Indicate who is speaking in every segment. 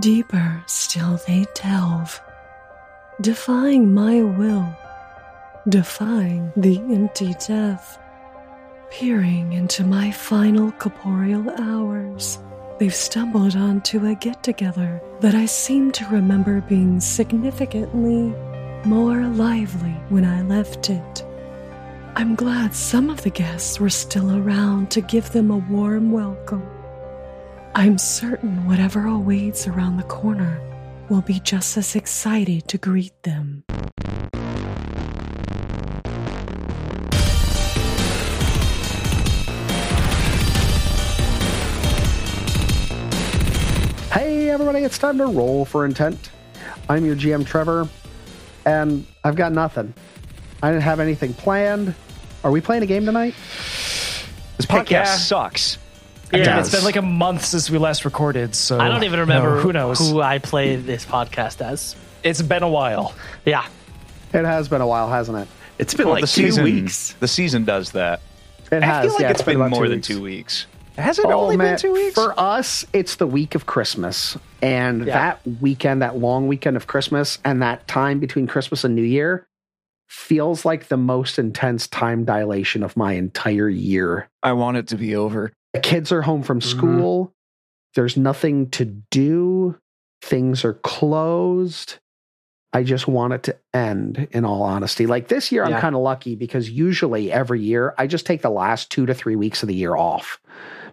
Speaker 1: Deeper still they delve, defying my will, defying the empty death. Peering into my final corporeal hours, they've stumbled onto a get together that I seem to remember being significantly more lively when I left it. I'm glad some of the guests were still around to give them a warm welcome. I'm certain whatever awaits around the corner will be just as excited to greet them.
Speaker 2: Hey, everybody, it's time to roll for intent. I'm your GM, Trevor, and I've got nothing. I didn't have anything planned. Are we playing a game tonight?
Speaker 3: This podcast
Speaker 4: yeah.
Speaker 3: sucks.
Speaker 4: Yeah,
Speaker 2: does.
Speaker 4: it's been like a month since we last recorded, so
Speaker 5: I don't even remember
Speaker 4: No, who knows.
Speaker 5: who I played this podcast as.
Speaker 4: it's been a while.
Speaker 5: Yeah,
Speaker 2: It has been a while, hasn't it?
Speaker 6: It's been
Speaker 3: Well,
Speaker 6: like
Speaker 3: the season,
Speaker 6: two weeks.
Speaker 3: The season does that.
Speaker 2: It has.
Speaker 3: I feel like
Speaker 2: yeah,
Speaker 3: it's been,
Speaker 2: about
Speaker 3: more than two weeks. Has it
Speaker 2: Oh,
Speaker 3: only
Speaker 2: man,
Speaker 3: been two weeks?
Speaker 2: For us, it's the week of Christmas. And that weekend, that long weekend of Christmas, and that time between Christmas and New Year feels like the most intense time dilation of my entire year.
Speaker 6: I want it to be over. Mm-hmm.
Speaker 2: The kids are home from school. There's nothing to do. Things are closed. I just want it to end in all honesty. Like this year, I'm
Speaker 5: Yeah.
Speaker 2: kind of lucky because usually every year I just take the last two to three weeks of the year off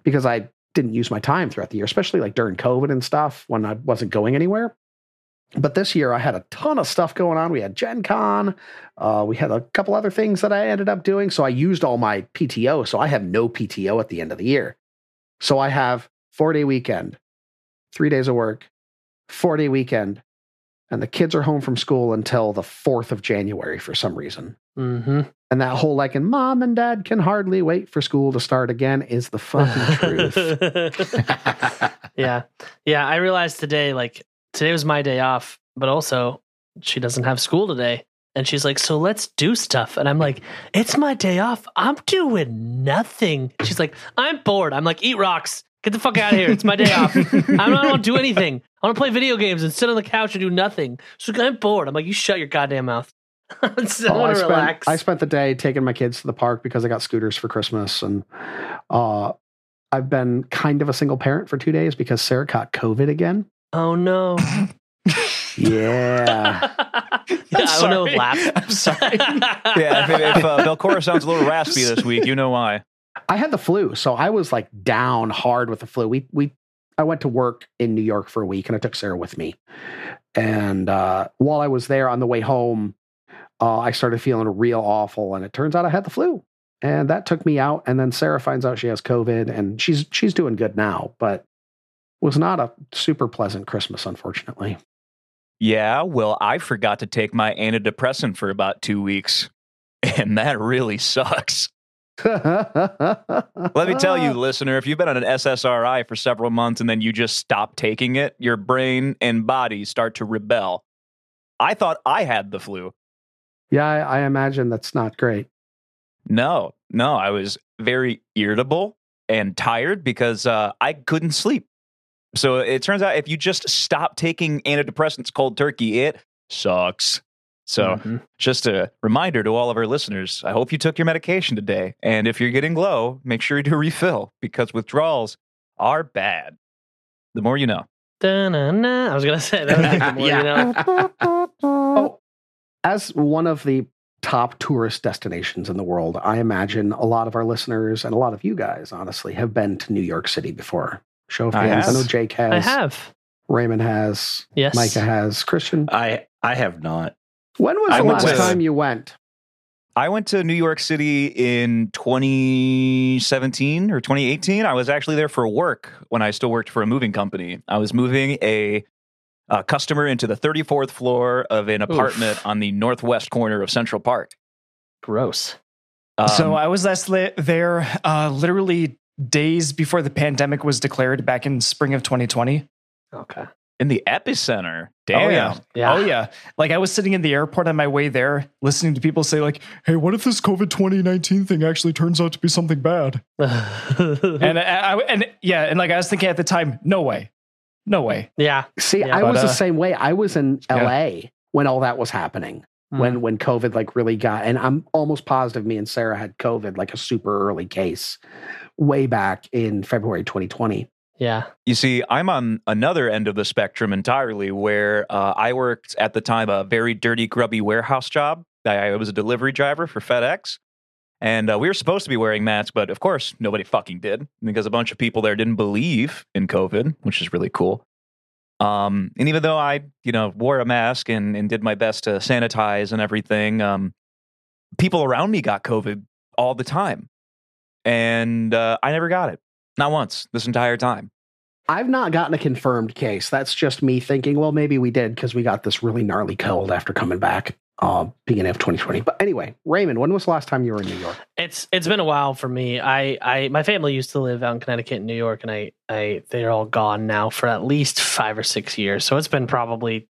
Speaker 2: because I didn't use my time throughout the year, especially like during COVID and stuff when I wasn't going anywhere. But this year I had a ton of stuff going on. We had Gen Con, uh, we had a couple other things that I ended up doing. So I used all my PTO. So I have no PTO at the end of the year. So I have four day weekend, three days of work, four day weekend, and the kids are home from school until the 4th of January for some reason.
Speaker 5: mm-hmm.
Speaker 2: And that whole like, and mom and dad can hardly wait for school to start again is the fucking truth.
Speaker 5: yeah, yeah. I realized today, like today was my day off, but also she doesn't have school today, and she's like, "So let's do stuff," and I'm like, "It's my day off. I'm doing nothing." She's like, "I'm bored." I'm like, "Eat rocks." Get the fuck out of here. It's my day off. I'm not going to do anything. I want to play video games and sit on the couch and do nothing. So I'm bored. I'm like, you shut your goddamn mouth. I want to
Speaker 2: Oh, I, spent,
Speaker 5: relax.
Speaker 2: I spent the day taking my kids to the park because I got scooters for Christmas. And uh, I've been kind of a single parent for two days because Sarah caught COVID again.
Speaker 5: oh, no.
Speaker 2: Yeah.
Speaker 5: Yeah, I don't know.
Speaker 4: sorry.
Speaker 5: Laugh.
Speaker 4: I'm sorry.
Speaker 3: yeah, if, if uh, Belcora sounds a little raspy this week, you know why.
Speaker 2: I had the flu, so I was like down hard with the flu. We we I went to work in New York for a week, and I took Sarah with me. And uh, while I was there on the way home, uh, I started feeling real awful, and it turns out I had the flu, and that took me out. And then Sarah finds out she has COVID, and she's she's doing good now, but was not a super pleasant Christmas, unfortunately.
Speaker 3: Yeah, well, I forgot to take my antidepressant for about two weeks, and that really sucks. Let
Speaker 2: Let
Speaker 3: me tell
Speaker 2: Uh.
Speaker 3: you, listener, if you've been on an SSRI for several months and then you just stop taking it, your brain and body start to rebel. I thought I had the flu.
Speaker 2: Yeah, I, I imagine that's not great.
Speaker 3: No, no, I was very irritable and tired because uh, I couldn't sleep. So it turns out if you just stop taking antidepressants cold turkey, it sucks. So just a reminder to all of our listeners I hope you took your medication today. And if you're getting low, make sure you do refill because withdrawals are bad. The more you know.
Speaker 5: Da-na-na. I was gonna say that. Was like the more,
Speaker 6: Yeah.
Speaker 5: you know.
Speaker 2: Oh, as one of the top tourist destinations in the world, I imagine a lot of our listeners and a lot of you guys, honestly, have been to New York City before. Show of
Speaker 3: I
Speaker 2: hands. I,
Speaker 3: have.
Speaker 2: know Jake has.
Speaker 5: I have.
Speaker 2: Raymond has.
Speaker 5: Yes.
Speaker 2: Micah has. Christian.
Speaker 3: Uh,
Speaker 6: I I have not.
Speaker 2: When was
Speaker 3: I
Speaker 2: the
Speaker 3: went
Speaker 2: last
Speaker 3: to-
Speaker 2: time you went?
Speaker 3: I went to New York City in 2017 or 2018. I was actually there for work when I still worked for a moving company. I was moving a, a customer into the 34th floor of an apartment on the northwest corner of Central Park.
Speaker 5: Gross.
Speaker 3: Um,
Speaker 4: so I was last li- there uh, literally days before the pandemic was declared back in spring of 2020.
Speaker 5: Okay.
Speaker 3: in the epicenter. Damn.
Speaker 4: Oh yeah.
Speaker 5: Yeah.
Speaker 4: Oh yeah. Like I was sitting in the airport on my way there, listening to people say like, "Hey, what if this COVID 2019 thing actually turns out to be something bad?"
Speaker 5: and
Speaker 4: and I, I, and yeah, and like I was thinking at the time, no way. No way.
Speaker 5: Yeah.
Speaker 2: See,
Speaker 5: Yeah.
Speaker 2: I
Speaker 4: But,
Speaker 2: was
Speaker 4: uh,
Speaker 2: the same way. I was in
Speaker 4: yeah.
Speaker 2: LA when all that was happening.
Speaker 5: Hmm.
Speaker 2: When when COVID like really got and I'm almost positive me and Sarah had COVID like a super early case way back in February 2020.
Speaker 5: Yeah.
Speaker 3: You see, I'm on another end of the spectrum entirely where uh, I worked at the time a very dirty, grubby warehouse job. I I was a delivery driver for FedEx. And uh, we were supposed to be wearing masks, but of course, nobody fucking did because a bunch of people there didn't believe in COVID, which is really cool. Um, and even though I, you know, wore a mask and, and did my best to sanitize and everything, um, people around me got COVID all the time. And uh, I never got it, not once this entire time.
Speaker 2: I've not gotten a confirmed case. That's just me thinking, well, maybe we did because we got this really gnarly cold after coming back uh beginning of 2020. But anyway, Raymond, when was the last time you were in New York?
Speaker 5: It's it's been a while for me. I I my family used to live out in Connecticut and New York, and I I they're all gone now for at least five or six years. So it's been probably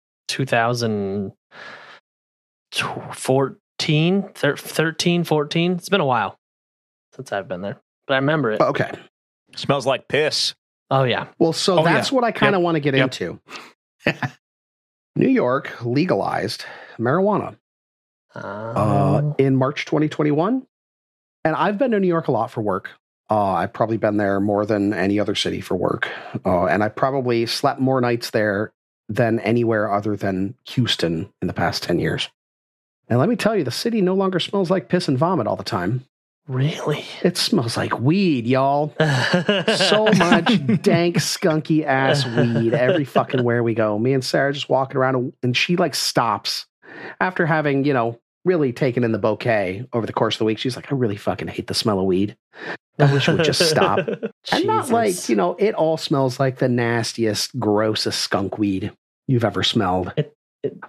Speaker 5: 2014, thir- 13, 14. It's been a while since I've been there, but I remember it.
Speaker 2: Okay.
Speaker 3: Smells like piss.
Speaker 5: Oh yeah,
Speaker 2: Well, so
Speaker 3: Oh,
Speaker 2: that's what I kind of
Speaker 3: Yep.
Speaker 2: want to get
Speaker 3: Yep.
Speaker 2: into. New York legalized marijuana uh,
Speaker 5: Um,
Speaker 2: in March 2021. And I've been to New York a lot for work. Uh, I've probably been there more than any other city for work. Uh, and I probably slept more nights there than anywhere other than Houston in the past 10 years. And let me tell you, the city no longer smells like piss and vomit all the time.
Speaker 5: really?
Speaker 2: It smells like weed, y'all so
Speaker 5: so
Speaker 2: much dank, skunky ass weed every fucking where we go. Me and Sarah just walking around, and she like stops after having, you know, really taken in the bouquet over the course of the week. She's like, I really fucking hate the smell of weed. I wish it would just stop. And not like, you know, it all smells like the nastiest, grossest skunk weed you've ever smelled.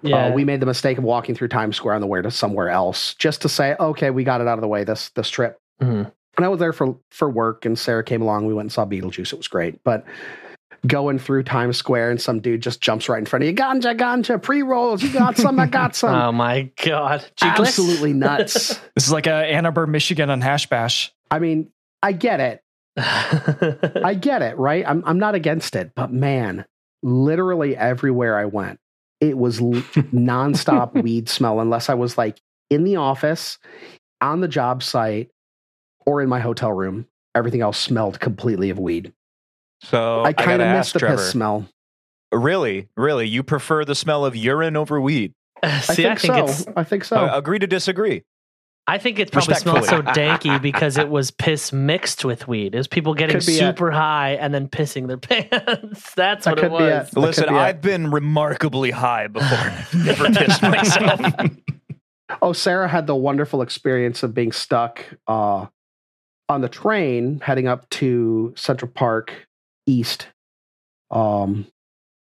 Speaker 5: yeah.
Speaker 2: Uh, we made the mistake of walking through Times Square on the way to somewhere else just to say, okay, we got it out of the way this this trip.
Speaker 5: Mhm.
Speaker 2: And I was there for for work, and Sarah came along. We went and saw Beetlejuice. It was great, but going through Times Square and some dude just jumps right in front of you. Ganja, ganja, pre rolls. You got some? I got some.
Speaker 5: oh my god, Cheekless?
Speaker 2: Absolutely nuts.
Speaker 4: This is like uh, Ann Arbor, Michigan on Hash Bash.
Speaker 2: I mean, I get it. I get it. Right? I'm I'm not against it, but man, literally everywhere I went, it was l- nonstop weed smell. Unless I was like in the office, on the job site, or in my hotel room, everything else smelled completely of weed.
Speaker 3: So I,
Speaker 2: I kind
Speaker 3: gotta
Speaker 2: of
Speaker 3: ask
Speaker 2: miss the
Speaker 3: Trevor.
Speaker 2: piss smell.
Speaker 3: Really, really, you prefer the smell of urine over weed?
Speaker 5: Uh, See, I think,
Speaker 2: so.
Speaker 5: it's
Speaker 2: I think so.
Speaker 3: Uh, agree to disagree.
Speaker 5: I think it probably smelled so
Speaker 3: Respectfully.
Speaker 5: danky because it was piss mixed with weed. It was people getting
Speaker 2: Could be a-
Speaker 5: super high and then pissing their pants. That's
Speaker 2: That
Speaker 5: what it
Speaker 2: could be a-
Speaker 5: was.
Speaker 2: That could
Speaker 3: Listen,
Speaker 2: be it.
Speaker 3: I've been remarkably high before. Never pissed myself.
Speaker 2: oh, Sarah had the wonderful experience of being stuck uh, on the train heading up to Central Park East um,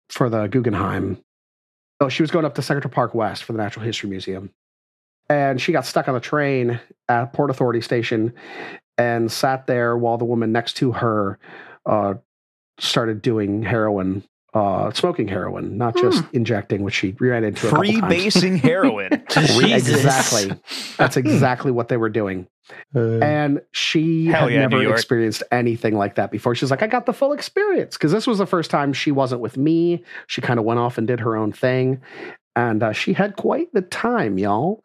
Speaker 2: for the Guggenheim. Oh, she was going up to Central Park West for the Natural History Museum. And she got stuck on the train at Port Authority Station and sat there while the woman next to her uh, started doing heroin, uh, smoking heroin, not just injecting, which she ran into a couple
Speaker 3: Free
Speaker 2: times.
Speaker 3: basing heroin.
Speaker 2: Re-
Speaker 5: Jesus.
Speaker 2: Exactly. That's
Speaker 3: Hmm.
Speaker 2: exactly what they were doing. and she
Speaker 3: Uh, Hell
Speaker 2: had
Speaker 3: yeah, New
Speaker 2: never
Speaker 3: York.
Speaker 2: experienced anything like that before. She's like, I got the full experience because this was the first time she wasn't with me. She kind of went off and did her own thing. And uh, she had quite the time, y'all.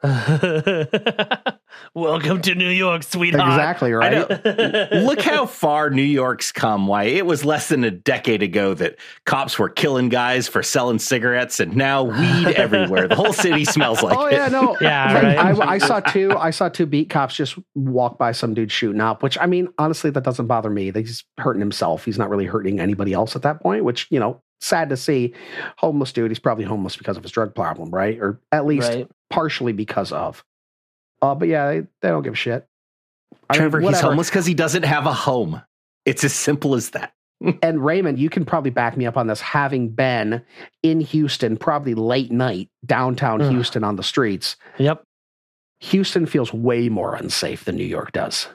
Speaker 5: Welcome to New York, sweetheart.
Speaker 2: Exactly,
Speaker 5: I
Speaker 2: right?
Speaker 5: know.
Speaker 6: Look how far New York's come. Why, it was less than a decade ago that cops were killing guys for selling cigarettes, and now weed everywhere. The whole city smells like
Speaker 2: oh,
Speaker 6: it.
Speaker 2: yeah, no.
Speaker 5: Yeah,
Speaker 2: Like,
Speaker 5: right.
Speaker 2: I, I saw two. I saw two beat cops just walk by some dude shooting up. Which I mean, honestly, that doesn't bother me. He's hurting himself. He's not really hurting anybody else at that point. Which you know, sad to see. Homeless dude. He's probably homeless because of his drug problem, right? Or at least
Speaker 5: Right.
Speaker 2: partially because of. Uh, but yeah, they, they don't give a shit. I mean,
Speaker 6: Trevor, he's
Speaker 2: whatever.
Speaker 6: homeless because he doesn't have a home. It's as simple as that.
Speaker 2: And Raymond, you can probably back me up on this, having been in Houston, probably late night, downtown
Speaker 5: Ugh.
Speaker 2: Houston on the streets.
Speaker 5: Yep.
Speaker 2: Houston feels way more unsafe than New York does.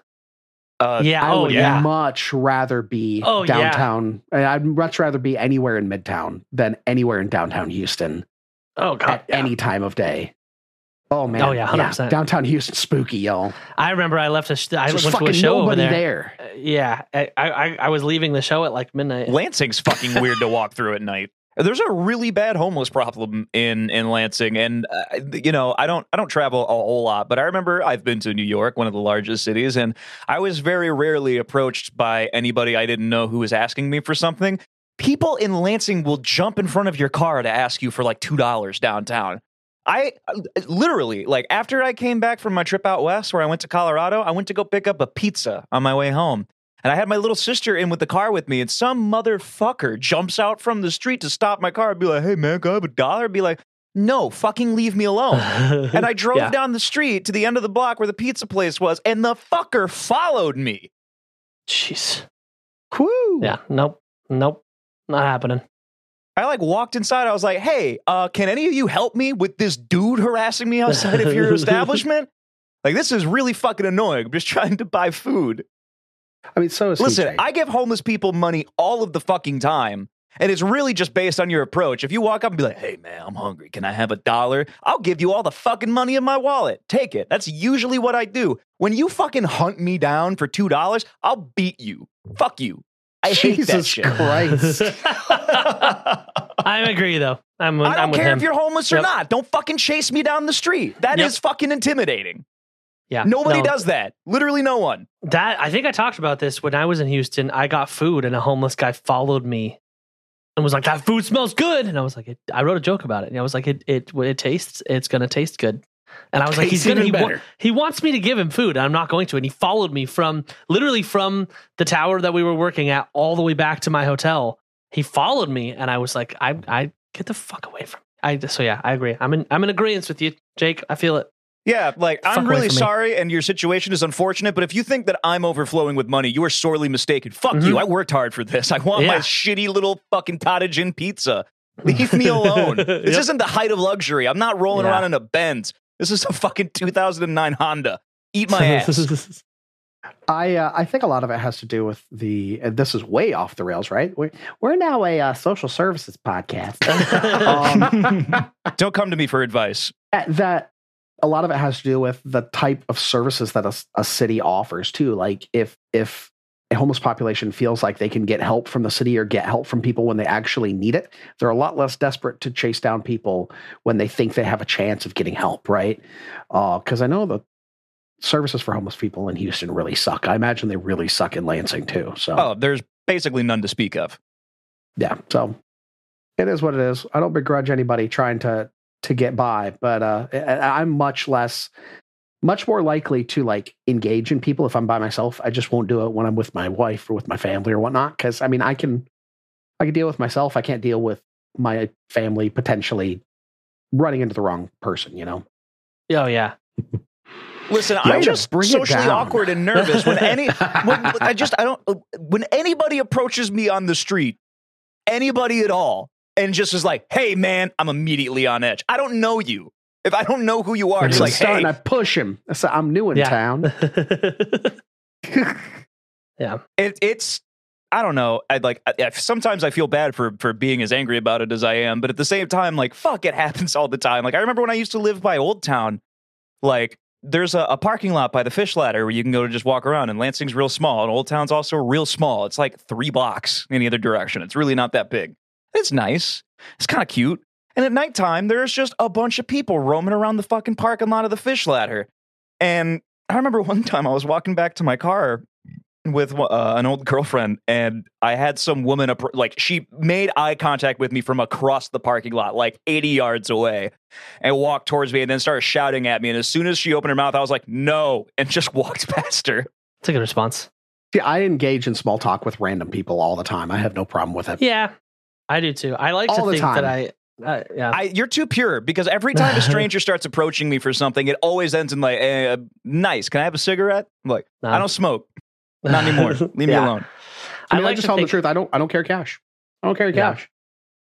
Speaker 3: Uh,
Speaker 5: Yeah.
Speaker 2: I
Speaker 5: oh
Speaker 2: would
Speaker 5: yeah.
Speaker 2: much rather be
Speaker 5: Oh, yeah.
Speaker 2: downtown. and I'd much rather be anywhere in Midtown than anywhere in downtown Houston
Speaker 5: oh god.
Speaker 2: at
Speaker 5: yeah.
Speaker 2: any time of day. Oh man.
Speaker 5: Oh, yeah, 100%.
Speaker 2: Downtown Houston spooky, y'all.
Speaker 5: I remember I left a sh- I went
Speaker 2: There's
Speaker 5: to
Speaker 2: fucking
Speaker 5: a show over
Speaker 2: nobody
Speaker 5: there.
Speaker 2: there.
Speaker 5: Uh, yeah, I, I I was leaving the show at like midnight.
Speaker 3: Lansing's fucking weird to walk through at night. There's a really bad homeless problem in in Lansing, and uh, you know I don't I don't travel a whole lot, but I remember I've been to New York, one of the largest cities, and I was very rarely approached by anybody I didn't know who was asking me for something. People in Lansing will jump in front of your car to ask you for like two dollars downtown. I I- literally like after I came back from my trip out west, where I went to Colorado, I went to go pick up a pizza on my way home. And I had my little sister in with the car with me, and some motherfucker jumps out from the street to stop my car and be like, hey, man, can I have a dollar? And be like, no, fucking leave me alone. and I drove
Speaker 5: Yeah.
Speaker 3: down the street to the end of the block where the pizza place was, and the fucker followed me.
Speaker 5: Jeez.
Speaker 2: Woo.
Speaker 5: Yeah. Nope. Nope. Not happening.
Speaker 3: I like walked inside. I was like, hey, uh, can any of you help me with this dude harassing me outside of your establishment? Like, this is really fucking annoying. I'm just trying to buy food.
Speaker 2: I mean, so is
Speaker 3: Listen,
Speaker 2: Heat Wave.
Speaker 3: I give homeless people money all of the fucking time. And it's really just based on your approach. If you walk up and be like, hey, man, I'm hungry. Can I have a dollar? I'll give you all the fucking money in my wallet. Take it. That's usually what I do. When you fucking hunt me down for $2, I'll beat you. Fuck you. I hate that
Speaker 2: Jesus
Speaker 3: shit.
Speaker 2: Christ.
Speaker 5: I agree though. I'm.
Speaker 3: I
Speaker 5: I'm
Speaker 3: don't
Speaker 5: with
Speaker 3: care
Speaker 5: him.
Speaker 3: if you're homeless or
Speaker 5: Yep.
Speaker 3: not. Don't fucking chase me down the street. That is
Speaker 5: Yep.
Speaker 3: fucking intimidating.
Speaker 5: yeah.
Speaker 3: Nobody
Speaker 5: No,
Speaker 3: does that. Literally no one.
Speaker 5: that. I think I talked about this when I was in Houston. I got food and a homeless guy followed me and was like, "That food smells good." And I was like, it, "I wrote a joke about it." And I was like, "It it it tastes. It's gonna taste good." And I was like,
Speaker 6: Tastes
Speaker 5: "He's gonna
Speaker 6: even
Speaker 5: he, wa-
Speaker 6: better.
Speaker 5: he wants me to give him food, and I'm not going to." And he followed me from literally from the tower that we were working at all the way back to my hotel. He followed me, and I was like, "I I get the fuck away from." I so yeah, I agree. I'm in I'm in agreement with you, Jake. I feel it.
Speaker 3: Yeah, like
Speaker 5: Fuck
Speaker 3: I'm
Speaker 5: away
Speaker 3: really
Speaker 5: from me.
Speaker 3: sorry, and your situation is unfortunate. But if you think that I'm overflowing with money, you are sorely mistaken. Fuck
Speaker 5: Mhm.
Speaker 3: you. I worked hard for this. I want my
Speaker 5: Yeah.
Speaker 3: shitty little fucking cottage and pizza. Leave me alone. This
Speaker 5: Yep.
Speaker 3: isn't the height of luxury. I'm not rolling
Speaker 5: Yeah.
Speaker 3: around in a Benz. This is a fucking 2009 Honda. Eat my ass.
Speaker 2: I uh, I think a lot of it has to do with the. And this is way off the rails, right? We're we're now a uh, social services podcast. um,
Speaker 3: Don't come to me for advice.
Speaker 2: that- that a lot of it has to do with the type of services that a, a city offers too. Like if if a homeless population feels like they can get help from the city or get help from people when they actually need it, they're a lot less desperate to chase down people when they think they have a chance of getting help, right? Because I know the services for homeless people in Houston really suck. I imagine they really suck in Lansing too. So
Speaker 3: Oh, there's basically none to speak of.
Speaker 2: yeah so it is what it is i don't begrudge anybody trying to to get by but uh I- i'm much less much more likely to like engage in people if i'm by myself i just won't do it when i'm with my wife or with my family or whatnot because i mean i can i can deal with myself i can't deal with my family potentially running into the wrong person you know
Speaker 5: Oh yeah.
Speaker 3: Listen,
Speaker 2: Yeah,
Speaker 3: I'm just
Speaker 2: bring it
Speaker 3: socially
Speaker 2: down.
Speaker 3: awkward and nervous when any when I just I don't when anybody approaches me on the street, anybody at all, and just is like, "Hey, man," I'm immediately on edge. I don't know you. If I don't know who you are, it's
Speaker 2: So
Speaker 3: like,
Speaker 2: starting
Speaker 3: "Hey,"
Speaker 2: to push him so i'm new in
Speaker 5: Yeah.
Speaker 2: town
Speaker 3: it, it's. I don't know. I like. I, I- sometimes I feel bad for for being as angry about it as I am, but at the same time, like, fuck, it happens all the time. Like, I remember when I used to live by Old Town, like. There's a, a parking lot by the fish ladder where you can go to just walk around, and Lansing's real small, and Old Town's also real small. It's like three blocks in the other direction. It's really not that big. It's nice. It's kind of cute. And at nighttime, there's just a bunch of people roaming around the fucking parking lot of the fish ladder. And I remember one time I was walking back to my car with uh, an old girlfriend, and I had some woman, appro- like, she made eye contact with me from across the parking lot, like 80 yards away, and walked towards me and then started shouting at me. And as soon as she opened her mouth, I was like, no, and just walked past her.
Speaker 5: It's a good response.
Speaker 2: See, i engage in small talk with random people all the time i have no problem with it
Speaker 5: Yeah, I do too. I like
Speaker 2: All
Speaker 5: to
Speaker 2: the
Speaker 5: think
Speaker 2: time.
Speaker 5: that I, uh, yeah,
Speaker 3: I, you're too pure because every time a stranger starts approaching me for something, it always ends in like, eh, "Nice, can I have a cigarette?" I'm like,
Speaker 5: No.
Speaker 3: I don't smoke, not anymore. Leave
Speaker 2: Yeah.
Speaker 3: me alone.
Speaker 2: I, mean, I
Speaker 5: like
Speaker 2: just
Speaker 5: to
Speaker 2: tell them
Speaker 5: think.
Speaker 2: the truth. I don't. I don't carry cash. I don't carry
Speaker 5: Yeah.
Speaker 2: cash.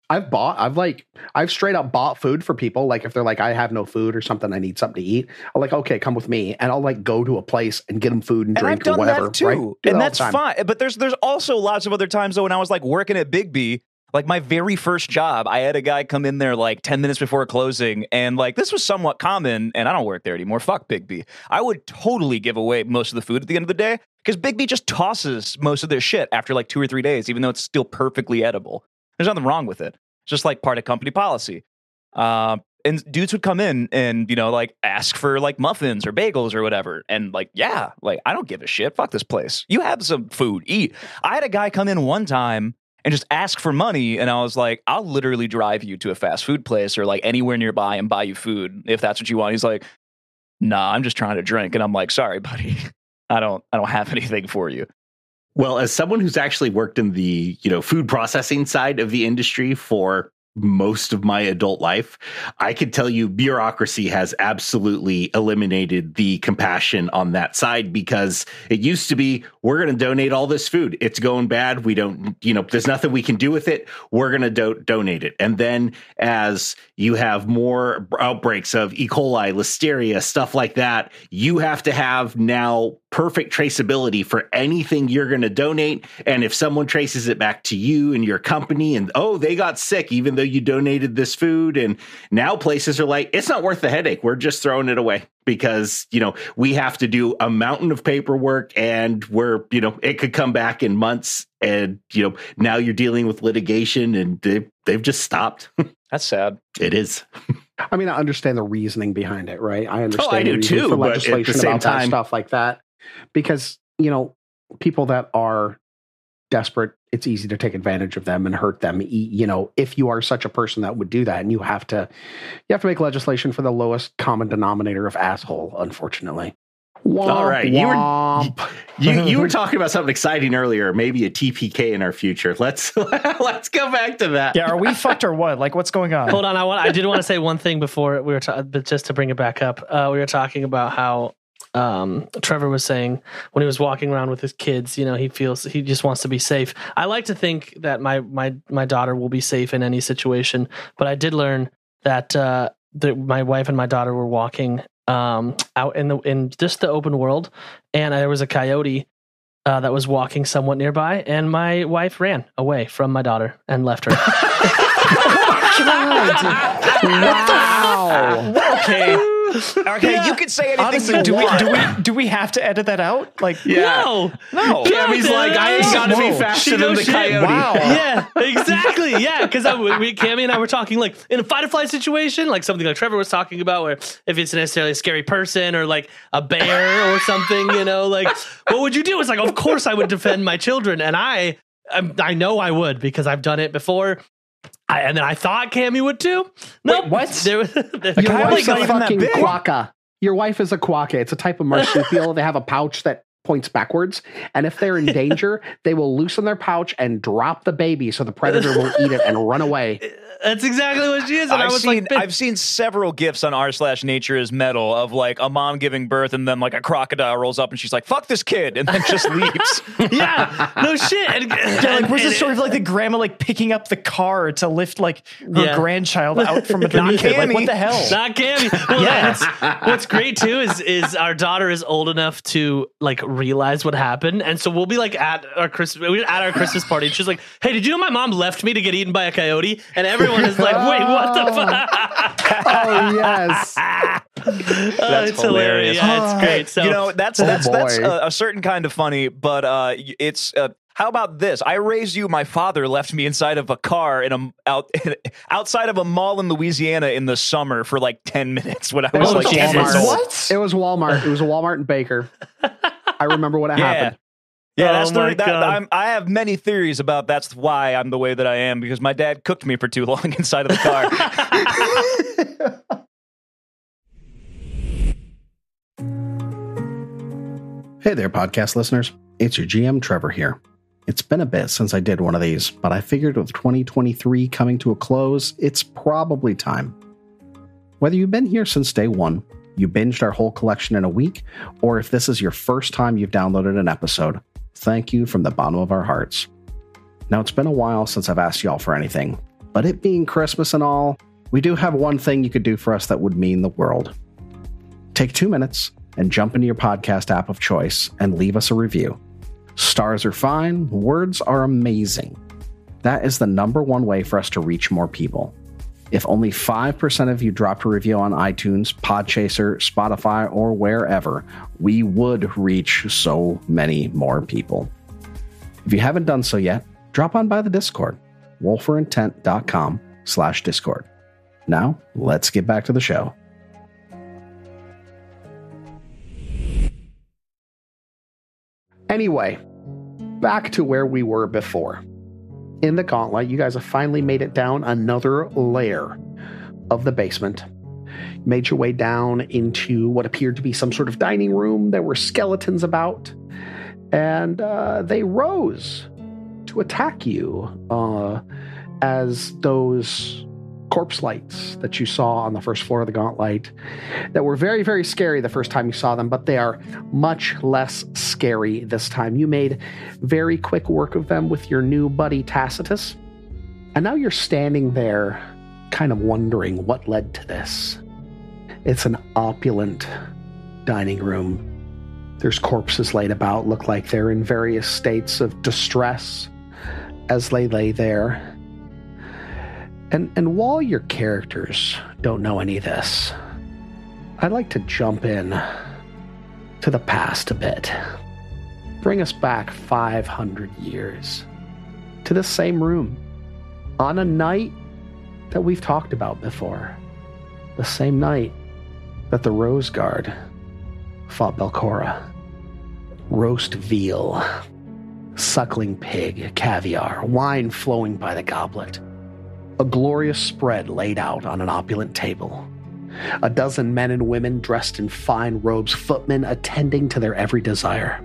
Speaker 2: I've bought. I've like. I've straight up bought food for people. Like if they're like, I have no food or something, I need something to eat. I'm like, okay, come with me, and I'll like go to a place and get them food and
Speaker 3: And I've
Speaker 2: drink or
Speaker 3: done
Speaker 2: whatever.
Speaker 3: that too,
Speaker 2: right? Do that all
Speaker 3: and
Speaker 2: the
Speaker 3: that's
Speaker 2: time.
Speaker 3: fine. But there's there's also lots of other times though when I was like working at Big B, Like my very first job, I had a guy come in there like 10 minutes before closing, and like this was somewhat common, and I don't work there anymore. Fuck Big B. I would totally give away most of the food at the end of the day because Big B just tosses most of their shit after like two or three days, even though it's still perfectly edible. There's nothing wrong with it. It's just like part of company policy. Um, and dudes would come in and you know like ask for like muffins or bagels or whatever and like yeah like i don't give a shit fuck this place you have some food eat i had a guy come in one time and just ask for money and i was like i'll literally drive you to a fast food place or like anywhere nearby and buy you food if that's what you want he's like nah i'm just trying to drink and i'm like sorry buddy i don't i don't have anything for you
Speaker 6: Well, as someone who's actually worked in the, you know, food processing side of the industry for most of my adult life, I could tell you bureaucracy has absolutely eliminated the compassion on that side because it used to be we're going to donate all this food. It's going bad. We don't, you know, there's nothing we can do with it. We're going to do- donate it. And then as you have more outbreaks of E. coli, listeria, stuff like that, you have to have now perfect traceability for anything you're going to donate. And if someone traces it back to you and your company, and oh, they got sick even though you donated this food, and now places are like, it's not worth the headache. We're just throwing it away because, you know, we have to do a mountain of paperwork and we're, you know, it could come back in months. And, you know, now you're dealing with litigation and they, they've just stopped.
Speaker 3: that's sad
Speaker 6: it is.
Speaker 2: I mean, I understand the reasoning behind it, right? I understand
Speaker 6: I
Speaker 2: the
Speaker 6: do
Speaker 2: reason
Speaker 6: too,
Speaker 2: for
Speaker 6: but at the
Speaker 2: legislation
Speaker 6: same
Speaker 2: about that
Speaker 6: time-
Speaker 2: stuff like that because you know people that are desperate, it's easy to take advantage of them and hurt them. E- You know, if you are such a person that would do that, and you have to, you have to make legislation for the lowest common denominator of asshole. Unfortunately,
Speaker 6: All right, you were-
Speaker 2: Womp womp.
Speaker 6: You you were talking about something exciting earlier, maybe a TPK in our future. Let's let's go back to that.
Speaker 4: Yeah, are we fucked or what? Like, what's going on?
Speaker 5: Hold on, I want. I did want to say one thing before we were, ta- but just to bring it back up, uh, we were talking about how um, Trevor was saying when he was walking around with his kids, you know, he feels he just wants to be safe. I like to think that my my my daughter will be safe in any situation, but I did learn that uh, that my wife and my daughter were walking um, out in the in just the open world, and there was a coyote. Uh, that was walking somewhat nearby, and my wife ran away from my daughter and left her.
Speaker 2: wow.
Speaker 3: okay okay you could say anything
Speaker 4: Honestly,
Speaker 3: you
Speaker 4: do we,
Speaker 3: want.
Speaker 4: do we do we have to edit that out? Like,
Speaker 5: No,
Speaker 3: no
Speaker 6: Tammy's like, I ain't gotta be
Speaker 4: Whoa.
Speaker 6: faster
Speaker 5: She
Speaker 6: than
Speaker 5: knows
Speaker 6: the
Speaker 5: shit.
Speaker 6: coyote.
Speaker 4: wow.
Speaker 5: yeah, exactly. Yeah, because we, Cammy and I were talking like in a fight or flight situation, like something like Trevor was talking about, where if it's necessarily a scary person or like a bear or something, you know, like what would you do? It's like, of course, I would defend my children, and I, I'm, I know I would because I've done it before. I, and then I thought Cammy would too. No,
Speaker 4: Wait, what?
Speaker 5: There was, there,
Speaker 2: Your wife's
Speaker 3: Coyote's not
Speaker 2: a
Speaker 3: even that
Speaker 2: fucking
Speaker 3: big.
Speaker 2: quokka. Your wife is a quokka. It's a type of marsupial. they have a pouch that points backwards, and if they're in danger, they will loosen their pouch and drop the baby so the predator will eat it and run away.
Speaker 3: Uh,
Speaker 5: that's exactly what she is. And i
Speaker 3: I've
Speaker 5: was
Speaker 3: seen
Speaker 5: like, bitch,
Speaker 3: I've seen several gifs on r slash nature is metal of like a mom giving birth and then like a crocodile rolls up and she's like fuck this kid and then just leaves.
Speaker 5: yeah, no shit. And,
Speaker 4: Yeah, like
Speaker 5: and-
Speaker 4: where's the
Speaker 5: and-
Speaker 4: story of like the grandma like picking up the car to lift like her
Speaker 5: Yeah.
Speaker 4: grandchild out from underneath it? Like what the
Speaker 2: Oh.
Speaker 4: hell?
Speaker 5: Not Cammy. Well, that's- what's great too is is our daughter is old enough to like realize what happened, and so we'll be like at our Christmas we're at our Christmas party. And she's like, "Hey, did you know my mom left me to get eaten by a coyote?" And everyone is like, "Wait, what the fuck?"
Speaker 2: Oh yes,
Speaker 5: That's it's
Speaker 3: hilarious.
Speaker 5: Yeah, it's great. So
Speaker 3: you know that's
Speaker 2: Oh,
Speaker 3: that's that's
Speaker 2: boy.
Speaker 3: a, a certain kind of funny, but uh, y- it's. Uh, how about this? I raised you. My father left me inside of a car in a out outside of a mall in Louisiana in the summer for like ten minutes when I was
Speaker 2: Oh,
Speaker 3: like
Speaker 2: Jesus.
Speaker 3: 10 years old.
Speaker 4: What?
Speaker 2: it was Walmart. It was a Walmart and Baker. I remember what
Speaker 3: Yeah.
Speaker 2: happened.
Speaker 3: Yeah,
Speaker 5: Oh
Speaker 3: that's
Speaker 5: my
Speaker 3: the, that,
Speaker 5: God.
Speaker 3: I'm, I have many theories about that's why I'm the way that I am because my dad cooked me for too long inside of the car.
Speaker 2: Hey there, podcast listeners. It's your GM, Trevor, here. It's been a bit since I did one of these, but I figured with 2023 coming to a close, it's probably time. Whether you've been here since day one, you binged our whole collection in a week, or if this is your first time you've downloaded an episode, thank you from the bottom of our hearts. Now, it's been a while since I've asked y'all for anything, but it being Christmas and all, we do have one thing you could do for us that would mean the world take two minutes and jump into your podcast app of choice and leave us a review. Stars are fine, words are amazing.
Speaker 7: That is the number one way for us to reach more people. If only 5% of you dropped a review on iTunes, Podchaser, Spotify, or wherever, we would reach so many more people. If you haven't done so yet, drop on by the Discord, wolferintent.com slash Discord. Now, let's get back to the show.
Speaker 2: Anyway, back to where we were before. In the gauntlet, you guys have finally made it down another layer of the basement. You made your way down into what appeared to be some sort of dining room. There were skeletons about, and uh, they rose to attack you uh, as those corpse lights that you saw on the first floor of the gauntlet that were very, very scary the first time you saw them, but they are much less scary this time. You made very quick work of them with your new buddy Tacitus. And now you're standing there, kind of wondering what led to this. It's an opulent dining room. There's corpses laid about, look like they're in various states of distress as they lay there. And, and while your characters don't know any of this, I'd like to jump in to the past a bit. Bring us back 500 years to this same room on a night that we've talked about before. The same night that the Rose Guard fought Belcora. Roast veal, suckling pig, caviar, wine flowing by the goblet. A glorious spread laid out on an opulent table. A dozen men and women dressed in fine robes, footmen attending to their every desire.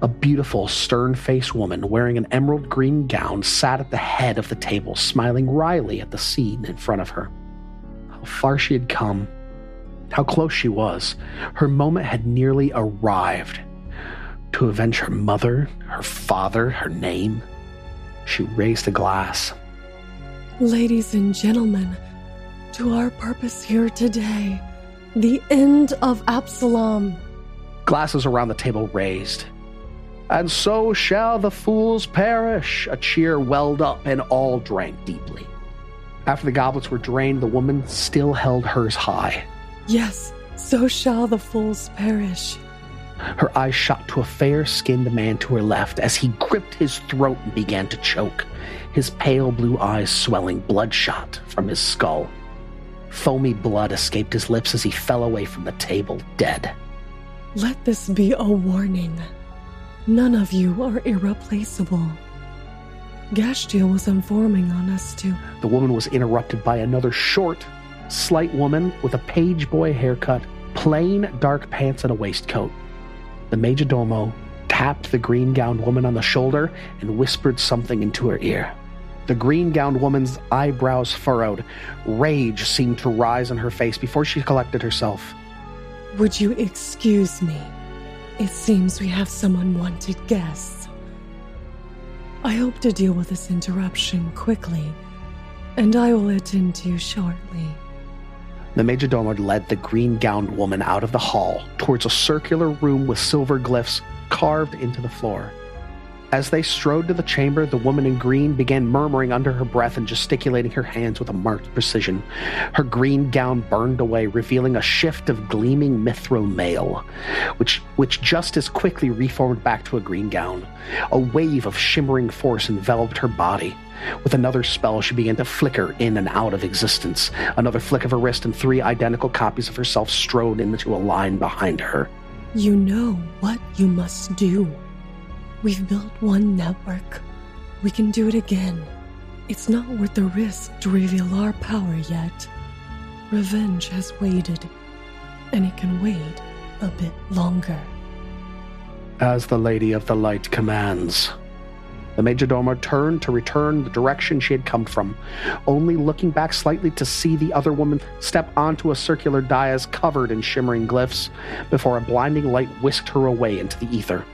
Speaker 2: A beautiful, stern faced woman wearing an emerald green gown sat at the head of the table, smiling wryly at the scene in front of her. How far she had come, how close she was. Her moment had nearly arrived to avenge her mother, her father, her name. She raised a glass.
Speaker 1: Ladies and gentlemen, to our purpose here today, the end of Absalom.
Speaker 2: glasses around the table raised. And so shall the fools perish. A cheer welled up, and all drank deeply. After the goblets were drained, the woman still held hers high.
Speaker 1: Yes, so shall the fools perish.
Speaker 2: Her eyes shot to a fair skinned man to her left as he gripped his throat and began to choke, his pale blue eyes swelling bloodshot from his skull. Foamy blood escaped his lips as he fell away from the table, dead.
Speaker 1: Let this be a warning. None of you are irreplaceable. Gashtia was informing on us too.
Speaker 2: The woman was interrupted by another short, slight woman with a page boy haircut, plain dark pants, and a waistcoat. The majordomo tapped the green gowned woman on the shoulder and whispered something into her ear. The green gowned woman's eyebrows furrowed. Rage seemed to rise on her face before she collected herself.
Speaker 1: Would you excuse me? It seems we have some unwanted guests. I hope to deal with this interruption quickly, and I will attend to you shortly.
Speaker 2: The majordomo led the green gowned woman out of the hall towards a circular room with silver glyphs carved into the floor. As they strode to the chamber, the woman in green began murmuring under her breath and gesticulating her hands with a marked precision. Her green gown burned away, revealing a shift of gleaming mithril mail, which, which just as quickly reformed back to a green gown. A wave of shimmering force enveloped her body. With another spell, she began to flicker in and out of existence. Another flick of her wrist, and three identical copies of herself strode into a line behind her.
Speaker 1: You know what you must do. We've built one network. We can do it again. It's not worth the risk to reveal our power yet. Revenge has waited, and it can wait a bit longer.
Speaker 2: As the Lady of the Light commands. The majordomo turned to return the direction she had come from, only looking back slightly to see the other woman step onto a circular dais covered in shimmering glyphs before a blinding light whisked her away into the ether.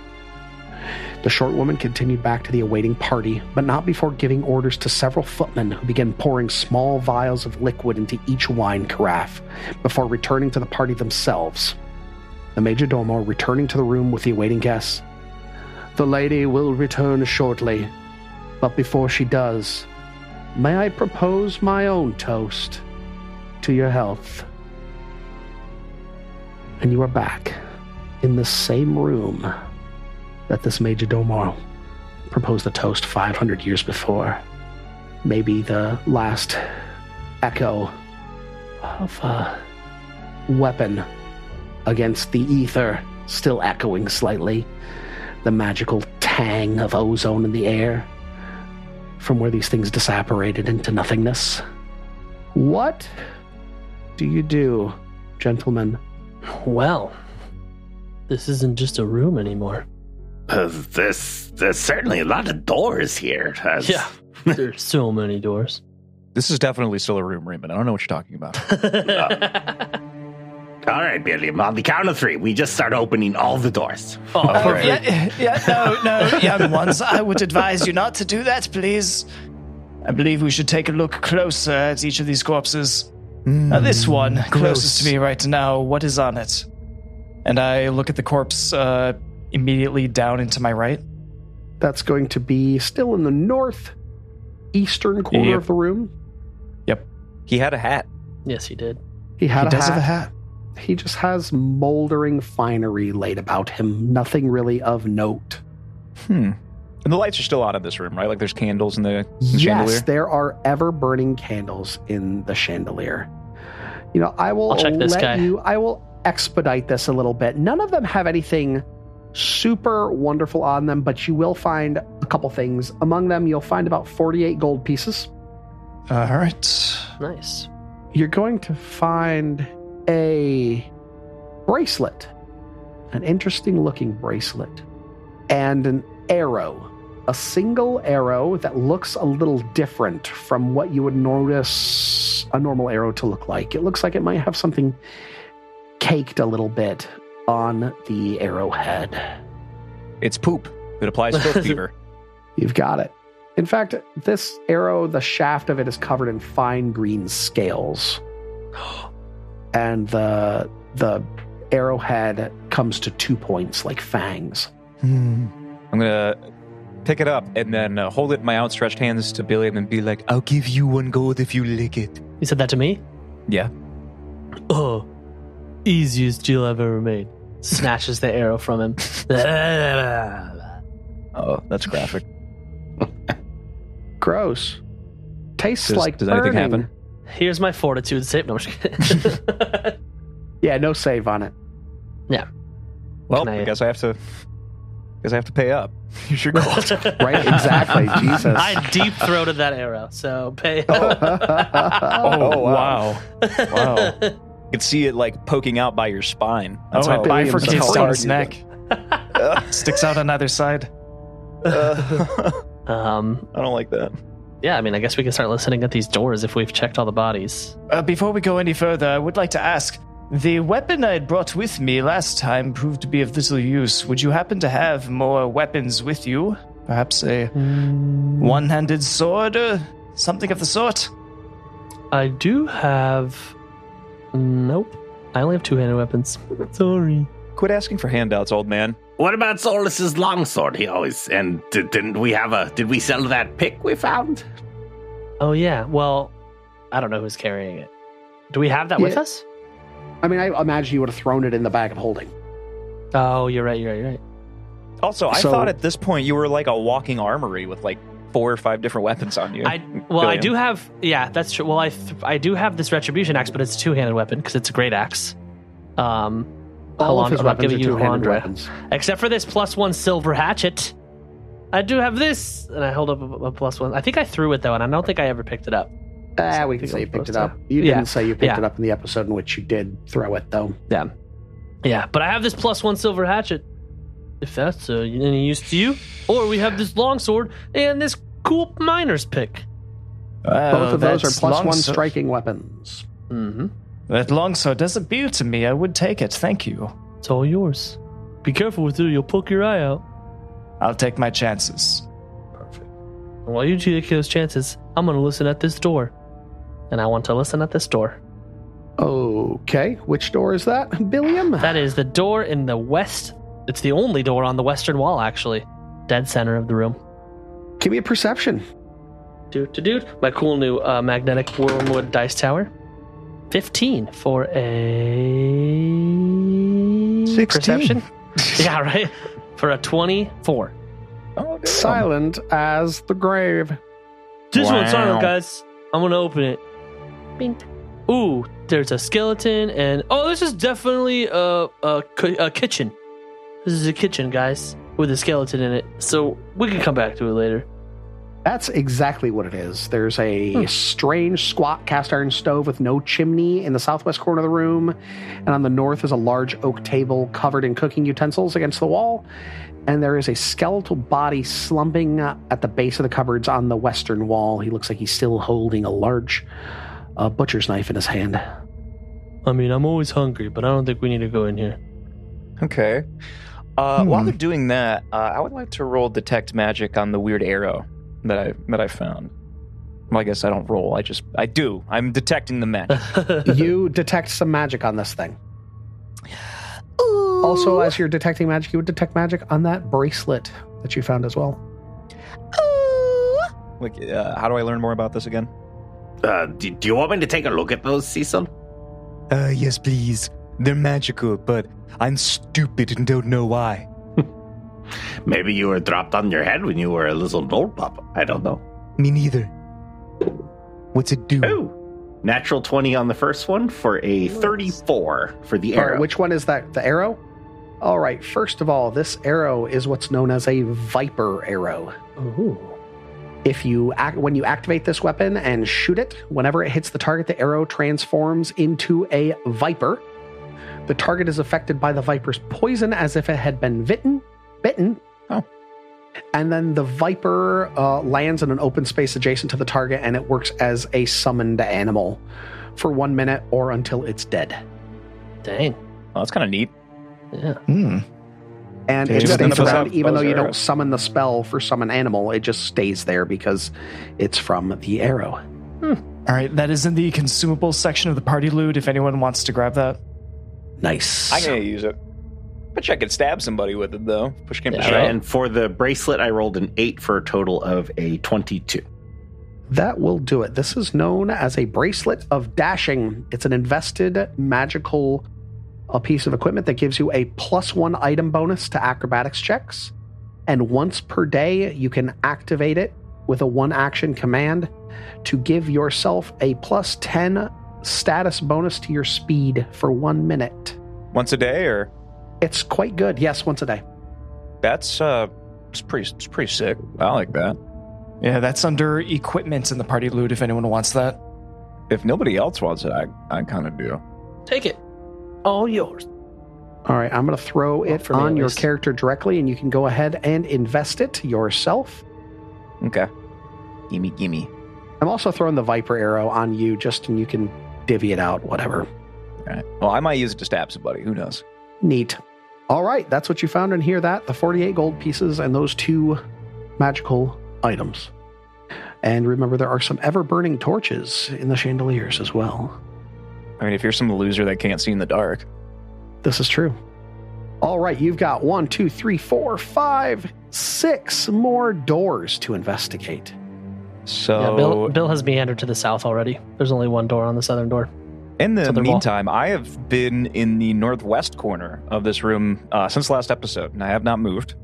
Speaker 2: The short woman continued back to the awaiting party, but not before giving orders to several footmen who began pouring small vials of liquid into each wine carafe before returning to the party themselves. The majordomo returning to the room with the awaiting guests. The lady will return shortly. But before she does, may I propose my own toast to your health? And you are back in the same room that this Major Domar proposed the toast 500 years before. Maybe the last echo of a weapon against the ether still echoing slightly, the magical tang of ozone in the air from where these things disapparated into nothingness. What do you do, gentlemen?
Speaker 5: Well, this isn't just a room anymore.
Speaker 6: Uh, this, there's certainly a lot of doors here. That's-
Speaker 5: Yeah. There's so many doors.
Speaker 3: This is definitely still a room, Raymond. I don't know what you're talking about.
Speaker 6: All right, Billiam, on the count of three, we just start opening all the doors.
Speaker 5: Oh, perfect.
Speaker 4: Yeah, yeah, no, no, young ones. I would advise you not to do that, please. I believe we should take a look closer at each of these corpses. Now, this one, closest to me right now, what is on it? And I look at the corpse uh, immediately down into my right.
Speaker 2: That's going to be still in the north eastern corner
Speaker 4: Yep.
Speaker 2: of the room.
Speaker 3: He had a hat.
Speaker 5: Yes, he did.
Speaker 2: He had
Speaker 4: he
Speaker 2: a,
Speaker 4: does
Speaker 2: hat.
Speaker 4: have a hat.
Speaker 2: He just has moldering finery laid about him. Nothing really of note.
Speaker 3: Hmm. And the lights are still out of this room, right? Like there's candles in the, in the
Speaker 2: yes,
Speaker 3: chandelier.
Speaker 2: there are ever burning candles in the chandelier. You know, I will
Speaker 5: I'll check this
Speaker 2: let
Speaker 5: guy.
Speaker 2: you. I will expedite this a little bit. None of them have anything super wonderful on them, but you will find a couple things. Among them, you'll find about forty-eight gold pieces.
Speaker 4: All right.
Speaker 5: Nice.
Speaker 2: You're going to find a bracelet, an interesting-looking bracelet, and an arrow. A single arrow that looks a little different from what you would notice a normal arrow to look like. It looks like it might have something caked a little bit on the arrowhead.
Speaker 3: It's poop. It applies to fever.
Speaker 2: You've got it. In fact, this arrow, the shaft of it is covered in fine green scales. And the the arrowhead comes to two points like fangs.
Speaker 3: Hmm, I'm gonna pick it up and then uh, hold it in my outstretched hands to Billy and be like, "I'll give you one gold if you lick it."
Speaker 5: You said that to me?
Speaker 3: Yeah.
Speaker 5: Oh, easiest deal I've ever made. Snatches the arrow from him.
Speaker 3: Oh, that's graphic.
Speaker 2: Gross. Tastes
Speaker 3: Does-
Speaker 2: like
Speaker 3: does anything
Speaker 2: burning.
Speaker 3: happen?
Speaker 5: Here's my fortitude save. No, I'm just kidding.
Speaker 2: Yeah, no save on it.
Speaker 3: Well,
Speaker 5: Can I-
Speaker 3: I guess I have to. Guess I have to pay up. You sure gold.
Speaker 2: Right? Exactly. Jesus.
Speaker 5: I deep throated that arrow, so pay.
Speaker 3: Oh,
Speaker 4: wow. wow.
Speaker 3: You can see it like poking out by your spine.
Speaker 4: Oh,
Speaker 3: That's
Speaker 4: it
Speaker 3: how
Speaker 2: Billiam's
Speaker 4: bifurcates
Speaker 2: how
Speaker 4: down
Speaker 2: hard
Speaker 4: his
Speaker 2: you
Speaker 4: neck. Sticks out on either side.
Speaker 5: um,
Speaker 3: I don't like that.
Speaker 5: yeah, I mean, I guess we can start listening at these doors if we've checked all the bodies.
Speaker 4: Uh, before we go any further, I would like to ask the weapon I had brought with me last time proved to be of little use. Would you happen to have more weapons with you? Perhaps a
Speaker 5: Mm.
Speaker 4: one handed sword or something of the sort?
Speaker 5: I do have. Nope, I only have two-handed weapons. Sorry.
Speaker 3: Quit asking for handouts, old man.
Speaker 6: What about Solus's longsword? He always and did, didn't we have a? Did we sell that pick we found?
Speaker 5: Oh yeah. Well, I don't know who's carrying it. Do we have that with
Speaker 2: Yeah.
Speaker 5: us?
Speaker 2: I mean, I imagine you would have thrown it in the bag of holding.
Speaker 5: Oh, you're right. You're right. You're right.
Speaker 3: Also, I
Speaker 2: So-
Speaker 3: thought at this point you were like a walking armory with like four or five different weapons on you.
Speaker 5: I well, I
Speaker 3: Billion.
Speaker 5: do have. Yeah, that's true. Well, I th- I do have this retribution axe, but it's a two-handed weapon because it's a great axe. Um,
Speaker 2: All
Speaker 5: Halandra-
Speaker 2: of his
Speaker 5: I'm
Speaker 2: weapons are
Speaker 5: giving you
Speaker 2: two-handed
Speaker 5: Halandra.
Speaker 2: weapons.
Speaker 5: except for this plus one silver hatchet. I do have this, and I held up a, a plus one. I think I threw it though, and I don't think I ever picked it up.
Speaker 2: Ah, we can
Speaker 5: Think
Speaker 2: say
Speaker 5: I'm
Speaker 2: you picked it
Speaker 5: supposed
Speaker 2: up. You
Speaker 5: Yeah.
Speaker 2: didn't say you picked
Speaker 5: Yeah.
Speaker 2: it up in the episode in which you did throw it, though.
Speaker 5: Yeah, but I have this plus one silver hatchet. If that's uh, any use to you, or we have this longsword and this cool miner's pick. Uh,
Speaker 2: Both of those are plus one
Speaker 4: strike.
Speaker 2: striking weapons.
Speaker 5: Mm-hmm.
Speaker 4: That longsword does appeal to me. I would take it. Thank you.
Speaker 5: It's all yours. Be careful with it; or you'll poke your eye out.
Speaker 4: I'll take my chances.
Speaker 5: And while you two take those chances, I'm gonna listen at this door, and I want to listen at this door.
Speaker 2: Okay, which door is that, Billiam?
Speaker 5: That is the door in the west. It's the only door on the western wall, actually, dead center of the room.
Speaker 2: Give me a perception.
Speaker 5: Doot to doot. My cool new uh, magnetic wormwood dice tower. 15 for a
Speaker 2: 16.
Speaker 5: perception. yeah, right. For a 24.
Speaker 3: Oh, damn.
Speaker 2: Silent as the grave.
Speaker 5: This one's
Speaker 3: Wow.
Speaker 5: silent, guys. I'm gonna open it. Bing. Ooh, there's a skeleton, and oh, this is definitely a a, ki- a kitchen. This is a kitchen, guys, with a skeleton in it. So we can come back to it later.
Speaker 2: That's exactly what it is. There's a strange squat cast iron stove with no chimney in the southwest corner of the room. And on the north is a large oak table covered in cooking utensils against the wall. And there is a skeletal body slumping uh, at the base of the cupboards on the western wall. He looks like he's still holding a large uh, butcher's knife in his hand.
Speaker 5: I mean, I'm always hungry, but I don't think we need to go in here.
Speaker 3: Okay. Uh, While
Speaker 4: Hmm.
Speaker 3: they're doing that, uh, I would like to roll detect magic on the weird arrow that I that I found. Well, I guess I don't roll. I just I do. I'm detecting the magic.
Speaker 2: you detect some magic on this thing. Also, as you're detecting magic, you would detect magic on that bracelet that you found as well.
Speaker 3: Like, uh, how do I learn more about this again?
Speaker 6: Uh, do, do you want me to take a look at those, Cecil?
Speaker 3: Uh, yes, please. They're magical, but I'm stupid and don't know why.
Speaker 6: Maybe you were dropped on your head when you were a little old pup. I don't know.
Speaker 3: Me neither. What's it do?
Speaker 6: Ooh. Natural 20 on the first one for a 34 for the
Speaker 2: All right,
Speaker 6: arrow.
Speaker 2: which one is that? The arrow? All right, first of all, this arrow is what's known as a viper arrow.
Speaker 5: Ooh.
Speaker 2: If you act when you activate this weapon and shoot it, whenever it hits the target, the arrow transforms into a viper. The target is affected by the viper's poison as if it had been bitten, bitten.
Speaker 3: Oh.
Speaker 2: And then the viper uh, lands in an open space adjacent to the target, and it works as a summoned animal for one minute or until it's dead.
Speaker 5: Dang.
Speaker 3: Oh, that's kind of neat.
Speaker 5: Yeah.
Speaker 4: Hmm.
Speaker 2: and
Speaker 3: Yeah,
Speaker 2: it
Speaker 3: you
Speaker 2: just
Speaker 3: just
Speaker 2: stays
Speaker 3: end up
Speaker 2: around
Speaker 3: with
Speaker 2: even though
Speaker 3: those
Speaker 2: you don't
Speaker 3: arrows.
Speaker 2: summon the spell for summon animal it just stays there because it's from the arrow
Speaker 4: All right, that is in the consumable section of the party loot. If anyone wants to grab that,
Speaker 2: nice
Speaker 3: I'm gonna use it. Bet you I could stab somebody with it though. Push came to
Speaker 5: Yeah.
Speaker 3: shove.
Speaker 6: And for the bracelet, I rolled an 8 for a total of a 22.
Speaker 2: that will do it this is known as a bracelet of dashing it's an invested magical a piece of equipment that gives you a plus one item bonus to acrobatics checks and once per day you can activate it with a one action command to give yourself a plus 10 status bonus to your speed for one minute
Speaker 3: Once a day, or
Speaker 2: It's quite good. Yes, once a day.
Speaker 3: that's uh, it's pretty, it's pretty sick. I like that.
Speaker 4: yeah, that's under equipment in the party loot. If anyone wants that,
Speaker 3: If nobody else wants it, I, I kind of do.
Speaker 5: Take it. All yours.
Speaker 2: All right, I'm going to throw
Speaker 5: Well,
Speaker 2: it
Speaker 5: for me,
Speaker 2: on
Speaker 5: at
Speaker 2: your
Speaker 5: least.
Speaker 2: character directly, and you can go ahead and invest it yourself.
Speaker 3: Okay. Gimme, gimme.
Speaker 2: I'm also throwing the Viper arrow on you, just and you can divvy it out, whatever.
Speaker 3: All right. Well, I might use it to stab somebody. Who knows?
Speaker 2: Neat. All right, that's what you found in here. That the 48 gold pieces and those two magical items. And remember, there are some ever burning torches in the chandeliers as well.
Speaker 3: I mean, if you're some loser that can't see in the dark,
Speaker 2: This is true. All right, you've got one, two, three, four, five, six more doors to investigate.
Speaker 3: so
Speaker 5: Yeah, Bill, Bill has meandered to the south already. There's only one door on the southern door.
Speaker 3: In the
Speaker 5: Southern wall.
Speaker 3: meantime, I have been in the northwest corner of this room uh, since last episode, and I have not moved.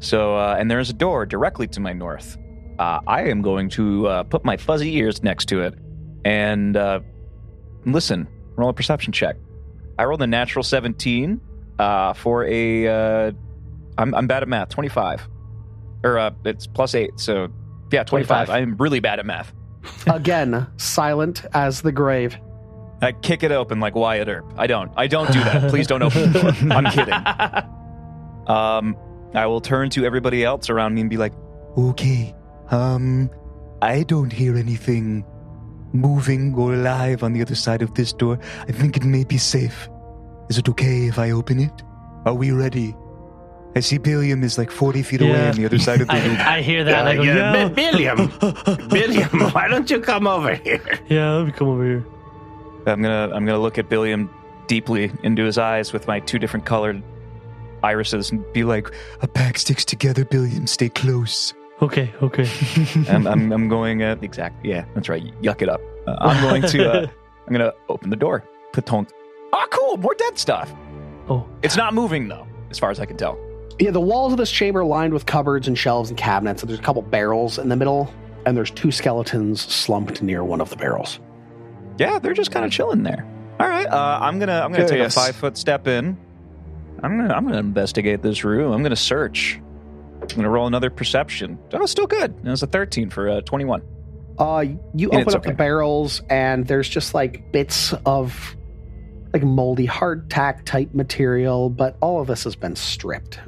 Speaker 3: So, uh, and there is a door directly to my north. Uh, I am going to uh, put my fuzzy ears next to it and uh, listen. Roll a perception check. I rolled a natural seventeen uh, for a. Uh, I'm, I'm bad at math. Twenty five, or uh, it's plus eight. So, yeah, twenty five.
Speaker 5: 25.
Speaker 3: I'm really bad at math.
Speaker 2: Again, silent as the grave.
Speaker 3: I kick it open like Wyatt Earp. I don't. I don't do that. Please don't open the door. I'm kidding. Um, I will turn to everybody else around me and be like, "Okay, um, I don't hear anything moving or alive on the other side of this door. I think it may be safe. Is it okay if I open it? Are we ready?" I see Billiam is like forty feet away
Speaker 5: Yeah.
Speaker 3: on the other side of the room.
Speaker 5: I, I hear that. and I
Speaker 6: Uh,
Speaker 5: go,
Speaker 6: yeah,
Speaker 5: yeah,
Speaker 6: Bi- Billiam, Billiam, why don't you come over here?
Speaker 5: yeah, let me come over here.
Speaker 3: I'm gonna I'm gonna look at Billiam deeply into his eyes with my two different colored irises and be like,
Speaker 8: A pack sticks together, Billiam. Stay close.
Speaker 5: Okay, okay.
Speaker 3: I'm, I'm, I'm going uh, exactly. Yeah, that's right. Yuck it up. Uh, I'm going to. Uh, I'm gonna open the door. Patonk. Ah, cool. More dead stuff.
Speaker 5: Oh.
Speaker 3: It's not moving though, as far as I can tell.
Speaker 2: Yeah, the walls of this chamber are lined with cupboards and shelves and cabinets, and there's a couple barrels in the middle, and there's two skeletons slumped near one of the barrels.
Speaker 3: Yeah, they're just kind of chilling there. All right. Uh, I'm gonna. I'm gonna take
Speaker 4: Curious.
Speaker 3: a five foot step in. I'm gonna. I'm gonna investigate this room. I'm gonna search. I'm gonna roll another perception. That was still good. That was a 13 for uh, 21.
Speaker 2: Uh, you
Speaker 3: And
Speaker 2: open
Speaker 3: it's
Speaker 2: up the
Speaker 3: okay.
Speaker 2: barrels, and there's just like bits of like moldy hardtack type material, but all of this has been stripped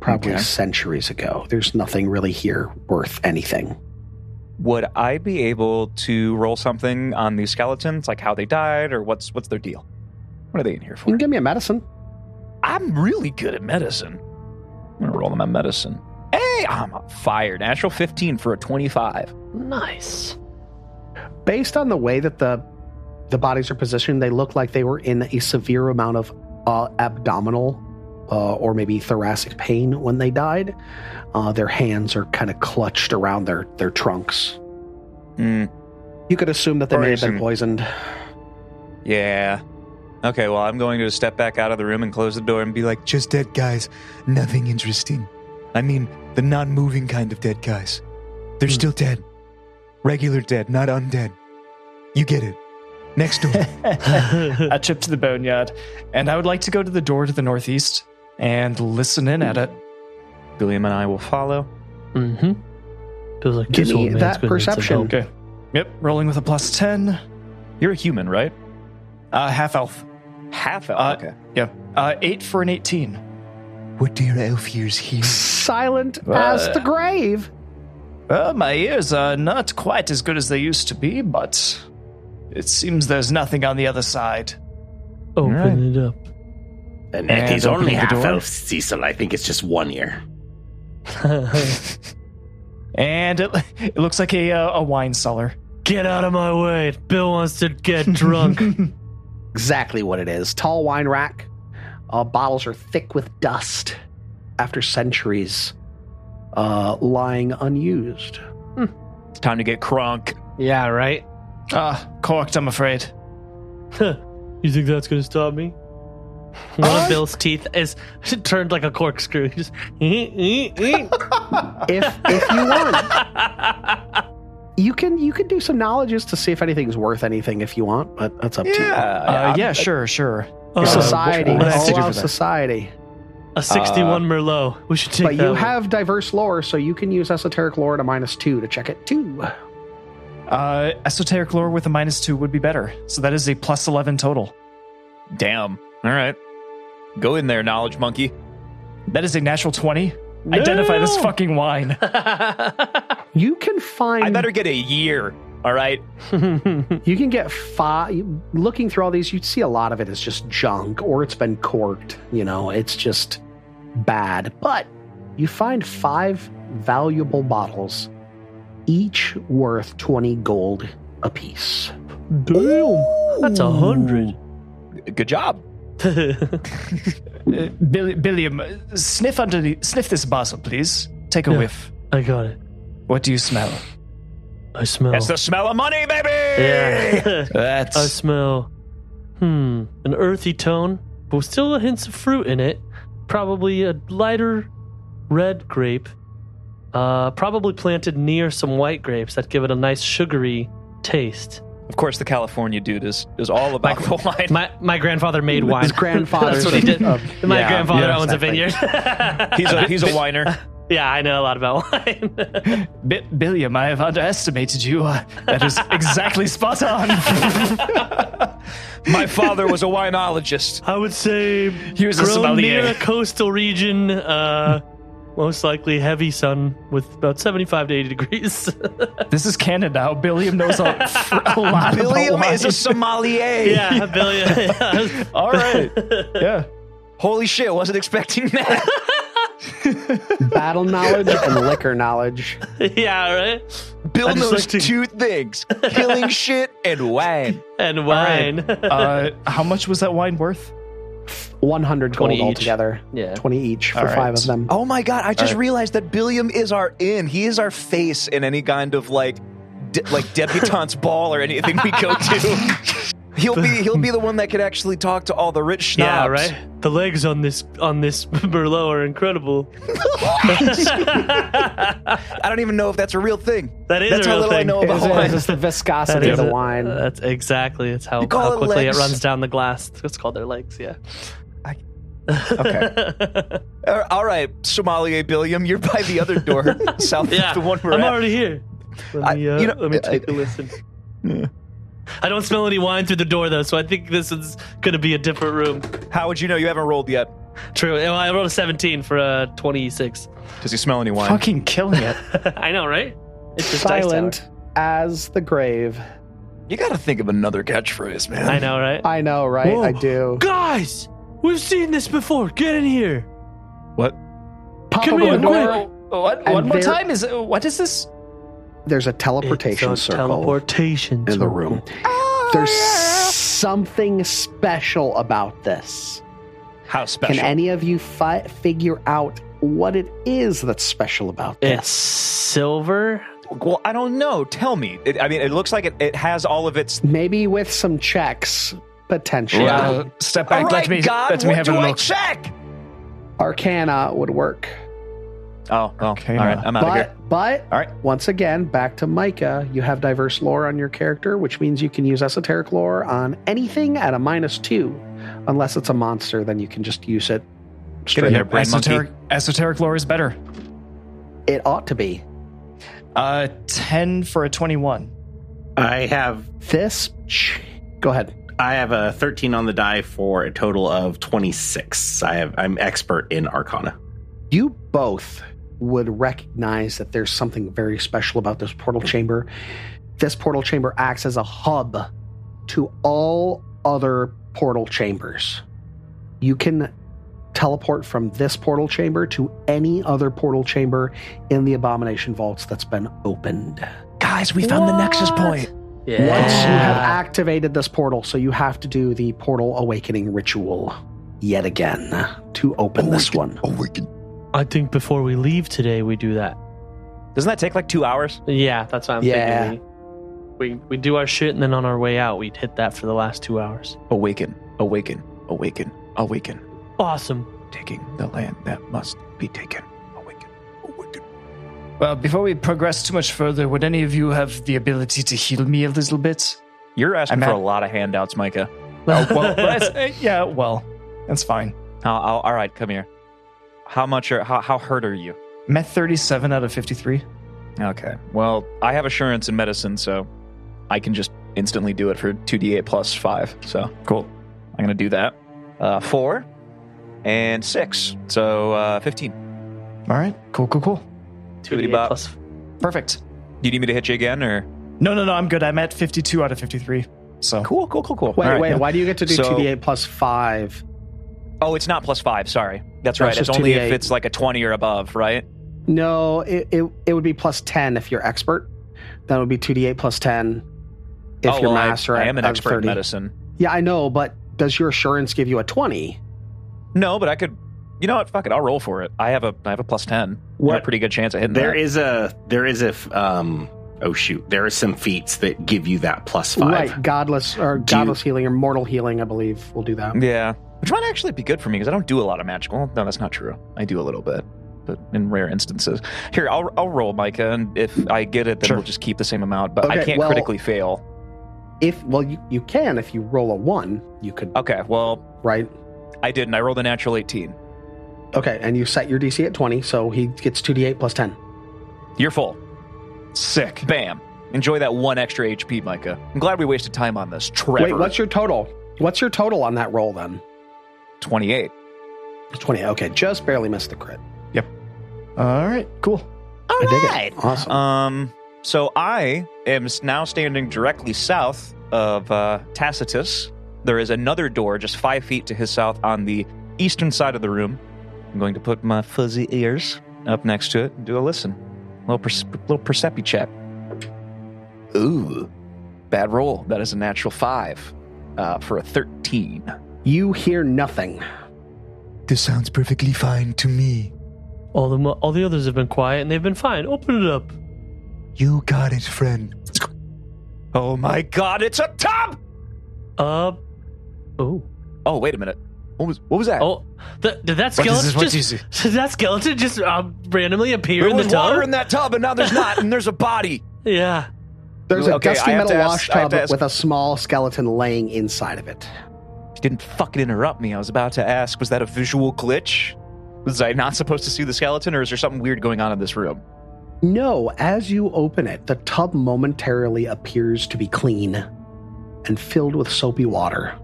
Speaker 2: probably
Speaker 6: Okay.
Speaker 2: centuries ago. There's nothing really here worth anything.
Speaker 3: Would I be able to roll something on these skeletons, like how they died, or what's what's their deal? What are they in here
Speaker 2: You
Speaker 3: for?
Speaker 2: can give me a medicine.
Speaker 3: I'm really good at medicine. I'm gonna roll on my medicine. Hey, I'm on fire. Natural 15 for a 25.
Speaker 5: Nice.
Speaker 2: Based on the way that the the bodies are positioned, they look like they were in a severe amount of uh, abdominal uh, or maybe thoracic pain when they died. Uh, their hands are kind of clutched around their their trunks.
Speaker 3: Hmm.
Speaker 2: You could assume that they may have been
Speaker 3: Poison.
Speaker 2: poisoned.
Speaker 3: yeah. Okay, well, I'm going to step back out of the room and close the door and be like,
Speaker 8: Just dead guys. Nothing interesting. I mean, the non moving kind of dead guys. They're
Speaker 2: Hmm.
Speaker 8: still dead. Regular dead, not undead. You get it. Next door.
Speaker 4: a trip to the boneyard, and I would like to go to the door to the northeast and listen in at it.
Speaker 3: William and I will follow.
Speaker 5: Mm-hmm. Feels like
Speaker 2: Give
Speaker 5: this
Speaker 2: me
Speaker 5: old man's
Speaker 2: that
Speaker 5: gonna need some
Speaker 2: perception.
Speaker 5: help.
Speaker 4: Okay. Yep. Rolling with a plus ten.
Speaker 3: You're a human, right?
Speaker 4: Uh, half elf.
Speaker 3: Half elf.
Speaker 4: Uh,
Speaker 3: okay.
Speaker 4: Yeah. Uh, eight for an eighteen.
Speaker 8: what dear elf ears hear?
Speaker 2: silent as the grave.
Speaker 4: Uh, Well, my ears are not quite as good as they used to be, but it seems there's nothing on the other side.
Speaker 5: Open
Speaker 3: Alright.
Speaker 5: it up.
Speaker 6: And
Speaker 4: And
Speaker 6: it is
Speaker 4: opening
Speaker 6: only
Speaker 4: the
Speaker 6: half
Speaker 4: door.
Speaker 6: elf, Cecil. I think it's just one ear.
Speaker 4: And it, it looks like a uh, a wine cellar.
Speaker 5: Get out of my way. Bill wants to get drunk.
Speaker 2: Exactly what it is. Tall wine rack. Uh, bottles are thick with dust after centuries uh, lying unused.
Speaker 3: It's time to get crunk.
Speaker 5: yeah, right?
Speaker 4: Ah, corked, I'm afraid.
Speaker 5: You think that's going to stop me? One of Bill's teeth is turned like a corkscrew. He Just
Speaker 2: If if you want, you can you can do some knowledges to see if anything's worth anything if you want, but that's up to you.
Speaker 4: Uh,
Speaker 3: I'm-
Speaker 4: yeah, sure, sure.
Speaker 5: Uh,
Speaker 2: Your society,
Speaker 4: what do I have
Speaker 2: all
Speaker 4: to do
Speaker 2: of
Speaker 4: for that?
Speaker 2: society.
Speaker 5: a 61
Speaker 4: Uh,
Speaker 5: Merlot. We should take
Speaker 2: But
Speaker 5: that
Speaker 2: you
Speaker 5: one.
Speaker 2: have diverse lore, so you can use esoteric lore to minus two to check it too.
Speaker 4: Uh, esoteric lore with a minus two would be better. So that is a plus eleven total.
Speaker 3: Damn. All right. Go in there, knowledge monkey.
Speaker 4: That is a natural twenty. Identify this fucking wine.
Speaker 2: You can find
Speaker 3: I better get a year. All right.
Speaker 2: You can get five. Looking through all these, you'd see a lot of it is just junk or it's been corked. You know, it's just bad. But you find five valuable bottles, each worth 20 gold apiece.
Speaker 5: Damn. That's a hundred.
Speaker 3: Good job.
Speaker 4: Uh, Bill, Billiam, uh, sniff under the sniff this bottle, please. Take a
Speaker 5: Yeah.
Speaker 4: whiff.
Speaker 5: I got it.
Speaker 4: What do you smell?
Speaker 5: I smell.
Speaker 3: That's the smell of money, baby.
Speaker 5: yeah.
Speaker 4: That's
Speaker 5: I smell. Hmm. An earthy tone, but with still a hint of fruit in it. Probably a lighter red grape. Uh, probably planted near some white grapes that give it a nice sugary taste.
Speaker 3: Of course, the California dude is is all about the wine.
Speaker 5: My my grandfather made wine.
Speaker 2: His
Speaker 5: That's
Speaker 2: grandfather's.
Speaker 5: what he did.
Speaker 2: uh,
Speaker 5: my
Speaker 3: yeah,
Speaker 5: grandfather
Speaker 3: yeah,
Speaker 5: owns
Speaker 2: exactly.
Speaker 5: a vineyard.
Speaker 3: he's a he's a whiner.
Speaker 5: yeah, I know a lot about wine.
Speaker 4: Bi- Billiam, I have underestimated you. Uh, that is exactly spot on.
Speaker 3: My father was a winologist.
Speaker 5: I would say
Speaker 4: He was a
Speaker 5: grown near
Speaker 4: sommelier.
Speaker 5: a coastal region, uh, most likely heavy sun with about 75 to 80 degrees.
Speaker 4: This is Canada now. Billiam knows a, a lot about
Speaker 3: William
Speaker 4: wine.
Speaker 3: is a sommelier.
Speaker 5: yeah, a billion. yeah.
Speaker 3: All right.
Speaker 4: yeah.
Speaker 3: Holy shit! Wasn't expecting that.
Speaker 2: battle knowledge and liquor knowledge.
Speaker 5: yeah, right? I
Speaker 3: Bill
Speaker 5: just
Speaker 3: knows
Speaker 5: like to-
Speaker 3: two things: killing shit and wine.
Speaker 5: And wine.
Speaker 4: Uh, how much was that wine worth?
Speaker 2: 100 Uh, gold
Speaker 5: 20 each.
Speaker 2: altogether.
Speaker 5: Yeah.
Speaker 2: 20 each for
Speaker 4: All right.
Speaker 2: five of them.
Speaker 3: Oh my god! I just
Speaker 4: right.
Speaker 3: realized that Billiam is our in. He is our face in any kind of like, de- like debutante's ball or anything we go to. He'll be he'll be the one that could actually talk to all the rich snobs.
Speaker 5: Yeah, right. The legs on this on this Merlot are incredible.
Speaker 3: I don't even know if that's a real thing.
Speaker 5: That is
Speaker 3: That's
Speaker 5: a
Speaker 3: how
Speaker 5: real
Speaker 3: little I
Speaker 5: thing.
Speaker 3: know
Speaker 2: It
Speaker 3: about
Speaker 2: is, it
Speaker 3: wine.
Speaker 2: is the viscosity of the
Speaker 5: it.
Speaker 2: wine.
Speaker 5: That's exactly. It's how,
Speaker 3: You call
Speaker 5: how
Speaker 3: it
Speaker 5: quickly
Speaker 3: legs?
Speaker 5: it runs down the glass. It's called their legs. Yeah.
Speaker 2: I-
Speaker 5: okay.
Speaker 3: Uh, All right, Somalia Billiam, you're by the other door, south
Speaker 5: yeah.
Speaker 3: of the one we're
Speaker 5: I'm
Speaker 3: at.
Speaker 5: already here.
Speaker 3: I-
Speaker 5: Let me, uh,
Speaker 3: you know,
Speaker 5: let me
Speaker 3: I-
Speaker 5: take a listen. I don't smell any wine through the door though, so I think this is going to be a different room.
Speaker 3: How would you know? You haven't rolled yet.
Speaker 5: True. Well, I rolled a 17 for uh, a 26.
Speaker 3: Does he smell any wine?
Speaker 4: Fucking killing it.
Speaker 5: I know, right? It's just dice tower.
Speaker 2: Silent as the grave.
Speaker 3: You got to think of another catchphrase, man.
Speaker 5: I know, right?
Speaker 2: I know, right?
Speaker 5: Whoa.
Speaker 2: I do.
Speaker 5: Guys, we've seen this before. Get in here.
Speaker 2: Pop
Speaker 5: Come
Speaker 2: open
Speaker 5: here,
Speaker 2: the
Speaker 5: quick.
Speaker 2: door.
Speaker 4: What,
Speaker 2: And
Speaker 4: one more
Speaker 2: there-
Speaker 4: time? Is What is this?
Speaker 2: There's a teleportation
Speaker 5: It's a
Speaker 2: circle
Speaker 5: Teleportation
Speaker 7: in the
Speaker 5: circle.
Speaker 7: room.
Speaker 2: There's something special about this.
Speaker 3: How special?
Speaker 2: Can any of you fi- figure out what it is that's special about this?
Speaker 5: It's silver.
Speaker 3: well, I don't know. Tell me. It, I mean, it looks like it, it has all of its.
Speaker 2: Maybe with some checks, potentially.
Speaker 4: Uh, step back.
Speaker 3: all
Speaker 4: let
Speaker 3: right,
Speaker 4: me,
Speaker 3: God,
Speaker 4: let me
Speaker 3: what
Speaker 4: have
Speaker 3: do
Speaker 4: a
Speaker 3: I
Speaker 4: look.
Speaker 3: check?
Speaker 2: Arcana would work.
Speaker 3: Oh, oh,
Speaker 8: Okay,
Speaker 3: all right.
Speaker 8: now.
Speaker 3: I'm out of here.
Speaker 2: but but
Speaker 3: All right.
Speaker 2: once again, back to Micah. You have diverse lore on your character, which means you can use esoteric lore on anything at a minus two, unless it's a monster. Then you can just use it.
Speaker 3: Get in
Speaker 2: straight
Speaker 3: there,
Speaker 2: up.
Speaker 3: brain monkey.
Speaker 4: esoteric, esoteric lore is better.
Speaker 2: It ought to be.
Speaker 4: Uh, 10 for a 21.
Speaker 6: I have
Speaker 2: This. ch- Go ahead.
Speaker 6: I have a 13 on the die for a total of 26. I have I'm expert in Arcana.
Speaker 2: you both would recognize that there's something very special about this portal chamber. This portal chamber acts as a hub to all other portal chambers. You can teleport from this portal chamber to any other portal chamber in the abomination vaults that's been opened.
Speaker 3: Guys, we found the nexus point.
Speaker 5: Yeah.
Speaker 2: Once you have activated this portal, so you have to do the portal awakening ritual yet again to open this one.
Speaker 5: I think before we leave today, we do that.
Speaker 3: Doesn't that take like two hours?
Speaker 5: Yeah, that's what I'm
Speaker 2: Yeah.
Speaker 5: thinking. We, we we do our shit, and then on our way out, we'd hit that for the last two hours.
Speaker 3: Awaken, awaken, awaken, awaken.
Speaker 5: Awesome.
Speaker 3: Taking the land that must be taken. Awaken, awaken.
Speaker 4: Well, before we progress too much further, would any of you have the ability to heal me a little bit?
Speaker 3: You're asking
Speaker 4: I'm
Speaker 3: for
Speaker 4: at-
Speaker 3: a lot of handouts, Micah.
Speaker 4: Oh, well, that's, uh, yeah, well, that's fine.
Speaker 3: I'll, I'll, all right, come here. How much are how, how hurt are you?
Speaker 4: I'm at 37 out of 53.
Speaker 3: Okay. Well, I have assurance in medicine, so I can just instantly do it for 2d8 plus 5. So cool. I'm going to do that. Uh, 4 and 6. So uh, 15.
Speaker 4: All right, cool, cool, cool.
Speaker 5: Two
Speaker 3: Bibbidi
Speaker 5: D8
Speaker 3: bop.
Speaker 5: plus.
Speaker 4: Perfect.
Speaker 3: Do you need me to hit you again? or
Speaker 4: No, no, no, I'm good. I'm at 52 out of 53. So,
Speaker 3: Cool, cool, cool, cool.
Speaker 2: Wait,
Speaker 3: All right.
Speaker 2: wait, why do you get to do
Speaker 3: So-
Speaker 2: 2d8 plus 5
Speaker 3: Oh, it's not plus 5. Sorry.
Speaker 2: That's
Speaker 3: That's right. It's
Speaker 2: Oh, just
Speaker 3: only
Speaker 2: 2d8.
Speaker 3: if it's like a 20 or above, right?
Speaker 2: No, it, it it would be plus ten if you're expert. That would be two d eight plus ten if
Speaker 3: oh,
Speaker 2: you're
Speaker 3: well, I-
Speaker 2: master.
Speaker 3: I,
Speaker 2: at-
Speaker 3: am an
Speaker 2: at
Speaker 3: expert in
Speaker 2: 30.
Speaker 3: medicine.
Speaker 2: Yeah, I know, but does your assurance give you a twenty?
Speaker 3: No, but I could. You know what? Fuck it. I'll roll for it. I have a I have a plus 10. I have
Speaker 6: What-
Speaker 3: a pretty good chance of hitting
Speaker 6: There
Speaker 3: that.
Speaker 6: is a there is a f- um oh shoot, there are some feats that give you that plus 5.
Speaker 2: Right, godless or
Speaker 6: Do you-
Speaker 2: godless healing or mortal healing, I believe, will do that.
Speaker 3: Yeah. Which might actually be good for me because I don't do a lot of magic. Well, no, that's not true. I do a little bit, but in rare instances. Here, I'll, I'll roll, Micah, and if I get it, then
Speaker 4: Sure.
Speaker 3: we'll just keep the same amount, but I
Speaker 2: Okay,
Speaker 3: can't
Speaker 2: well-
Speaker 3: critically fail.
Speaker 2: If well, you, you can if you roll a one, you could
Speaker 3: Okay, well,
Speaker 2: right.
Speaker 3: I didn't. I rolled a natural 18.
Speaker 2: Okay, and you set your DC at twenty, so he gets two d eight plus ten.
Speaker 3: You're full. Sick. Bam. Enjoy that one extra HP, Micah. I'm glad we wasted time on this. Trevor.
Speaker 2: Wait, what's your total? What's your total on that roll then?
Speaker 3: 28.
Speaker 2: Twenty. Okay, just barely missed the crit.
Speaker 4: all right, cool.
Speaker 2: I dig it. Awesome.
Speaker 3: Um, so I am s- now standing directly south of uh, Tacitus. There is another door just five feet to his south on the eastern side of the room. I'm going to put my fuzzy ears up next to it and do a listen. Little, perce- little Persepi check. Ooh, bad roll. That is a natural five uh, for a 13.
Speaker 2: You hear nothing.
Speaker 8: This sounds perfectly fine to me.
Speaker 5: All the mo- all the others have been quiet and they've been fine. Open it up.
Speaker 8: You got it, friend.
Speaker 3: Oh my god, it's a tub!
Speaker 5: Uh, oh,
Speaker 3: Oh, wait a minute. What was what was that?
Speaker 5: oh, the, did that skeleton
Speaker 4: this? What
Speaker 5: just
Speaker 4: is
Speaker 5: did that skeleton just uh, randomly appear
Speaker 3: there
Speaker 5: in the
Speaker 3: was
Speaker 5: tub?
Speaker 3: water in that tub, and now there's not, and there's a body.
Speaker 5: yeah.
Speaker 2: There's a
Speaker 3: Okay, I
Speaker 2: dusty
Speaker 3: have
Speaker 2: metal
Speaker 3: to ask-
Speaker 2: wash
Speaker 3: I have
Speaker 2: tub
Speaker 3: to ask-
Speaker 2: with a small skeleton laying inside of it.
Speaker 3: She didn't fucking interrupt me. I was about to ask, was that a visual glitch? Was I not supposed to see the skeleton, or is there something weird going on in this room?
Speaker 2: No, as you open it, the tub momentarily appears to be clean and filled with soapy water.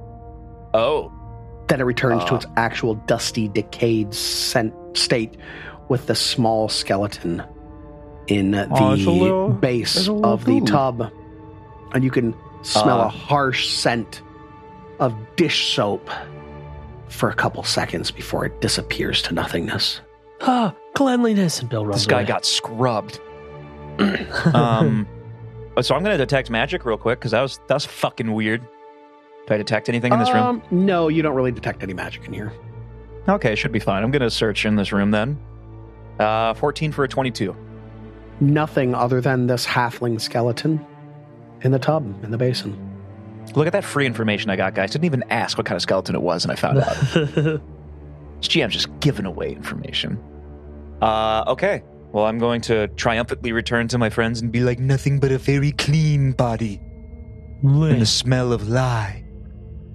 Speaker 3: Oh,
Speaker 2: Then it returns to
Speaker 3: Ah.
Speaker 2: its actual dusty, decayed scent state with the small skeleton in the
Speaker 3: Oh, it's a little-
Speaker 2: base
Speaker 3: it's a little
Speaker 2: of the
Speaker 3: dude.
Speaker 2: tub. And you can smell
Speaker 3: Ah.
Speaker 2: a harsh scent of dish soap for a couple seconds before it disappears to nothingness.
Speaker 5: Ah, cleanliness and Bill runs
Speaker 3: this guy
Speaker 5: away.
Speaker 3: got scrubbed. um, but so I'm gonna detect magic real quick because that was that's fucking weird. Do I detect anything in this room?
Speaker 2: Um, No, you don't really detect any magic in here.
Speaker 3: Okay, should be fine. I'm gonna search in this room then. Uh, 14 for a 22.
Speaker 2: Nothing other than this halfling skeleton in the tub, in the basin.
Speaker 3: Look at that free information I got, guys. Didn't even ask what kind of skeleton it was, and I found out. This GM's just giving away information. Uh, okay. Well, I'm going to triumphantly return to my friends and be like,
Speaker 8: Like nothing but a very clean body and the smell of lye.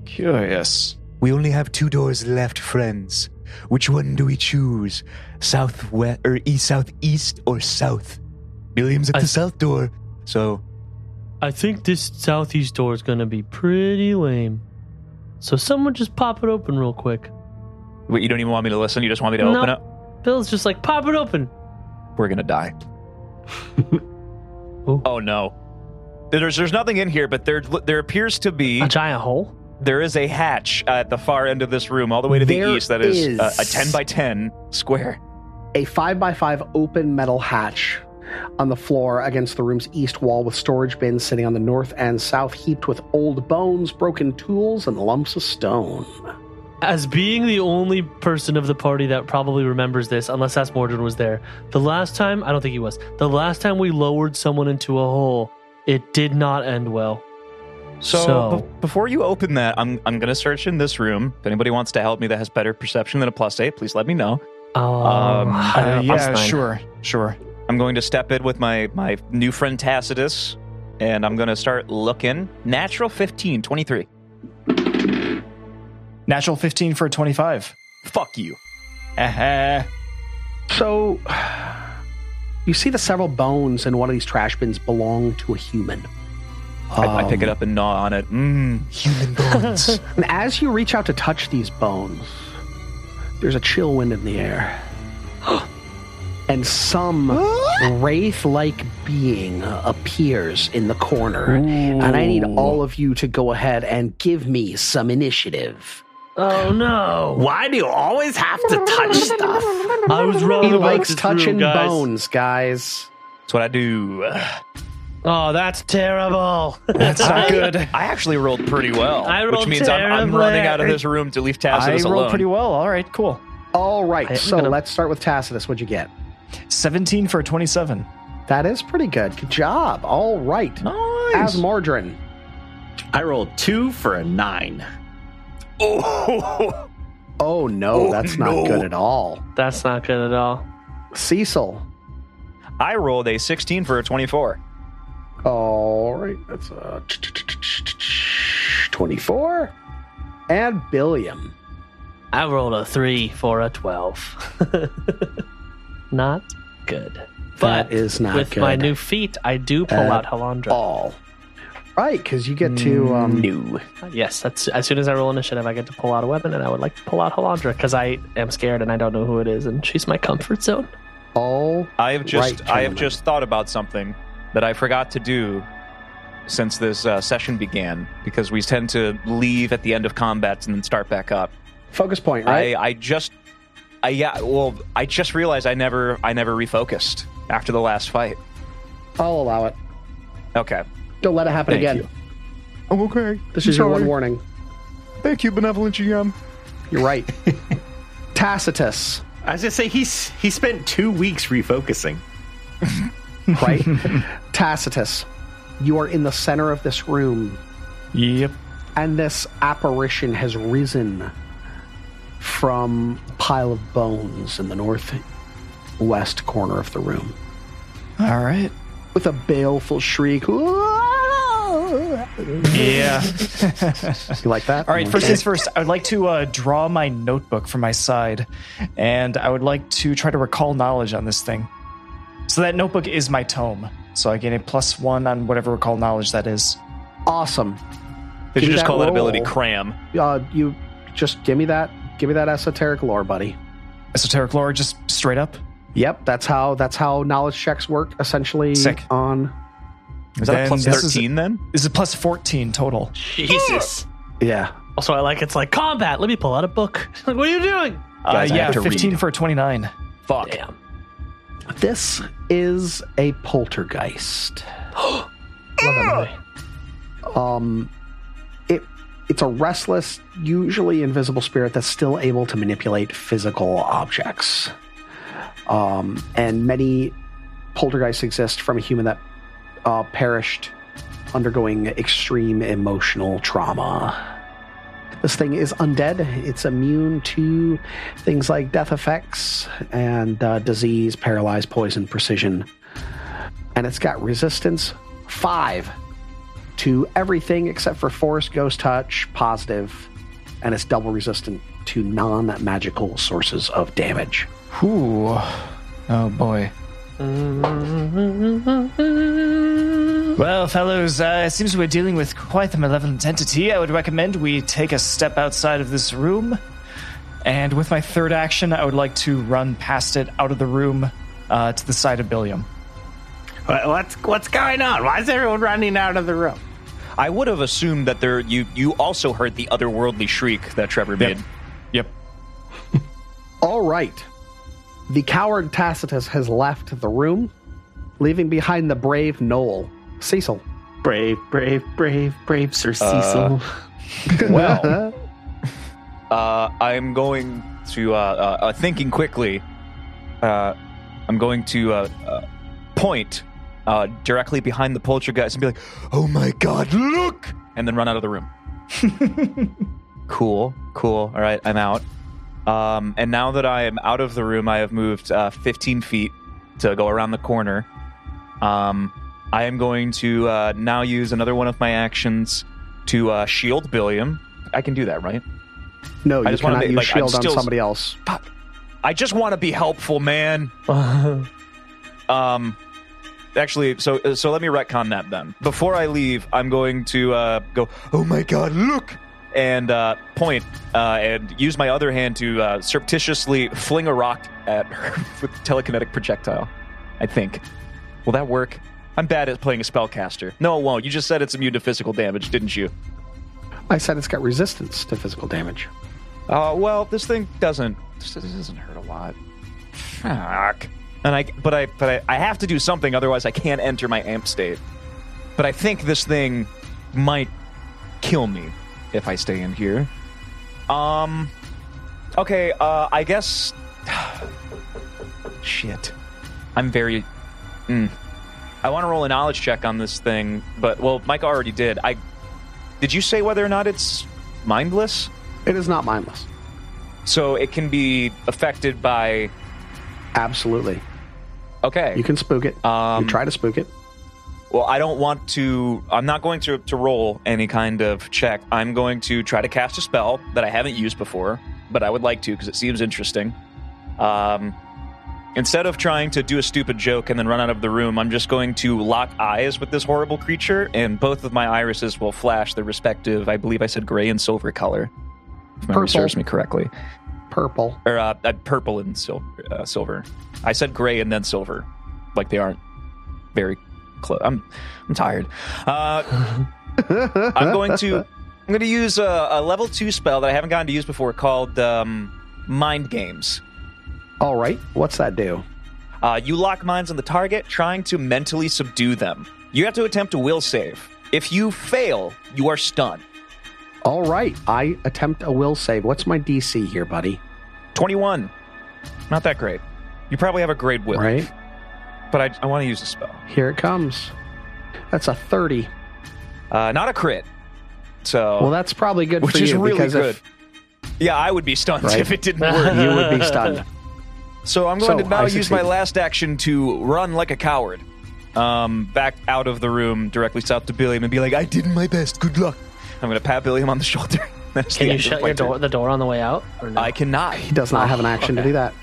Speaker 4: Curious.
Speaker 8: We only have two doors left, friends. Which one do we choose? Southwest or east, southeast or south? William's at
Speaker 5: I-
Speaker 8: the south door, so
Speaker 5: I think this southeast door is gonna be pretty lame. So someone just pop it open real quick.
Speaker 3: wait, you don't even want me to listen? You just want me to
Speaker 5: No.
Speaker 3: open up?
Speaker 5: Bill's just like pop it open.
Speaker 3: We're going to die.
Speaker 5: Ooh.
Speaker 3: oh, no. There's, there's nothing in here, but there, there appears to be
Speaker 5: A giant hole.
Speaker 3: there is a hatch at the far end of this room, all the way to the
Speaker 2: There
Speaker 3: east. That is,
Speaker 2: is.
Speaker 3: uh, a 10 by 10 square.
Speaker 2: a 5x5 open metal hatch on the floor against the room's east wall with storage bins sitting on the north and south heaped with old bones, broken tools, and lumps of stone.
Speaker 5: As being the only person of the party that probably remembers this, unless that's Mordred was there, the last time I don't think he was. The last time we lowered someone into a hole, it did not end well.
Speaker 3: So,
Speaker 5: So-
Speaker 3: be- before you open that, I'm I'm gonna search in this room. If anybody wants to help me that has better perception than a plus eight, please let me know. Um,
Speaker 4: Uh,
Speaker 5: I'm
Speaker 4: yeah,
Speaker 5: fine.
Speaker 4: sure, sure.
Speaker 3: I'm going to step in with my my new friend Tacitus, and I'm gonna start looking. Natural 15, 23.
Speaker 4: Natural 15 for a 25.
Speaker 3: Fuck you.
Speaker 4: Uh-huh.
Speaker 2: So, you see the several bones in one of these trash bins belong to a human. Um,
Speaker 3: I, I pick it up and gnaw on it. Mm.
Speaker 8: human bones.
Speaker 2: And as you reach out to touch these bones, there's a chill wind in the air. And some wraith like being appears in the corner. And I need all of you to go ahead and give me some initiative.
Speaker 5: Oh no!
Speaker 6: Why do you always have to touch stuff?
Speaker 5: I was wrong.
Speaker 2: He
Speaker 5: about
Speaker 2: likes
Speaker 5: this
Speaker 2: touching
Speaker 5: room, guys.
Speaker 2: bones, guys.
Speaker 3: That's what I do. I
Speaker 5: Oh, that's terrible.
Speaker 4: That's not good.
Speaker 3: actually rolled pretty well,
Speaker 5: I
Speaker 3: which
Speaker 5: rolled
Speaker 3: means I'm, I'm
Speaker 5: terribly.
Speaker 3: running out of this room to leave
Speaker 4: I
Speaker 3: Tacitus
Speaker 4: rolled
Speaker 3: alone.
Speaker 4: pretty well. All right, cool.
Speaker 2: All right,
Speaker 5: I am
Speaker 2: so
Speaker 5: gonna-
Speaker 2: let's start with Tacitus. What'd you get?
Speaker 4: 17 for a 27.
Speaker 2: That is pretty good. Good job. All right.
Speaker 3: nice.
Speaker 2: As Mordrin,
Speaker 6: I rolled two for a nine.
Speaker 3: Oh,
Speaker 2: oh no,
Speaker 3: Oh,
Speaker 2: that's not
Speaker 3: no.
Speaker 2: good at all.
Speaker 5: That's not good at all.
Speaker 2: Cecil,
Speaker 3: I rolled a 16 for a 24.
Speaker 2: All right, that's uh, 24. And Billiam.
Speaker 5: I rolled a three for a twelve. not good. But
Speaker 2: That is not
Speaker 5: with
Speaker 2: good
Speaker 5: my new feet, I do pull
Speaker 2: At
Speaker 5: out Halandra.
Speaker 2: all. Right, because you get to um,
Speaker 6: Mm,
Speaker 5: Uh, Yes, that's as soon as I roll initiative, I get to pull out a weapon, and I would like to pull out Halandra because I am scared and I don't know who it is, and she's my comfort zone.
Speaker 2: all.
Speaker 3: I have just
Speaker 2: Right,
Speaker 3: I have
Speaker 2: gentlemen.
Speaker 3: just thought about something that I forgot to do since this uh, session began because we tend to leave at the end of combats and then start back up.
Speaker 2: Focus point, right?
Speaker 3: I I just I yeah well I just realized I never I never refocused after the last fight.
Speaker 2: I'll allow it.
Speaker 3: Okay.
Speaker 2: Don't let it Oh. happen
Speaker 3: Thank
Speaker 2: again.
Speaker 3: you.
Speaker 8: I'm okay.
Speaker 2: This is your one warning.
Speaker 8: Thank you, benevolent GM.
Speaker 2: You're right. Tacitus,
Speaker 6: I was gonna say he's he spent two weeks refocusing.
Speaker 2: right? Tacitus, you are in the center of this room
Speaker 4: Yep.
Speaker 2: and this apparition has risen from a pile of bones in the northwest corner of the room
Speaker 4: All right.
Speaker 2: with a baleful shriek. You
Speaker 4: Yeah.
Speaker 2: like that?
Speaker 4: All right, first things first, I would like to uh, draw my notebook from my side, and I would like to try to recall knowledge on this thing. So that notebook is my tome, so I gain a plus one on whatever recall knowledge that is.
Speaker 2: Awesome.
Speaker 3: They should
Speaker 2: Give
Speaker 3: just
Speaker 2: that
Speaker 3: call that ability
Speaker 2: roll.
Speaker 4: Um,
Speaker 3: cram.
Speaker 2: Uh, you just give me that. Give me that esoteric lore, buddy.
Speaker 4: Esoteric lore, just straight up.
Speaker 2: Yep, that's how that's how knowledge checks work essentially.
Speaker 4: Sick.
Speaker 2: On
Speaker 3: Is that a
Speaker 8: Then
Speaker 3: plus
Speaker 8: this is-
Speaker 3: 13 then?
Speaker 4: Is it plus fourteen total?
Speaker 5: Jesus.
Speaker 2: yeah,
Speaker 5: Also, I like it's like combat. Let me pull out a book. Like, what are you doing?
Speaker 4: Uh,
Speaker 3: Guys, I
Speaker 4: yeah,
Speaker 3: have to
Speaker 4: fifteen
Speaker 3: read.
Speaker 4: for twenty-nine.
Speaker 3: Fuck.
Speaker 5: Damn.
Speaker 2: this is a poltergeist.
Speaker 5: Love that movie.
Speaker 2: um it it's a restless usually invisible spirit that's still able to manipulate physical objects um and many poltergeists exist from a human that uh, perished undergoing extreme emotional trauma this thing is undead it's immune to things like death effects and uh, disease paralyze poison precision and it's got resistance five to everything except for force, ghost touch, positive, and it's double resistant to non magical sources of damage.
Speaker 4: Ooh. Oh boy. Well, fellows, uh, it seems we're dealing with quite the malevolent entity. I would recommend we take a step outside of this room. And with my third action, I would like to run past it out of the room uh, to the side of Billiam.
Speaker 6: What- What's what's going on? Why is everyone running out of the room?
Speaker 3: I would have assumed that there you you also heard the otherworldly shriek that Trevor made.
Speaker 4: Yep.
Speaker 2: All right. The coward Tacitus has left the room, leaving behind the brave Noel. Cecil.
Speaker 6: Brave, brave, brave, brave
Speaker 3: Uh,
Speaker 6: Sir Cecil.
Speaker 3: Well, uh, I'm going to uh, uh, uh, thinking quickly. Uh, I'm going to uh, uh, point uh, directly behind the poltergeist and be like,
Speaker 8: Oh my god, look!
Speaker 3: and then run out of the room. cool, cool. All right, I'm out. Um, and now that I am out of the room, I have moved uh, 15 feet to go around the corner. Um, I am going to uh, now use another one of my actions to uh, shield Billiam. I can do that, right?
Speaker 2: No, you
Speaker 3: just wanna
Speaker 2: cannot
Speaker 3: make-
Speaker 2: use
Speaker 3: like, I'm
Speaker 2: shield E on
Speaker 3: still-
Speaker 2: somebody else.
Speaker 3: I just want to be helpful, man. Um, actually, so so let me retcon that then. Before I leave, I'm going to uh, go.
Speaker 8: Oh my god, look!
Speaker 3: and uh, point, uh, and use my other hand to uh, surreptitiously fling a rock at her with telekinetic projectile. I think. Will that work? I'm bad at playing a spellcaster. No, it won't. You just said it's immune to physical damage, didn't you?
Speaker 2: I said it's got resistance to physical damage.
Speaker 3: Uh, well, this thing doesn't. This this doesn't hurt a lot. Fuck. And I, but I, but I, I have to do something, otherwise I can't enter my amp state. But I think this thing might kill me if I stay in here. Um. Okay. Uh, I guess. Shit. I'm very. Mm. I want to roll a knowledge check on this thing, but well, Mike already did. I. Did you say whether or not it's mindless?
Speaker 2: It is not mindless.
Speaker 3: So it can be affected by.
Speaker 2: Absolutely.
Speaker 3: Okay.
Speaker 2: You can spook it.
Speaker 3: Um,
Speaker 2: you try to spook it.
Speaker 3: well, I don't want to. I'm not going to, to roll any kind of check. I'm going to try to cast a spell that I haven't used before, but I would like to because it seems interesting. Um, instead of trying to do a stupid joke and then run out of the room, I'm just going to lock eyes with this horrible creature, and both of my irises will flash their respective, I believe I said gray and silver color. If
Speaker 2: Purple.
Speaker 3: memory serves me correctly.
Speaker 2: Purple.
Speaker 3: or uh, uh, purple and sil- uh, silver. I said gray and then silver, like they aren't very close. I'm I'm tired. Uh, I'm going to I'm going to use a, a level two spell that I haven't gotten to use before called um, Mind Games.
Speaker 2: All right. What's that do?
Speaker 3: Uh, you lock minds on the target, trying to mentally subdue them. You have to attempt a will save. If you fail, you are stunned.
Speaker 2: All right. I attempt a will save. What's my DC here, buddy?
Speaker 3: 21. Not that great. You probably have a great will,
Speaker 2: Right?
Speaker 3: but I, I want to use the spell.
Speaker 2: Here it comes. That's a 30.
Speaker 3: Uh, not a crit. So,
Speaker 2: Well, that's probably good
Speaker 3: which
Speaker 2: for you
Speaker 3: is really
Speaker 2: because
Speaker 3: good.
Speaker 2: if
Speaker 3: yeah, I would be stunned
Speaker 2: Right.
Speaker 3: if it didn't work.
Speaker 2: you would be stunned.
Speaker 3: So I'm going
Speaker 2: So,
Speaker 3: to now
Speaker 2: I
Speaker 3: use my
Speaker 2: succeeded.
Speaker 3: last action to run like a coward, um, back out of the room directly south to Billiam and be like, "I did."
Speaker 8: Did my best. Good luck.
Speaker 3: I'm going to pat Billiam on the shoulder. That's
Speaker 5: Can
Speaker 3: the
Speaker 5: you
Speaker 3: end of
Speaker 5: shut
Speaker 3: my
Speaker 5: your
Speaker 3: turn.
Speaker 5: door, the door on the way out? Or no?
Speaker 3: I cannot.
Speaker 2: He does not have an action to do that.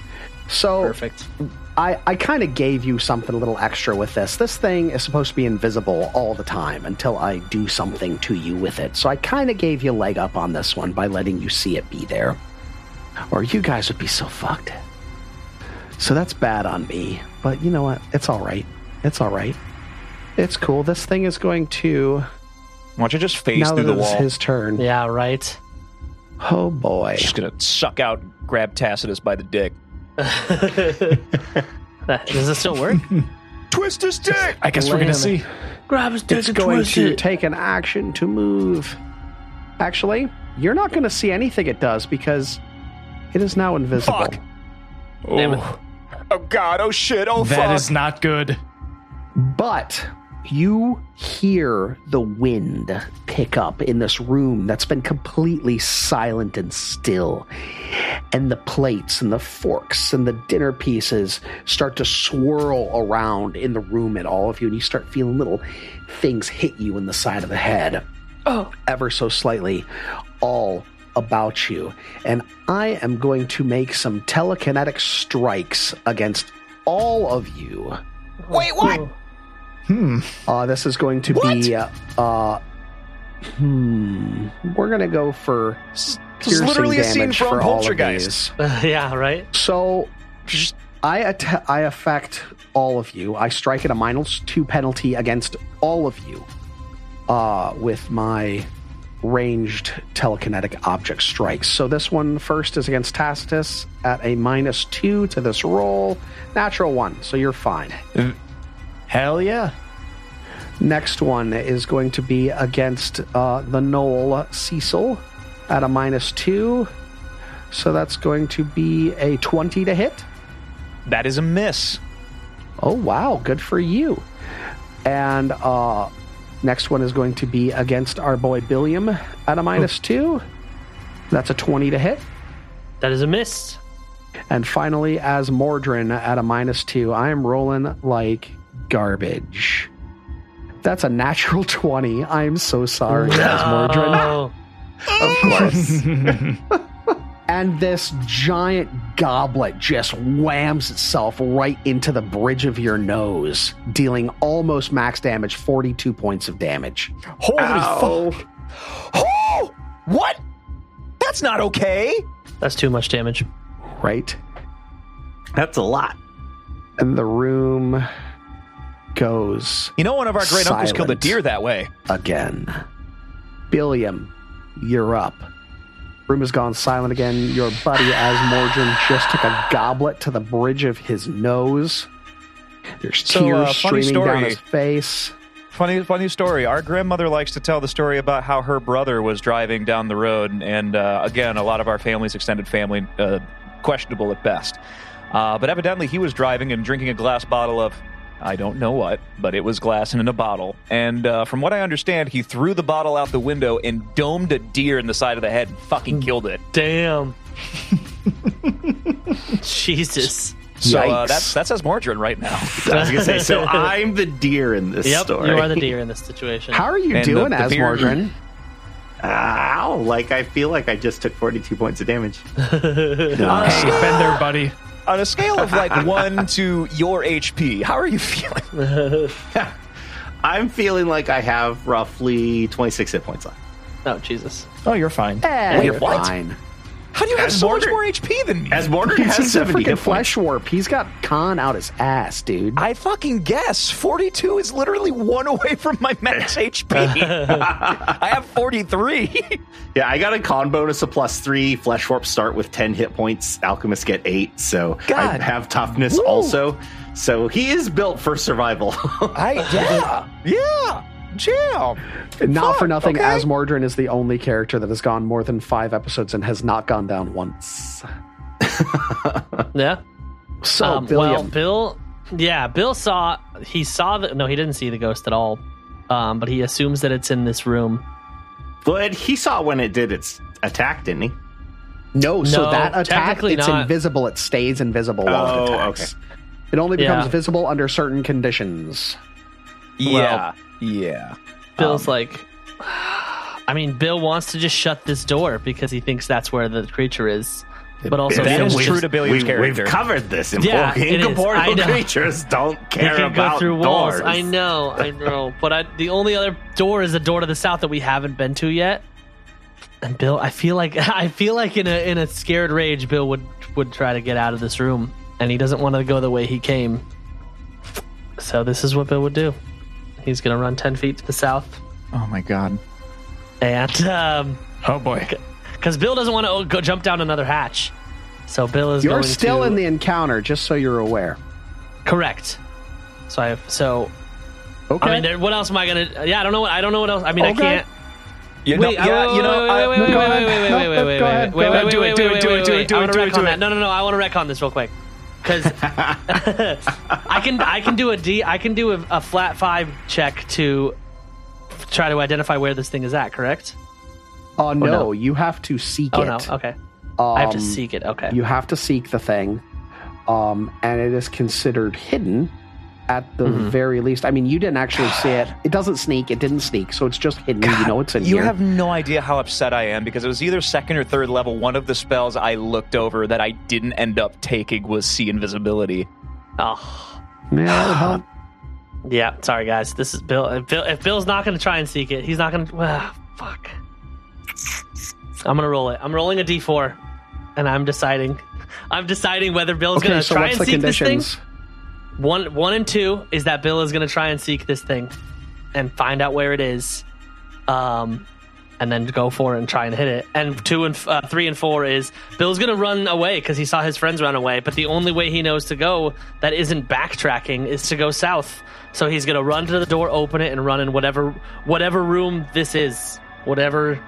Speaker 2: So
Speaker 5: Perfect.
Speaker 2: I, I kind of gave you something a little extra with this. This thing is supposed to be invisible all the time until I do something to you with it. So I kind of gave you a leg up on this one by letting you see it be there. Or you guys would be so fucked. So that's bad on me. But you know what? It's all right. It's all right. It's cool. This thing is going to.
Speaker 3: Why don't you just face
Speaker 2: now
Speaker 3: through
Speaker 2: that
Speaker 3: the
Speaker 2: it's
Speaker 3: wall?
Speaker 2: his turn.
Speaker 5: Yeah, right.
Speaker 2: Oh boy.
Speaker 3: She's going to suck out, grab Tacitus by the dick.
Speaker 5: Does this still work?
Speaker 8: Twist his dick.
Speaker 4: I guess we're gonna see.
Speaker 5: Grab his dick
Speaker 2: It's
Speaker 5: and
Speaker 2: going
Speaker 5: twist
Speaker 2: to
Speaker 5: it.
Speaker 2: take an action to move. Actually, you're not going to see anything it does because it is now invisible.
Speaker 3: Fuck.
Speaker 5: Damn
Speaker 3: Oh. oh God! Oh shit! Oh
Speaker 4: That
Speaker 3: fuck!
Speaker 4: is not good.
Speaker 2: But you hear the wind pick up in this room that's been completely silent and still. And the plates and the forks and the dinner pieces start to swirl around in the room at all of you. And you start feeling little things hit you in the side of the head. Oh. Ever so slightly, all about you. And I am going to make some telekinetic strikes against all of you.
Speaker 3: Wait, what?
Speaker 2: Uh, this is going to be. Uh, uh, hmm. We're going to go for
Speaker 3: This is
Speaker 2: piercing
Speaker 3: literally a
Speaker 2: damage
Speaker 3: scene from
Speaker 2: for all of
Speaker 3: Poltergeist.
Speaker 2: these.
Speaker 5: yeah, right.
Speaker 2: So I att- I affect all of you. I strike at a minus two penalty against all of you uh, with my ranged telekinetic object strikes. So this one first is against Tacitus at a minus two to this roll, natural one. So you're fine.
Speaker 4: Hell yeah.
Speaker 2: Next one is going to be against uh, the Knoll Cecil at a minus two. So that's going to be a 20 to hit.
Speaker 3: That is a miss.
Speaker 2: Oh, wow. Good for you. And uh, next one is going to be against our boy Billiam at a minus
Speaker 3: Oh.
Speaker 2: two. That's a 20 to hit.
Speaker 5: That is a miss.
Speaker 2: And finally, as Mordrin at a minus two, I am rolling like garbage. That's a natural 20. I'm so sorry, as Mordrin.
Speaker 5: Oh,
Speaker 2: Of course. and this giant goblet just whams itself right into the bridge of your nose, dealing almost max damage, 42 points of damage.
Speaker 3: Holy fuck! Oh, what? That's not okay.
Speaker 5: that's too much damage.
Speaker 2: Right?
Speaker 6: That's a lot.
Speaker 2: And the room goes
Speaker 3: You know, one of our great uncles killed a
Speaker 2: Silent.
Speaker 3: deer that way.
Speaker 2: again. Billiam, you're up. Room has gone silent again. Your buddy Asmorgen just took a goblet to the bridge of his nose. There's
Speaker 3: So,
Speaker 2: tears
Speaker 3: uh, funny
Speaker 2: streaming down
Speaker 3: story.
Speaker 2: his face.
Speaker 3: Funny, funny story. Our grandmother likes to tell the story about how her brother was driving down the road, and uh, again, a lot of our family's extended family uh, questionable at best. Uh, but evidently, he was driving and drinking a glass bottle of I don't know what, but it was glass and in a bottle. And uh, from what I understand, he threw the bottle out the window and domed a deer in the side of the head and
Speaker 2: Hmm.
Speaker 3: fucking killed it.
Speaker 5: Damn. Jesus.
Speaker 3: So uh,
Speaker 2: Yikes.
Speaker 3: that's that says Mordrin right now.
Speaker 6: I was gonna say. So I'm the deer in this
Speaker 5: Yep,
Speaker 6: story.
Speaker 5: you are the deer in this situation.
Speaker 2: How are you
Speaker 3: And the-
Speaker 2: doing,
Speaker 3: the beer-
Speaker 2: Asmorgen?
Speaker 6: Ow! Like I feel like I just took 42 points of damage.
Speaker 4: Hey, been there, buddy.
Speaker 3: On a scale of like one to your HP, how are you feeling?
Speaker 6: I'm feeling like I have roughly 26 hit points left.
Speaker 5: Oh, Jesus.
Speaker 4: Oh, you're fine.
Speaker 2: Eh, you're
Speaker 3: what?
Speaker 2: fine.
Speaker 3: How do you have
Speaker 6: As
Speaker 3: so much
Speaker 6: Mordrin-
Speaker 3: more HP than me?
Speaker 6: As Mordred
Speaker 2: He's,
Speaker 6: has
Speaker 2: he's a
Speaker 6: 70
Speaker 2: freaking
Speaker 6: hit
Speaker 2: flesh
Speaker 6: points.
Speaker 2: warp. He's got con out his ass, dude.
Speaker 3: I fucking guess 42 is literally one away from my max HP. I have 43.
Speaker 6: Yeah, I got a con bonus of plus three. Flesh warp start with 10 hit points. Alchemists get eight. So
Speaker 3: God.
Speaker 6: I have toughness also. So he is built for survival.
Speaker 3: I yeah yeah. Jam.
Speaker 2: Not for
Speaker 3: Fuck,
Speaker 2: nothing,
Speaker 3: okay.
Speaker 2: Asmordran is the only character that has gone more than five episodes and has not gone down once.
Speaker 5: Yeah.
Speaker 2: So,
Speaker 5: um, well,
Speaker 2: Billiam,
Speaker 5: Bill. Yeah, Bill saw. He saw the. No, he didn't see the ghost at all. Um, but he assumes that it's in this room.
Speaker 6: But he saw when it did its attack, didn't he?
Speaker 2: no, Oh, so
Speaker 5: no,
Speaker 2: that attack,
Speaker 5: technically
Speaker 2: it's
Speaker 5: not.
Speaker 2: invisible. It stays invisible while it
Speaker 6: Oh,
Speaker 2: attacks. It only becomes
Speaker 5: Yeah.
Speaker 2: visible under certain conditions.
Speaker 3: Yeah. yeah. Um,
Speaker 5: Bill's like. I mean, Bill wants to just shut this door because he thinks that's where the creature is. But also,
Speaker 3: That
Speaker 6: Then
Speaker 5: Bill's
Speaker 3: is
Speaker 6: we've-
Speaker 3: true to Billiam's
Speaker 6: we,
Speaker 3: character.
Speaker 6: We've covered this.
Speaker 5: Yeah,
Speaker 6: Yeah,
Speaker 5: it is. I
Speaker 6: incorporeal
Speaker 5: know.
Speaker 6: creatures don't
Speaker 5: They
Speaker 6: care
Speaker 5: can
Speaker 6: about
Speaker 5: go through walls.
Speaker 6: doors.
Speaker 5: I know, I know. But I, the only other door is the door to the south that we haven't been to yet. And Bill, I feel like I feel like in a in a scared rage, Bill would would try to get out of this room, and he doesn't want to go the way he came. So this is what Bill would do. He's gonna run ten feet to the south,
Speaker 8: Oh my god.
Speaker 5: and um,
Speaker 4: Oh boy.
Speaker 5: because Bill doesn't want to go jump down another hatch, so Bill is.
Speaker 2: You're
Speaker 5: going
Speaker 2: still
Speaker 5: to-
Speaker 2: in the encounter, just so you're aware.
Speaker 5: correct. So I so
Speaker 2: Okay.
Speaker 5: I mean, there- what else am I gonna? Yeah, I don't know. What, I don't know what else. I mean, I
Speaker 2: Okay.
Speaker 5: can't.
Speaker 3: You know,
Speaker 5: Wait, I-
Speaker 3: yeah, you know,
Speaker 5: wait,
Speaker 3: I-
Speaker 5: wait, wait,
Speaker 2: go
Speaker 5: wait,
Speaker 2: ahead.
Speaker 5: wait,
Speaker 2: No,
Speaker 5: wait,
Speaker 2: no,
Speaker 5: wait, wait,
Speaker 2: go
Speaker 5: wait, wait,
Speaker 2: ahead,
Speaker 5: wait,
Speaker 2: go
Speaker 5: wait,
Speaker 2: ahead.
Speaker 5: wait,
Speaker 4: Do it,
Speaker 5: wait,
Speaker 4: do
Speaker 5: wait,
Speaker 4: it, do it,
Speaker 5: wait,
Speaker 4: do it,
Speaker 5: wait.
Speaker 4: do
Speaker 5: I
Speaker 4: it,
Speaker 5: wanna
Speaker 4: do it,
Speaker 5: wreck
Speaker 4: do
Speaker 5: on
Speaker 4: it.
Speaker 5: that. No, no, no. I want to wreck on this real quick because I can I can do a D I can do a, a flat five check to try to identify where this thing is at. Correct?
Speaker 2: Oh no,
Speaker 5: no.
Speaker 2: you have to seek
Speaker 5: Oh
Speaker 2: it.
Speaker 5: no. Okay.
Speaker 2: Um,
Speaker 5: I have to seek it. Okay.
Speaker 2: You have to seek the thing, um, and it is considered hidden at the
Speaker 5: Mm-hmm.
Speaker 2: very least. I mean, you didn't actually see it. It doesn't sneak. It didn't sneak, so it's just hidden. you know it's in
Speaker 3: You
Speaker 2: here.
Speaker 3: have no idea how upset I am because it was either second or third level. One of the spells I looked over that I didn't end up taking was see invisibility.
Speaker 6: Ah.
Speaker 5: Oh.
Speaker 2: Yeah,
Speaker 3: Ah.
Speaker 2: that'll help.
Speaker 5: Yeah. Sorry, guys. This is Bill. If, Bill, if Bill's not going to try and seek it, he's not going to. Well, fuck. I'm going to roll it. I'm rolling a d4, and I'm deciding. I'm deciding whether Bill's
Speaker 2: okay,
Speaker 5: going to
Speaker 2: so
Speaker 5: try
Speaker 2: what's
Speaker 5: and
Speaker 2: the
Speaker 5: seek
Speaker 2: conditions?
Speaker 5: this thing. One, one, and two is that Bill is going to try and seek this thing, and find out where it is, um, and then go for it and try and hit it. And two and f- uh, three and four is Bill's going to run away because he saw his friends run away. But the only way he knows to go that isn't backtracking is to go south. So he's going to run to the door, open it, and run in whatever whatever room this is, whatever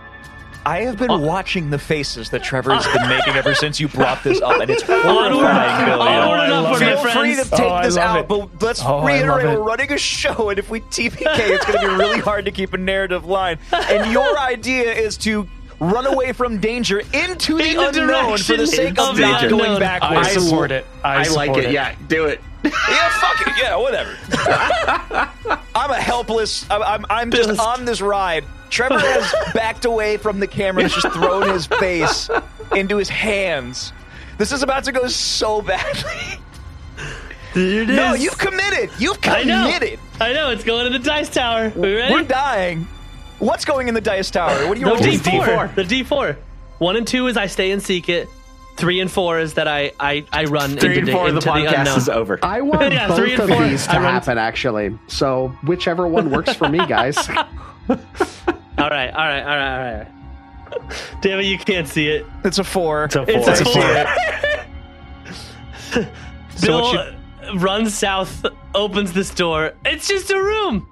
Speaker 5: Oh.
Speaker 3: I have been watching the faces that Trevor has been making ever since you brought this up, and it's
Speaker 5: Onward,
Speaker 3: horrifying, Billiam.
Speaker 5: onward and upward, my
Speaker 3: Feel free to
Speaker 5: friends.
Speaker 3: take
Speaker 4: Oh, I
Speaker 3: this
Speaker 4: love
Speaker 3: out,
Speaker 4: it.
Speaker 3: but let's
Speaker 4: Oh, I
Speaker 3: reiterate
Speaker 4: love it.
Speaker 3: we're running a show, and if we TPK, it's going to be really hard to keep a narrative line. And your idea is to run away from danger into the,
Speaker 5: In the
Speaker 3: unknown for the
Speaker 5: direction
Speaker 3: sake of
Speaker 5: of
Speaker 3: not
Speaker 6: danger.
Speaker 3: going
Speaker 5: unknown.
Speaker 4: I
Speaker 3: backwards.
Speaker 4: support it. I,
Speaker 6: I like
Speaker 4: support
Speaker 6: it. Yeah, do it.
Speaker 3: yeah, fuck it. Yeah, whatever. I'm a helpless. I'm, I'm, I'm just on this ride. Trevor has backed away from the camera. He's just thrown his face into his hands. This is about to go so badly.
Speaker 5: There it is.
Speaker 3: No, you've committed. You've
Speaker 5: I know.
Speaker 3: committed.
Speaker 5: I know. It's going to the dice tower. We ready?
Speaker 3: We're dying. What's going in the dice tower? What do you
Speaker 5: The
Speaker 3: roll?
Speaker 5: D four. The D four. One and two is I stay and seek it. Three and four is that I I, I run
Speaker 6: Three
Speaker 5: into,
Speaker 6: and
Speaker 5: the-
Speaker 6: four of
Speaker 5: into
Speaker 6: the podcast
Speaker 5: unknown.
Speaker 6: is over.
Speaker 2: I want
Speaker 5: Yeah, three
Speaker 2: both
Speaker 5: and
Speaker 2: of
Speaker 5: four.
Speaker 2: these to
Speaker 5: I run-
Speaker 2: happen, actually. So whichever one works for me, guys.
Speaker 5: All right, all right, all right, all right, all right. Damn it, you can't see it.
Speaker 3: It's a four.
Speaker 5: It's a
Speaker 3: four.
Speaker 5: four. Bill uh,
Speaker 3: what
Speaker 5: runs south, opens this door. It's just a room.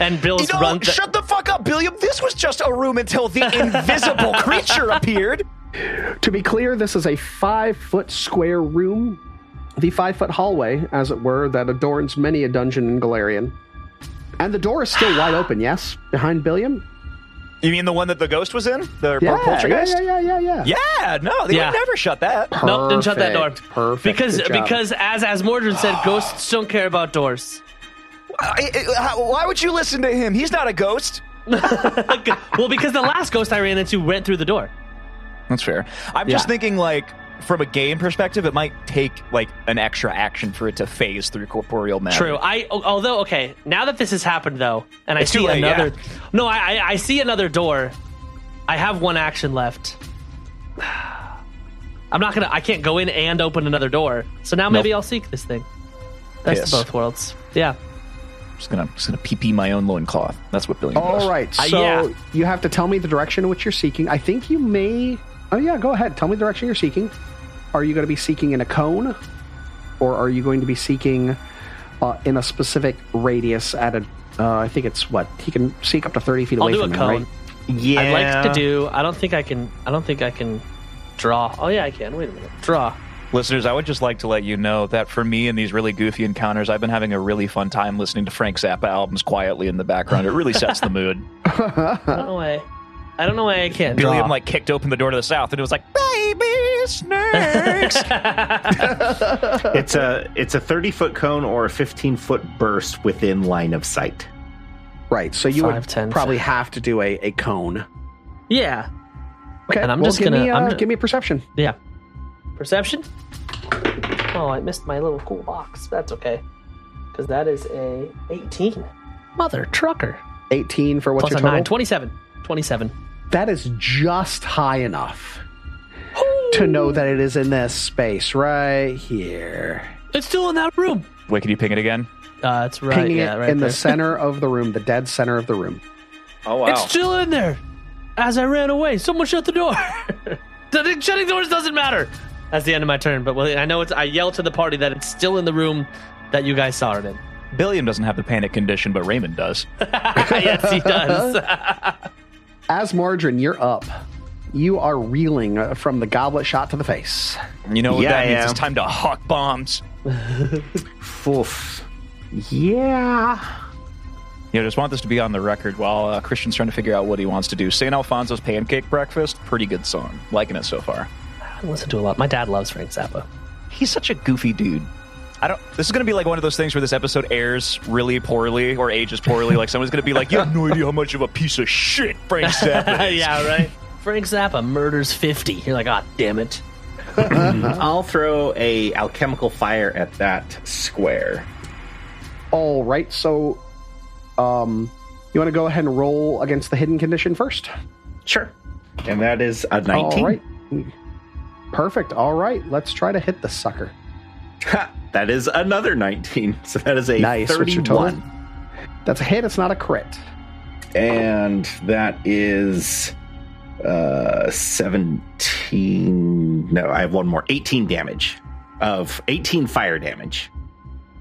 Speaker 5: And Bill's
Speaker 3: You know,
Speaker 5: run.
Speaker 3: shut the fuck up, Billiam. This was just a room until the invisible creature appeared.
Speaker 2: To be clear, this is a five foot square room, the five foot hallway, as it were, that adorns many a dungeon in Galarian. And the door is still wide open, yes? Behind Billiam?
Speaker 3: You mean the one that the ghost was in? The
Speaker 2: Yeah, yeah,
Speaker 3: poltergeist?
Speaker 2: yeah, yeah, yeah, yeah.
Speaker 3: Yeah, no, they
Speaker 5: Yeah.
Speaker 3: would never shut that.
Speaker 5: no, didn't shut that door.
Speaker 2: Perfect, Perfect.
Speaker 5: Because
Speaker 2: Good job.
Speaker 5: because as as Mordred said, ghosts don't care about doors.
Speaker 3: I- I- how- Why would you listen to him? He's not a ghost.
Speaker 5: well, because the last ghost I ran into went through the door.
Speaker 3: That's fair. I'm just thinking, like, from a game perspective, it might take like an extra action for it to phase through corporeal matter.
Speaker 5: True. I although okay, now that this has happened though, and I
Speaker 3: It's too
Speaker 5: see
Speaker 3: late,
Speaker 5: another.
Speaker 3: yeah.
Speaker 5: No, I, I I see another door. I have one action left. I'm not gonna. I can't go in and open another door. So now maybe I'll seek this thing. Best
Speaker 3: Yes.
Speaker 5: of both words. Yeah.
Speaker 3: I'm just gonna, just gonna pee pee my own loincloth. That's what Billion does.
Speaker 2: All right. So
Speaker 5: Uh, yeah.
Speaker 2: you have to tell me the direction in which you're seeking. I think you may. Oh, yeah, go ahead. Tell me the direction you're seeking. Are you going to be seeking in a cone? Or are you going to be seeking uh, in a specific radius at a Uh, I think it's what he can sneak up to thirty feet
Speaker 5: I'll
Speaker 2: away
Speaker 5: do
Speaker 2: from
Speaker 5: a
Speaker 2: them,
Speaker 5: cone.
Speaker 2: right?
Speaker 6: Yeah.
Speaker 5: I'd like to do. I don't think I can. I don't think I can draw. Oh yeah, I can. Wait a minute. Draw.
Speaker 3: Listeners, I would just like to let you know that for me in these really goofy encounters, I've been having a really fun time listening to Frank Zappa albums quietly in the background. It really sets the mood.
Speaker 5: I don't know why. I don't know why I can't
Speaker 3: Billy
Speaker 5: draw.
Speaker 3: Billiam like kicked open the door to the south and it was like, baby snakes.
Speaker 6: It's a it's a 30 foot cone or a 15 foot burst within line of sight.
Speaker 2: Right. So you
Speaker 5: Five,
Speaker 2: would
Speaker 5: ten,
Speaker 2: probably have to do a, a cone.
Speaker 5: yeah.
Speaker 2: Okay.
Speaker 5: And I'm
Speaker 2: well,
Speaker 5: just
Speaker 2: give
Speaker 5: gonna-
Speaker 2: me, uh,
Speaker 5: I'm-
Speaker 2: give me a perception.
Speaker 5: Yeah. Perception? Oh, I missed my little cool box. That's okay. Because that is a 18. Mother trucker.
Speaker 2: 18 for what's
Speaker 5: Plus
Speaker 2: your
Speaker 5: a
Speaker 2: total?
Speaker 5: 9. 27. 27.
Speaker 2: That is just high enough to know that it is in this space right here.
Speaker 5: It's still in that room.
Speaker 3: Wait, can you ping it again?
Speaker 5: Uh, it's right.
Speaker 2: Pinging
Speaker 5: yeah,
Speaker 2: it
Speaker 5: right
Speaker 2: in
Speaker 5: there.
Speaker 2: the center of the room, the dead center of the room.
Speaker 3: Oh wow.
Speaker 5: It's still in there. As I ran away, someone shut the door. the shutting doors doesn't matter. That's the end of my turn. But well, I know it's. I yelled to the party that it's still in the room that you guys saw it in.
Speaker 3: Billiam doesn't have the panic condition, but Raymond does.
Speaker 5: yes, he does.
Speaker 2: As Margarine, you're up. You are reeling uh, from the goblet shot to the face.
Speaker 3: You know what
Speaker 6: Yeah,
Speaker 3: that
Speaker 6: I
Speaker 3: means?
Speaker 6: am.
Speaker 3: It's time to hawk bombs.
Speaker 6: Oof. Yeah.
Speaker 3: You know, just want this to be on the record while uh, Christian's trying to figure out what he wants to do. St. Alfonso's Pancake Breakfast, pretty good song. Liking it so far.
Speaker 5: I listen to a lot. My dad loves Frank Zappa.
Speaker 3: He's such a goofy dude. I don't. This is going to be like one of those things where this episode airs really poorly or ages poorly. Like someone's going to be like, "You have no idea how much of a piece of shit Frank Zappa is."
Speaker 5: yeah, right. Frank Zappa murders fifty. You're like, ah, damn it.
Speaker 6: I'll throw a alchemical fire at that square.
Speaker 2: All right. So, um, you want to go ahead and roll against the hidden condition first?
Speaker 6: Sure. And that is a 19.
Speaker 2: All right. Perfect. All right. Let's try to hit the sucker.
Speaker 6: Ha, that is another 19. So that is a
Speaker 2: Nice. What's your total?
Speaker 6: 31.
Speaker 2: That's a hit. It's not a crit.
Speaker 6: And that is uh 17. No, I have one more. 18 damage of 18 fire damage.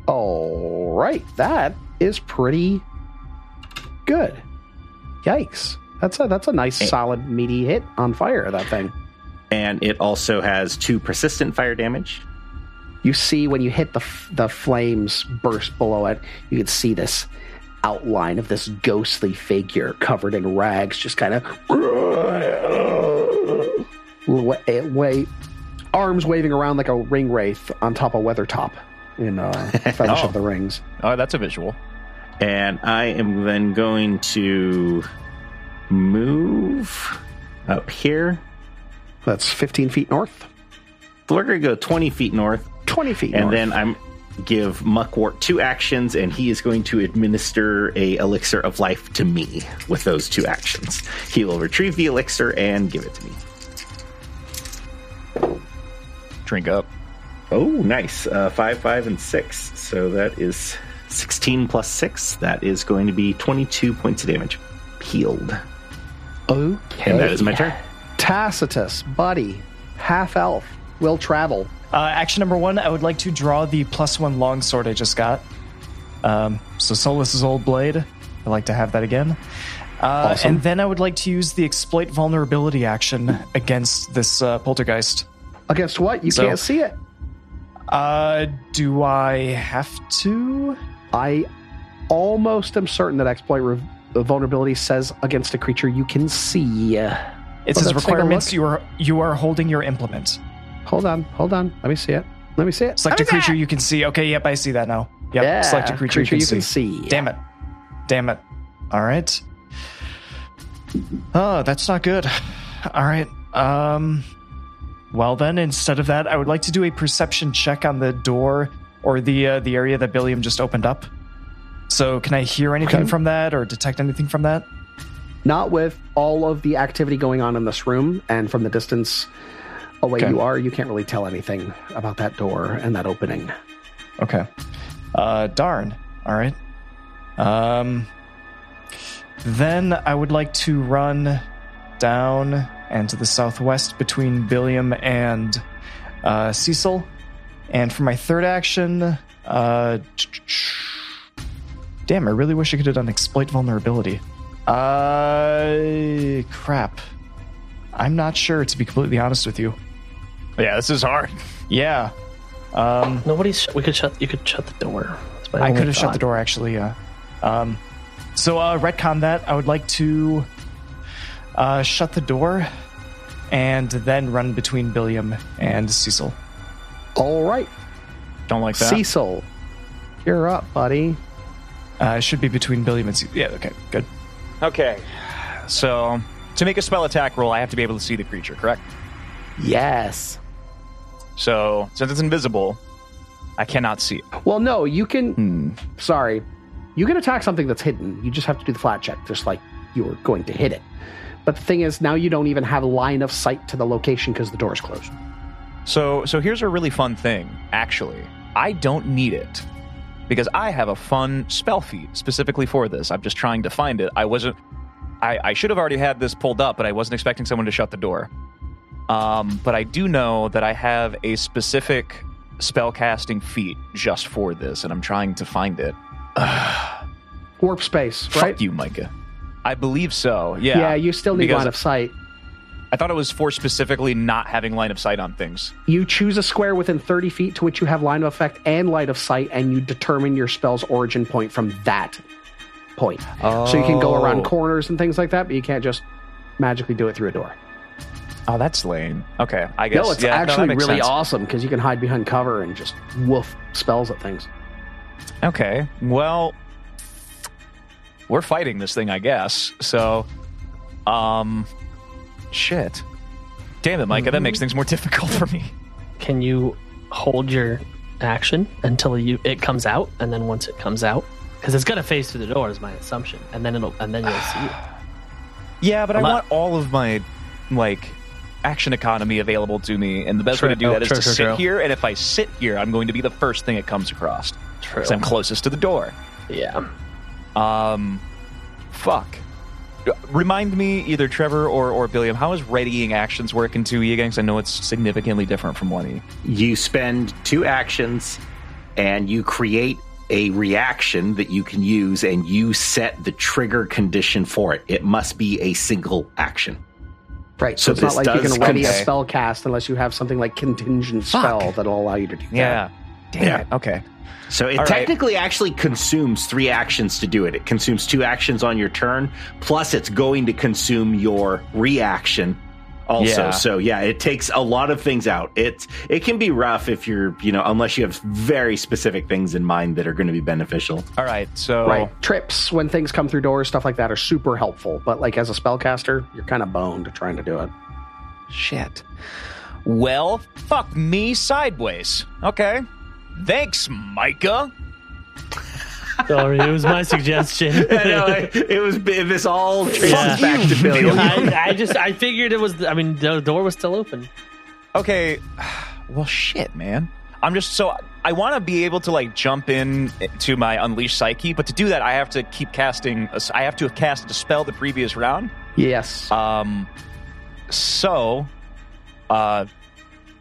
Speaker 2: All right. That is pretty good. Yikes. That's a that's a nice solid meaty hit on fire that thing.
Speaker 6: And it also has two persistent fire damage.
Speaker 2: You see when you hit the f- the flames burst below it, you can see this outline of this ghostly figure covered in rags just kind of eh, way arms waving around like a ring wraith on top of Weathertop in uh, Fellowship
Speaker 3: Oh.
Speaker 2: of the Rings.
Speaker 3: Oh, that's a visual.
Speaker 6: And I am then going to move up here.
Speaker 2: That's 15 feet north,
Speaker 6: So we're going to go 20 feet north,
Speaker 2: 20 feet
Speaker 6: and
Speaker 2: north.
Speaker 6: then I'm give Muckwort two actions, and he is going to administer a elixir of life to me with those two actions. He will retrieve the elixir and give it to me.
Speaker 3: Drink up.
Speaker 6: Oh, nice. Uh, five, five, and six. So that is 16 plus six. That is going to be 22 points of damage. Healed.
Speaker 2: okay.
Speaker 6: And that is my turn.
Speaker 2: Tacitus, buddy, half elf, will travel.
Speaker 4: Uh, action number one, I would like to draw the plus one longsword I just got. Um, so Solus' old blade. I'd like to have that again. Uh, And then I would like to use the exploit vulnerability action against this uh, poltergeist.
Speaker 2: Against what? You
Speaker 4: So-
Speaker 2: can't see it.
Speaker 4: Uh, do I have to?
Speaker 2: I almost am certain that exploit rev- vulnerability says against a creature you can see.
Speaker 4: It
Speaker 2: Well, let's
Speaker 4: says
Speaker 2: take a
Speaker 4: requirements.
Speaker 2: look.
Speaker 4: You are you are holding your implement.
Speaker 2: Hold on, hold on. Let me see it. Let me see it.
Speaker 4: Select a creature you can see. Okay, yep, I see that now. Yep,
Speaker 2: Yeah,
Speaker 4: select a creature, you can see.
Speaker 2: see.
Speaker 4: Damn it. Damn it. All right. Oh, that's not good. All right. Um well then instead of that, I would like to do a perception check on the door or the uh, the area that Billiam just opened up. So, can I hear anything
Speaker 2: Okay.
Speaker 4: from that or detect anything from that?
Speaker 2: Not with all of the activity going on in this room and from the distance away you are, you can't really tell anything about that door and that opening.
Speaker 4: Okay. Uh, darn. All right. Um, then I would like to run down and to the southwest between Billiam and uh, Cecil. And for my third action, uh, Damn, I really wish I could have done exploit vulnerability. Uh, crap. I'm not sure, to be completely honest with you.
Speaker 3: Yeah, this is hard.
Speaker 4: Yeah. Um,
Speaker 5: Nobody's. Sh- we could shut. You could shut the door. That's my
Speaker 4: I
Speaker 5: only
Speaker 4: could have shut
Speaker 5: thought.
Speaker 4: the door actually. Yeah. Um, so uh, retcon that. I would like to uh, shut the door and then run between Billiam and Cecil.
Speaker 2: All right,
Speaker 3: Don't like that.
Speaker 2: Cecil, you're up, buddy.
Speaker 4: Uh, it should be between Billiam and Cecil. Yeah. Okay. Good.
Speaker 3: Okay. So to make a spell attack roll, I have to be able to see the creature, correct?
Speaker 2: Yes.
Speaker 3: So since it's invisible, I cannot see it.
Speaker 2: Well, no, you can. Sorry, you can attack something that's hidden. You just have to do the flat check, just like you were going to hit it. But the thing is, now you don't even have a line of sight to the location because the door's closed.
Speaker 3: So so here's a really fun thing, actually. I don't need it. Because I have a fun spell feat specifically for this. I'm just trying to find it. I wasn't I, I should have already had this pulled up, but I wasn't expecting someone to shut the door. Um, but I do know that I have a specific spell casting feat just for this, and I'm trying to find it.
Speaker 2: Warp space, right?
Speaker 3: Fuck you, Micah. I believe so. Yeah.
Speaker 2: yeah. you still need
Speaker 3: Because
Speaker 2: line of sight.
Speaker 3: I thought it was for specifically not having line of sight on things.
Speaker 2: You choose a square within 30 feet to which you have line of effect and line of sight, and you determine your spell's origin point from that point. So you can go around
Speaker 3: Oh.
Speaker 2: corners and things like that, but you can't just magically do it through a door.
Speaker 3: Oh, that's lame. Okay, I guess.
Speaker 2: no, it's
Speaker 3: yeah, that
Speaker 2: actually
Speaker 3: makes
Speaker 2: really
Speaker 3: sense.
Speaker 2: awesome because you can hide behind cover and just woof spells at things.
Speaker 3: Okay, well, we're fighting this thing, I guess. So, um, shit. Damn it, Micah, that makes things more difficult for me.
Speaker 5: Can you hold your action until you it comes out, and then once it comes out, because it's gonna phase through the door is my assumption, and then it'll and then you'll see it.
Speaker 3: Yeah, but I
Speaker 5: I'm not-
Speaker 3: want all of my like action economy available to me, and the best way to do
Speaker 5: True. Oh,
Speaker 3: that is
Speaker 5: True,
Speaker 3: to
Speaker 5: true,
Speaker 3: sit
Speaker 5: true.
Speaker 3: here. And if I sit here, I'm going to be the first thing it comes across
Speaker 5: True.
Speaker 3: because I'm closest to the door.
Speaker 5: Yeah.
Speaker 3: Um, fuck. Uh, Remind me, either Trevor or or Billiam, how is readying actions work in two E gangs? I know it's significantly different from one E.
Speaker 6: You spend two actions and you create a reaction that you can use and you set the trigger condition for it. It must be a single action.
Speaker 2: Right. So,
Speaker 6: So
Speaker 2: it's not
Speaker 6: this
Speaker 2: like you
Speaker 6: does
Speaker 2: can ready a
Speaker 3: contain-
Speaker 2: spell cast unless you have something like contingent spell that'll allow you to do that.
Speaker 3: Damn
Speaker 6: Yeah.
Speaker 3: it. Okay.
Speaker 6: So it
Speaker 3: All right.
Speaker 6: technically actually consumes three actions to do it. It consumes two actions on your turn, plus it's going to consume your reaction also.
Speaker 3: Yeah.
Speaker 6: So yeah, it takes a lot of things out. It's it can be rough if you're, you know, unless you have very specific things in mind that are going to be beneficial.
Speaker 3: All right. So
Speaker 2: Right. Trips when things come through doors, stuff like that are super helpful. But like as a spellcaster, you're kind of boned trying to do it.
Speaker 3: shit. Well, fuck me sideways. Okay. Thanks, Micah.
Speaker 5: Sorry, it was my suggestion.
Speaker 6: I know, I- it was this all traces
Speaker 5: Yeah.
Speaker 6: back to Billion.
Speaker 5: I, I just I figured it was. I mean, the door was still open.
Speaker 3: Okay. Well, shit, man. I'm just so I want to be able to like jump in to my unleash psyche, but to do that, I have to keep casting. a s- I have to have cast a spell the previous round.
Speaker 2: Yes.
Speaker 3: Um, so, uh,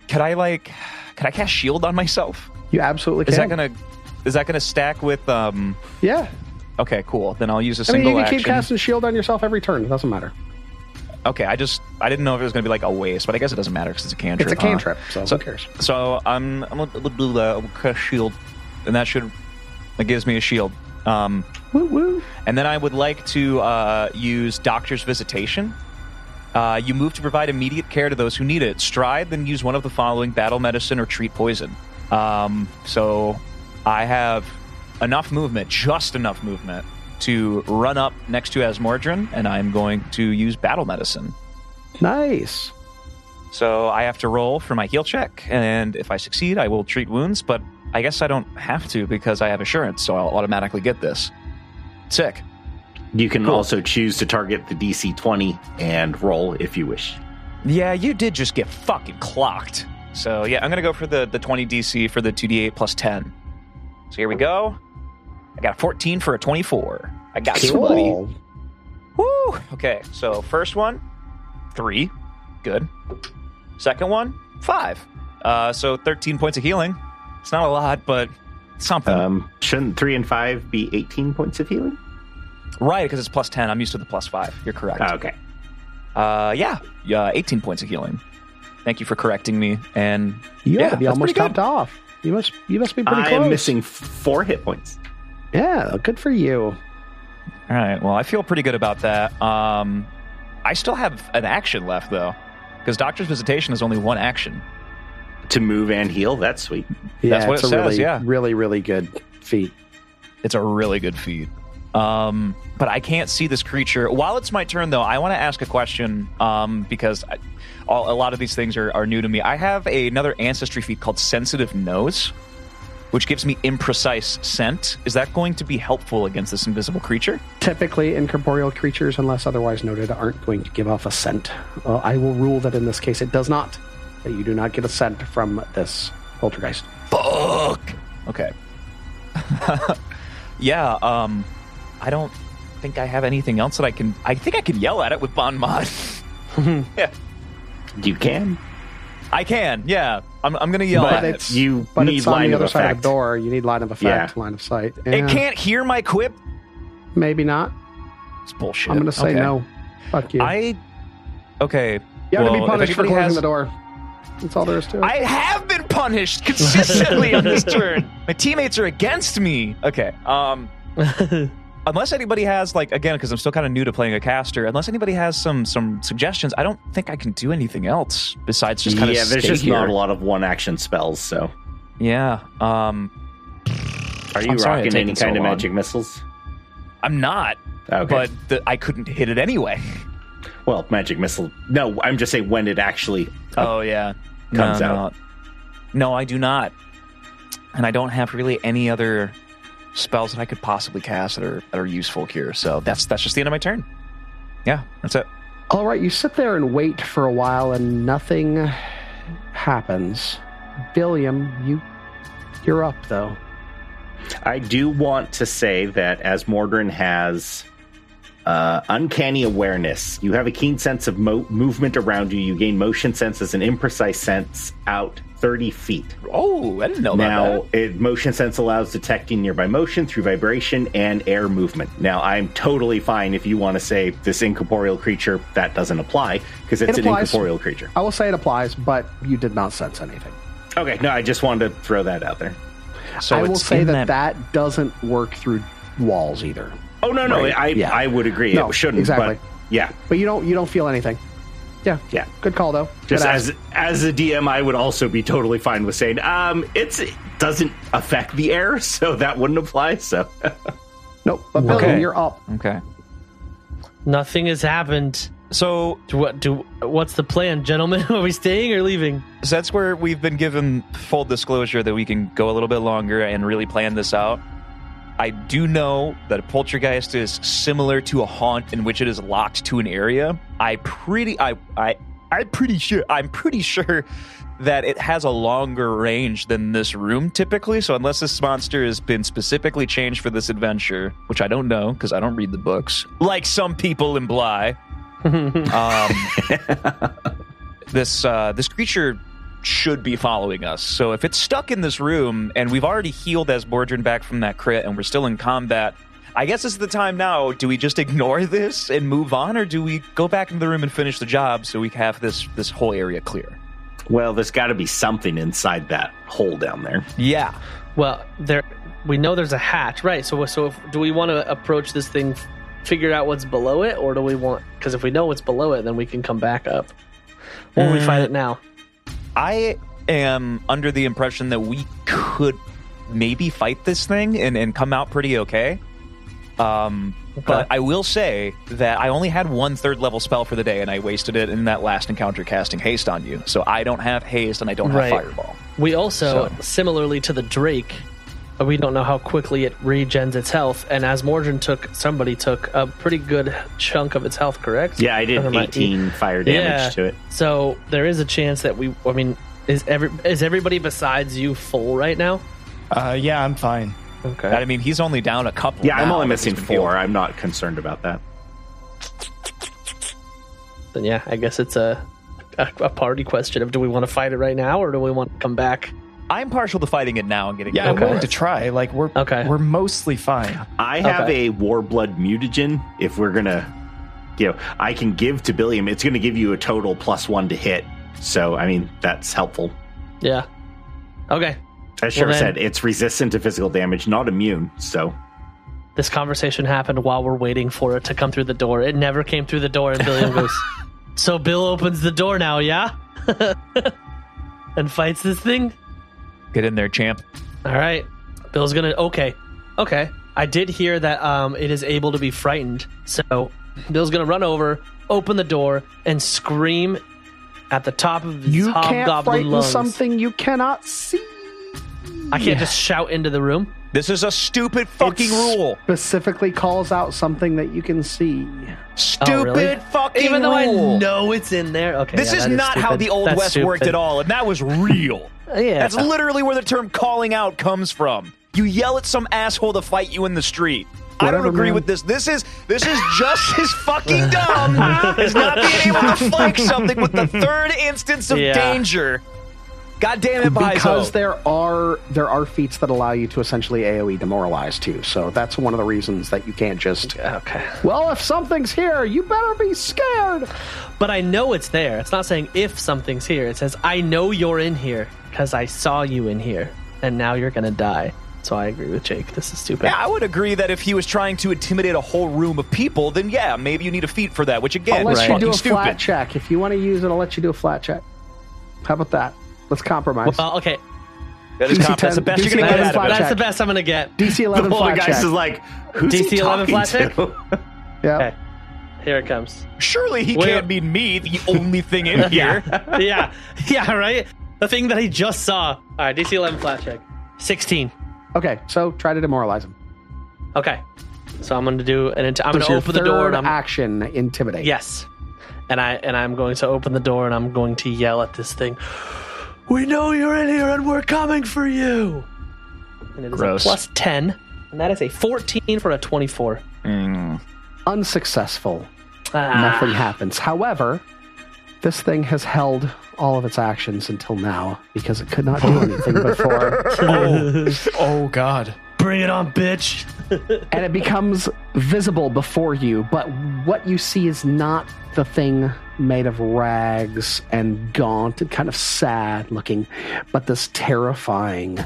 Speaker 3: could I like, could I cast shield on myself?
Speaker 2: you absolutely can.
Speaker 3: Is that gonna, is that gonna stack with um?
Speaker 2: yeah.
Speaker 3: Okay, cool. Then I'll use a
Speaker 2: I mean,
Speaker 3: single
Speaker 2: you can
Speaker 3: action.
Speaker 2: keep casting shield on yourself every turn. It doesn't matter.
Speaker 3: Okay, I just I didn't know if it was gonna be like a waste, but I guess it doesn't matter because it's a cantrip.
Speaker 2: It's a
Speaker 3: huh?
Speaker 2: cantrip, so,
Speaker 3: So-
Speaker 2: who cares?
Speaker 3: So I'm I'm gonna do the cast shield, and that should that gives me a shield. Um,
Speaker 2: Woo woo.
Speaker 3: And then I would like to uh, use Doctor's Visitation. Uh, you move to provide immediate care to those who need it. Stride, then use one of the following battle medicine or treat poison. Um, so I have enough movement, just enough movement, to run up next to Asmordran, and I'm going to use battle medicine.
Speaker 2: Nice.
Speaker 3: So I have to roll for my heal check, and if I succeed, I will treat wounds, but I guess I don't have to because I have assurance, so I'll automatically get this. Sick.
Speaker 6: You can also choose to target the DC 20 and roll if you wish.
Speaker 3: Yeah, you did just get fucking clocked. So yeah, I'm gonna go for the the 20 DC for the 2d8 plus 10. So here we go. I got a 14 for a 24. I got somebody.
Speaker 2: Cool.
Speaker 3: Woo! Okay, so first one, three, good. Second one, five. Uh, so 13 points of healing. It's not a lot, but Something.
Speaker 6: Um, shouldn't three and five be 18 points of healing?
Speaker 3: right, because it's plus 10. I'm used to the plus 5. You're correct.
Speaker 6: Ah, okay.
Speaker 3: Uh, yeah. Yeah, 18 points of healing. Thank you for correcting me. And
Speaker 2: You
Speaker 3: yeah,
Speaker 2: ought to be
Speaker 3: that's
Speaker 2: almost
Speaker 3: pretty good.
Speaker 2: topped off. You must you must be pretty
Speaker 6: I
Speaker 2: close.
Speaker 6: am missing f- four hit points.
Speaker 2: Yeah, good for you.
Speaker 3: All right. Well, I feel pretty good about that. Um, I still have an action left, though, because Doctor's Visitation is only one action.
Speaker 6: To move and heal, that's sweet.
Speaker 2: Yeah,
Speaker 3: That's what
Speaker 2: it's
Speaker 3: it
Speaker 2: a
Speaker 3: says,
Speaker 2: really,
Speaker 3: yeah.
Speaker 2: really, really good feat.
Speaker 3: It's a really good feed. Um, but I can't see this creature. While it's my turn, though, I want to ask a question um, because I, all, a lot of these things are, are new to me. I have another ancestry feat called Sensitive Nose, which gives me imprecise scent. Is that going to be helpful against this invisible creature?
Speaker 2: Typically, incorporeal creatures, unless otherwise noted, aren't going to give off a scent. Uh, I will rule that in this case it does not. That you do not get a scent from this poltergeist.
Speaker 3: Fuck. Okay. yeah. Um, I don't think I have anything else that I can. I think I can yell at it with bon mod.
Speaker 6: You can,
Speaker 3: I can. Yeah. I'm. I'm gonna yell
Speaker 6: but
Speaker 3: at
Speaker 2: it's-
Speaker 3: it.
Speaker 6: you
Speaker 2: But
Speaker 6: need
Speaker 2: it's on
Speaker 6: line
Speaker 2: the other
Speaker 6: of
Speaker 2: side
Speaker 6: effect.
Speaker 2: of the door. You need line of effect, line of sight. Yeah,
Speaker 3: It can't hear my quip.
Speaker 2: Maybe not.
Speaker 3: It's bullshit.
Speaker 2: I'm going to say
Speaker 3: Okay.
Speaker 2: no. Fuck you.
Speaker 3: I. Okay.
Speaker 2: you have to be
Speaker 3: well, if
Speaker 2: punished for
Speaker 3: anybody
Speaker 2: closing
Speaker 3: has-
Speaker 2: the door. That's all there is to it.
Speaker 3: I have been punished consistently on this turn. My teammates are against me. Okay. Um. unless anybody has like again because i'm still kind of new to playing a caster unless anybody has some some suggestions i don't think i can do anything else besides just kind of
Speaker 6: yeah, there's
Speaker 3: stay
Speaker 6: just
Speaker 3: here.
Speaker 6: not a lot of one action spells. So,
Speaker 3: yeah um
Speaker 6: are you
Speaker 3: I'm sorry it's
Speaker 6: rocking any
Speaker 3: taking so
Speaker 6: kind of
Speaker 3: long.
Speaker 6: magic missiles?
Speaker 3: i'm not
Speaker 6: Okay.
Speaker 3: but the, i couldn't hit it anyway
Speaker 6: well, magic missile. No, I'm just saying when it actually. uh,
Speaker 3: oh yeah
Speaker 6: Comes
Speaker 3: no,
Speaker 6: out.
Speaker 3: no. no i do not and i don't have really any other spells that i could possibly cast that are that are useful here so that's that's just the end of my turn yeah that's it
Speaker 2: All right, you sit there and wait for a while, and nothing happens. Billiam, you you're up though.
Speaker 6: I do want to say that as Mordrin has uh, uncanny awareness, you have a keen sense of mo- movement around you. You gain motion senses and imprecise sense out 30 feet.
Speaker 3: oh i didn't know about
Speaker 6: Now,
Speaker 3: that
Speaker 6: it, motion sense allows detecting nearby motion through vibration and air movement. Now, I'm totally fine if you want to say this incorporeal creature that doesn't apply because it's
Speaker 2: It
Speaker 6: an
Speaker 2: applies.
Speaker 6: incorporeal creature.
Speaker 2: I will say it applies, but you did not sense anything.
Speaker 6: Okay, no, I just wanted to throw that out there.
Speaker 3: so
Speaker 2: I will
Speaker 3: it's
Speaker 2: say
Speaker 3: in
Speaker 2: that, that doesn't work through walls either.
Speaker 6: Oh no, no, I
Speaker 2: yeah.
Speaker 6: I would agree.
Speaker 2: No,
Speaker 6: it shouldn't.
Speaker 2: exactly.
Speaker 6: But yeah,
Speaker 2: But you don't you don't feel anything. Yeah,
Speaker 6: Yeah.
Speaker 2: Good call though. Good
Speaker 6: just
Speaker 2: ask.
Speaker 6: as as a DM, I would also be totally fine with saying, um, it's it doesn't affect the air, so that wouldn't apply. So
Speaker 2: nope. But Billiam,
Speaker 3: Okay.
Speaker 2: you're up.
Speaker 3: okay
Speaker 5: Nothing has happened.
Speaker 3: so
Speaker 5: Do what? Do what's the plan, gentlemen? Are we staying or leaving?
Speaker 3: So that's where we've been given full disclosure that we can go a little bit longer and really plan this out. I do know that a poltergeist is similar to a haunt in which it is locked to an area. I pretty I I I'm pretty sure I'm pretty sure that it has a longer range than this room typically. So unless this monster has been specifically changed for this adventure, which I don't know because I don't read the books, like some people imply, um, this uh, this creature should be following us. So if it's stuck in this room and we've already healed as Bordrin back from that crit and we're still in combat, I guess it's the time now. Do we just ignore this and move on, or do we go back into the room and finish the job so we have this this whole area clear?
Speaker 6: well, there's got to be something inside that hole down there.
Speaker 3: Yeah.
Speaker 5: Well, there we know there's a hatch, right? So, so if, do we want to approach this thing, figure out what's below it, or do we want? Because if we know what's below it, then we can come back up, or we fight it now.
Speaker 3: Mm. I am under the impression that we could maybe fight this thing and, and come out pretty okay. Um, But I will say that I only had one third level spell for the day, and I wasted it in that last encounter casting haste on you. So I don't have haste, and I don't have
Speaker 5: Right.
Speaker 3: fireball.
Speaker 5: We also,
Speaker 3: So-
Speaker 5: similarly to the Drake, uh, we don't know how quickly it regens its health. And as Mordrin took, somebody took a pretty good chunk of its health, correct?
Speaker 6: Yeah, I
Speaker 5: Or
Speaker 6: did
Speaker 5: am
Speaker 6: 18 fire damage
Speaker 5: Yeah.
Speaker 6: to it.
Speaker 5: So there is a chance that we. I mean, is every is everybody besides you full right now?
Speaker 4: Uh, yeah, I'm fine.
Speaker 5: Okay.
Speaker 3: I mean, he's only down a couple.
Speaker 6: Yeah, I'm
Speaker 3: now
Speaker 6: only
Speaker 3: that he's
Speaker 6: missing
Speaker 3: been
Speaker 6: four.
Speaker 3: healed.
Speaker 6: I'm not concerned about that.
Speaker 5: Then yeah, I guess it's a a, a party question of do we want to fight it right now or do we want to come back?
Speaker 3: I'm partial to fighting it now and getting
Speaker 4: Yeah,
Speaker 3: it.
Speaker 4: I'm willing to try. Like we're
Speaker 5: Okay.
Speaker 4: we're mostly fine.
Speaker 6: I have
Speaker 5: Okay.
Speaker 6: a Warblood mutagen. If we're gonna, you know, I can give to Billiam. It's gonna give you a total plus one to hit. So I mean, that's helpful.
Speaker 5: Yeah. Okay.
Speaker 6: As Sheriff
Speaker 5: then-
Speaker 6: said, it's resistant to physical damage, not immune. So
Speaker 5: This conversation happened while we're waiting for it to come through the door. It never came through the door, and Billiam goes, So Bill opens the door now, yeah? and fights this thing?
Speaker 3: Get in there, champ.
Speaker 5: All right. Bill's gonna. Okay. Okay. I did hear that um, it is able to be frightened. So Bill's gonna run over, open the door, and scream at the top of his
Speaker 2: You can't
Speaker 5: hobgoblin
Speaker 2: frighten
Speaker 5: lungs.
Speaker 2: something you cannot see.
Speaker 5: I can't just shout into the room.
Speaker 3: This is a stupid fucking
Speaker 2: It's-
Speaker 6: Oh.
Speaker 3: rule.
Speaker 2: Specifically calls out something that you can see.
Speaker 3: Stupid
Speaker 5: Oh, really?
Speaker 3: fucking
Speaker 5: Even though
Speaker 3: rule.
Speaker 5: I know it's in there. Okay.
Speaker 3: This
Speaker 5: yeah,
Speaker 3: is
Speaker 5: that
Speaker 3: not how
Speaker 5: stupid.
Speaker 3: the Old
Speaker 5: That's
Speaker 3: West worked
Speaker 5: stupid.
Speaker 3: at all, and that was real.
Speaker 5: Yeah.
Speaker 3: That's literally where the term calling out comes from. You yell at some asshole to fight you in the street. I
Speaker 2: Whatever,
Speaker 3: don't agree
Speaker 2: man.
Speaker 3: with this. This is this is just as fucking dumb as not being able to flank something with the third instance of
Speaker 5: Yeah.
Speaker 3: danger. God damn it, Paizo.
Speaker 2: because there are there are feats that allow you to essentially AoE demoralize too. So that's one of the reasons that you can't just.
Speaker 5: Okay.
Speaker 2: Well, if something's here, you better be scared.
Speaker 5: But I know it's there. It's not saying if something's here. It says I know you're in here because I saw you in here, and now you're gonna die. So I agree with Jake. This is stupid.
Speaker 3: Yeah, I would agree that if he was trying to intimidate a whole room of people, then yeah, maybe you need a feat for that, which
Speaker 2: I'll
Speaker 3: again,
Speaker 2: let
Speaker 3: is
Speaker 2: you
Speaker 3: fucking
Speaker 2: do a
Speaker 3: stupid.
Speaker 2: flat check if you want to use it. I'll let you do a flat check. How about that? Let's compromise.
Speaker 5: Well, okay.
Speaker 3: That is
Speaker 2: DC
Speaker 3: comp- that's the best you're
Speaker 2: 10
Speaker 3: going to
Speaker 5: That
Speaker 3: get
Speaker 5: is,
Speaker 3: out of it.
Speaker 5: that's
Speaker 2: check.
Speaker 5: the best I'm gonna get.
Speaker 2: DC
Speaker 6: the
Speaker 2: eleven
Speaker 6: older
Speaker 2: flat
Speaker 6: guys
Speaker 2: check.
Speaker 6: is like, who's
Speaker 5: DC
Speaker 6: he
Speaker 5: 11
Speaker 6: talking
Speaker 5: flat check?
Speaker 6: to?
Speaker 2: yeah.
Speaker 5: Okay. Here it comes.
Speaker 3: Surely he
Speaker 5: Wait.
Speaker 3: can't mean me, the only thing in here.
Speaker 5: yeah. Yeah. Right. The thing that I just saw. All right. DC 11 flat check. 16.
Speaker 2: Okay, so try to demoralize him.
Speaker 5: Okay. So I'm gonna do an. Int- I'm
Speaker 2: There's
Speaker 5: gonna
Speaker 2: your
Speaker 5: open the door
Speaker 2: third
Speaker 5: and I'm.
Speaker 2: action intimidate.
Speaker 5: Yes. And I and I'm going to open the door and I'm going to yell at this thing. We know you're in here and we're coming for you. And it is
Speaker 3: Gross.
Speaker 5: a plus 10 and that is a 14 for a 24.
Speaker 2: Mm. Unsuccessful.
Speaker 5: Ah,
Speaker 2: Nothing happens. However, this thing has held all of its actions until now because it could not do anything before.
Speaker 4: Oh God.
Speaker 5: bring it on, bitch.
Speaker 2: And it becomes visible before you, but what you see is not the thing made of rags and gaunt and kind of sad looking, but this terrifying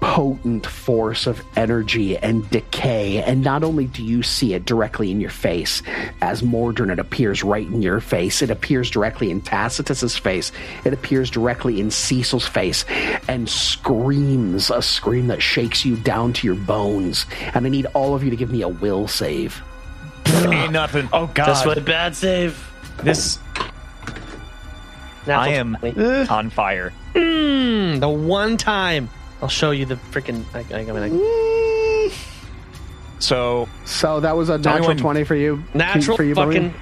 Speaker 2: potent force of energy and decay. And not only do you see it directly in your face, as Mordrin, it appears right in your face. It appears directly in Tacitus's face. It appears directly in Cecil's face and screams a scream that shakes you down to your bones. And I need all of you to give me a will save.
Speaker 3: Ain't nothing.
Speaker 4: Oh God.
Speaker 5: That's what bad save.
Speaker 4: This
Speaker 5: Now
Speaker 3: I am eh. on fire.
Speaker 5: the one time. I'll show you the freaking. I, I, I mean,
Speaker 3: So
Speaker 2: So that was a
Speaker 3: Tell me
Speaker 2: natural
Speaker 3: when-
Speaker 2: 20 for you.
Speaker 5: I, natural
Speaker 2: for you, Bowie?
Speaker 5: fucking.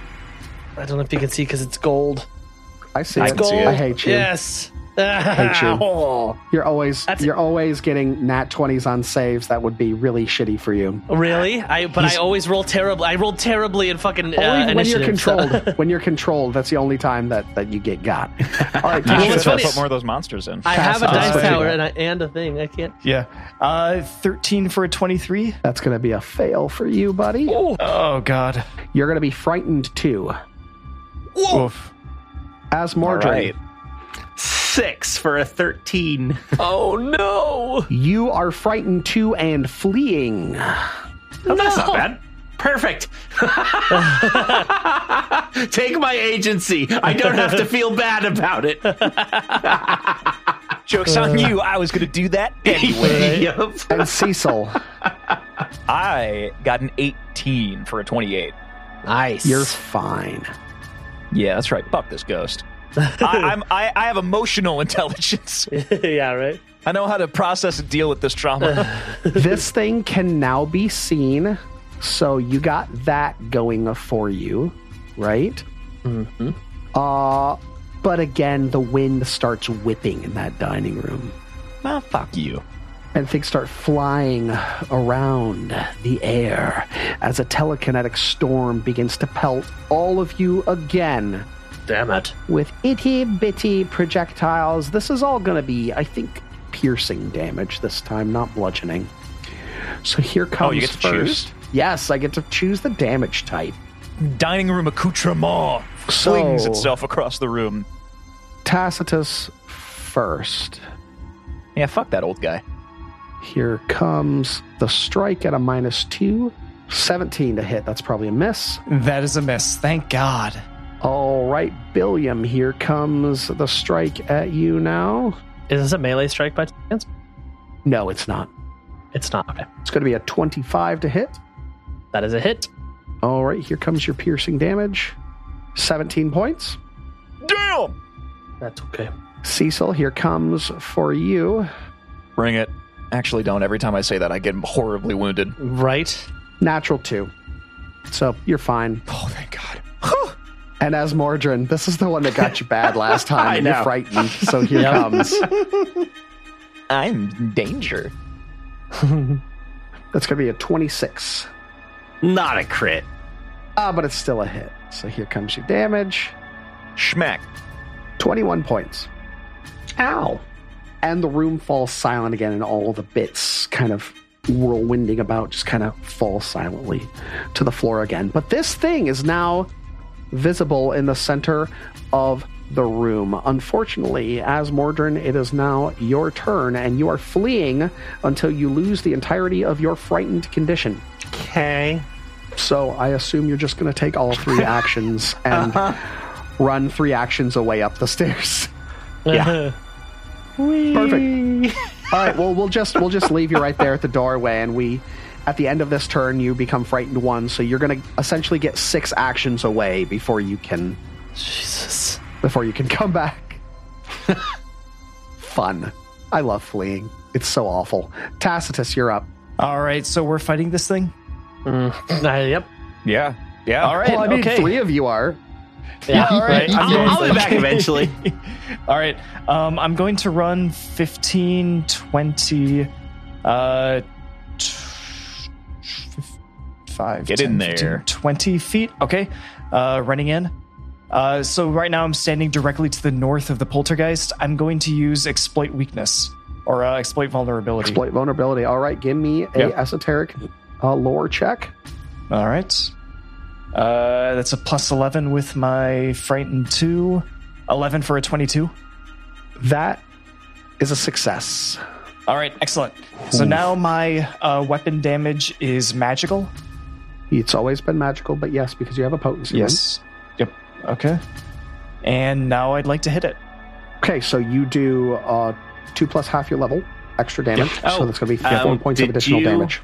Speaker 5: I don't know if you can see because it's gold.
Speaker 2: I see
Speaker 6: I
Speaker 2: it.
Speaker 6: can see it.
Speaker 2: I hate you.
Speaker 5: Yes.
Speaker 2: Hate you.
Speaker 5: Ow.
Speaker 2: You're always
Speaker 5: That's-
Speaker 2: you're always getting nat 20s on saves. That would be really shitty for you.
Speaker 5: Really? I but I always roll terribly. I rolled terribly in fucking
Speaker 2: Only
Speaker 5: uh,
Speaker 2: when you're
Speaker 5: initiative, so-
Speaker 2: controlled. when you're controlled, that's the only time that, that you get got. All right,
Speaker 3: you
Speaker 5: Well,
Speaker 2: Tasha,
Speaker 5: it's
Speaker 3: should
Speaker 5: funny-
Speaker 3: put more of those monsters in.
Speaker 5: I have a
Speaker 2: Pass
Speaker 5: dice
Speaker 2: on.
Speaker 5: tower and, I, and a thing. I can't.
Speaker 4: yeah. Uh, thirteen for a twenty-three.
Speaker 2: that's going to be a fail for you, buddy.
Speaker 4: Oh God.
Speaker 2: You're going to be frightened too.
Speaker 4: Woof.
Speaker 2: As Mordred,
Speaker 6: Six for a thirteen. Oh,
Speaker 2: you are frightened too and fleeing.
Speaker 6: Oh, That's not bad. Perfect. Take my agency. I don't have to feel bad about it.
Speaker 3: Joke's on
Speaker 2: Uh.
Speaker 3: you. I was going to do that anyway.
Speaker 6: Yup.
Speaker 2: And Cecil,
Speaker 3: I got an 18 for a 28.
Speaker 5: Nice.
Speaker 2: you're fine.
Speaker 3: Yeah, that's right. Fuck this ghost. I, I'm, I, I have emotional intelligence.
Speaker 5: yeah, right.
Speaker 3: I know how to process and deal with this trauma.
Speaker 2: this thing can now be seen. So you got that going for you, right?
Speaker 3: Mm-hmm.
Speaker 2: Uh, but again, the wind starts whipping in that dining room.
Speaker 3: well, Ah, fuck you.
Speaker 2: and things start flying around the air as a telekinetic storm begins to pelt all of you again
Speaker 5: Damn it.
Speaker 2: with itty bitty projectiles. This is all going to be, I think, piercing damage this time, not bludgeoning. So here comes
Speaker 3: Oh, you get to
Speaker 2: first.
Speaker 3: choose?
Speaker 2: Yes, I get to choose the damage type.
Speaker 3: Dining room accoutrement flings
Speaker 2: So-
Speaker 3: itself across the room.
Speaker 2: Tacitus first.
Speaker 3: Yeah, fuck that old guy.
Speaker 2: Here comes the strike at a minus two. 17 to hit. That's probably a miss.
Speaker 4: That is a miss. Thank God.
Speaker 2: All right, Billiam, here comes the strike at you now.
Speaker 5: Is this a melee strike by chance?
Speaker 2: No, it's not.
Speaker 5: It's not. Okay.
Speaker 2: It's going to be a 25 to hit.
Speaker 5: That is a hit.
Speaker 2: All right, here comes your piercing damage. 17 points.
Speaker 3: Damn!
Speaker 5: That's okay.
Speaker 2: Cecil, here comes for you.
Speaker 3: Bring it. Actually, don't. Every time I say that, I get horribly wounded.
Speaker 5: Right?
Speaker 2: Natural 2. So you're fine.
Speaker 3: Oh, thank God.
Speaker 2: And as Mordrin, this is the one that got you bad last time. and You're
Speaker 6: know.
Speaker 2: frightened. So here
Speaker 5: Yep.
Speaker 2: comes.
Speaker 3: I'm in danger.
Speaker 2: That's going to be a 26.
Speaker 6: Not a crit.
Speaker 2: Ah, but it's still a hit. So here comes your damage.
Speaker 3: Schmack.
Speaker 2: 21 points. Ow. And the room falls silent again, and all the bits kind of whirlwinding about just kind of fall silently to the floor again. But this thing is now visible in the center of the room. Unfortunately, as Mordrin, it is now your turn, and you are fleeing until you lose the entirety of your frightened condition.
Speaker 5: Okay.
Speaker 2: So I assume you're just going to take all three actions and run three actions away up the stairs.
Speaker 5: Yeah.
Speaker 2: Perfect. All right. Well, we'll just we'll just leave you right there at the doorway, and we, at the end of this turn, you become frightened one. So you're going to essentially get six actions away before you can
Speaker 5: Jesus.
Speaker 2: before you can come back. Fun. I love fleeing. It's so awful. Tacitus, you're up.
Speaker 4: All right, so we're fighting this thing.
Speaker 5: Uh, yep.
Speaker 3: Yeah. Yeah.
Speaker 4: All right,
Speaker 2: Well, I mean,
Speaker 4: okay.
Speaker 2: three of you are.
Speaker 5: Yeah.
Speaker 4: all right.
Speaker 5: I'm
Speaker 4: I'll-
Speaker 5: going
Speaker 4: I'll
Speaker 5: for
Speaker 4: be
Speaker 5: it.
Speaker 4: back
Speaker 6: eventually.
Speaker 4: All right. Um, I'm going to run 15, 20, uh, t- f- 5,
Speaker 3: Get in
Speaker 4: 10, 15,
Speaker 3: there.
Speaker 4: 20 feet. Okay. Uh, running in. Uh, so right now I'm standing directly to the north of the poltergeist. I'm going to use exploit weakness or uh, exploit vulnerability.
Speaker 2: Exploit vulnerability. All right. Give me a
Speaker 4: Yeah.
Speaker 2: esoteric uh, lore check.
Speaker 4: All right. Uh, that's a plus 11 with my frightened 2. 11 for a 22.
Speaker 2: That is a success.
Speaker 4: All right, excellent. So now my uh, weapon damage is magical.
Speaker 2: It's always been magical, but yes, because you have a potency. one.
Speaker 4: Yep. Okay. And now I'd like to hit it.
Speaker 2: Okay, so you do uh, two plus half your level extra damage.
Speaker 6: Oh,
Speaker 2: so that's going to be four
Speaker 6: um,
Speaker 2: points of
Speaker 6: did
Speaker 2: additional
Speaker 6: you-
Speaker 2: damage.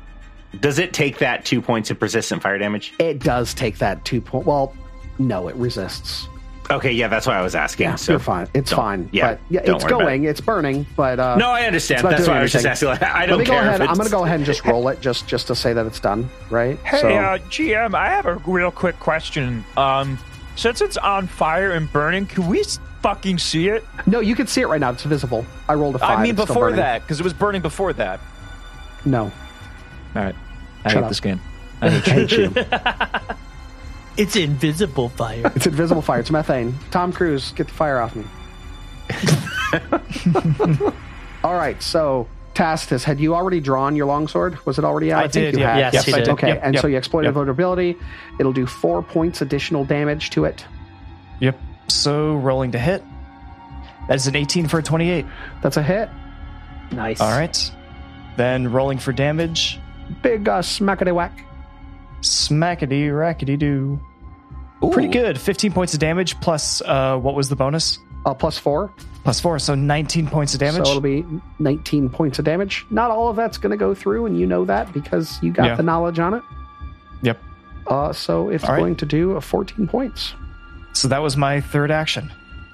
Speaker 6: Does it take that two points of persistent fire damage?
Speaker 2: It does take that two point. Well, no, it resists.
Speaker 6: Okay, yeah, that's what I was asking.
Speaker 2: Yeah,
Speaker 6: so
Speaker 2: you're fine. It's
Speaker 6: don't-
Speaker 2: fine.
Speaker 6: yeah,
Speaker 2: but, yeah
Speaker 6: don't
Speaker 2: it's
Speaker 6: worry about
Speaker 2: going. It's burning, but uh,
Speaker 6: No, I understand.
Speaker 2: It's not
Speaker 6: That's
Speaker 2: doing
Speaker 6: why I was just
Speaker 2: anything.
Speaker 6: asking. Like, I
Speaker 2: let
Speaker 6: don't
Speaker 2: me go
Speaker 6: care.
Speaker 2: ahead.
Speaker 6: if
Speaker 2: I'm going
Speaker 6: it's-
Speaker 2: to go ahead and just roll it just just to say that it's done. Right?
Speaker 9: Hey,
Speaker 2: So-
Speaker 9: uh, GM, I have a real quick question. Um, since it's on fire and burning, can we s- fucking see it?
Speaker 2: no, you can see it right now. It's visible. I rolled a five.
Speaker 3: I mean,
Speaker 2: It's still
Speaker 3: before
Speaker 2: burning.
Speaker 3: that, because it was burning before that.
Speaker 2: No,
Speaker 3: All right. I
Speaker 2: Shut
Speaker 3: hate
Speaker 2: up.
Speaker 3: this game.
Speaker 2: I hate you.
Speaker 5: It's invisible fire.
Speaker 2: It's invisible fire. It's methane. Tom Cruise, get the fire off me. All right. So, Tacitus, had you already drawn your longsword? Was it already out?
Speaker 4: I did,
Speaker 2: you
Speaker 4: yeah.
Speaker 2: had.
Speaker 5: Yes, Yes, he I did. did.
Speaker 2: Okay.
Speaker 4: Yep,
Speaker 2: and
Speaker 4: yep,
Speaker 2: so you exploited
Speaker 4: yep.
Speaker 2: vulnerability. It'll do four points additional damage to it.
Speaker 4: Yep. So rolling to hit. That is an 18 for a 28.
Speaker 2: That's a hit.
Speaker 5: Nice.
Speaker 4: All right. Then rolling for damage.
Speaker 2: Big uh, smackety whack.
Speaker 4: Smackety rackety doo. Pretty good. 15 points of damage plus uh, what was the bonus?
Speaker 2: Uh, plus four.
Speaker 4: Plus four, so 19 points of damage.
Speaker 2: So it'll be 19 points of damage. Not all of that's going to go through, and you know that because you got
Speaker 4: Yeah.
Speaker 2: the knowledge on it.
Speaker 4: Yep.
Speaker 2: Uh, so it's
Speaker 4: All right.
Speaker 2: going to do uh, 14 points.
Speaker 4: so that was my third action.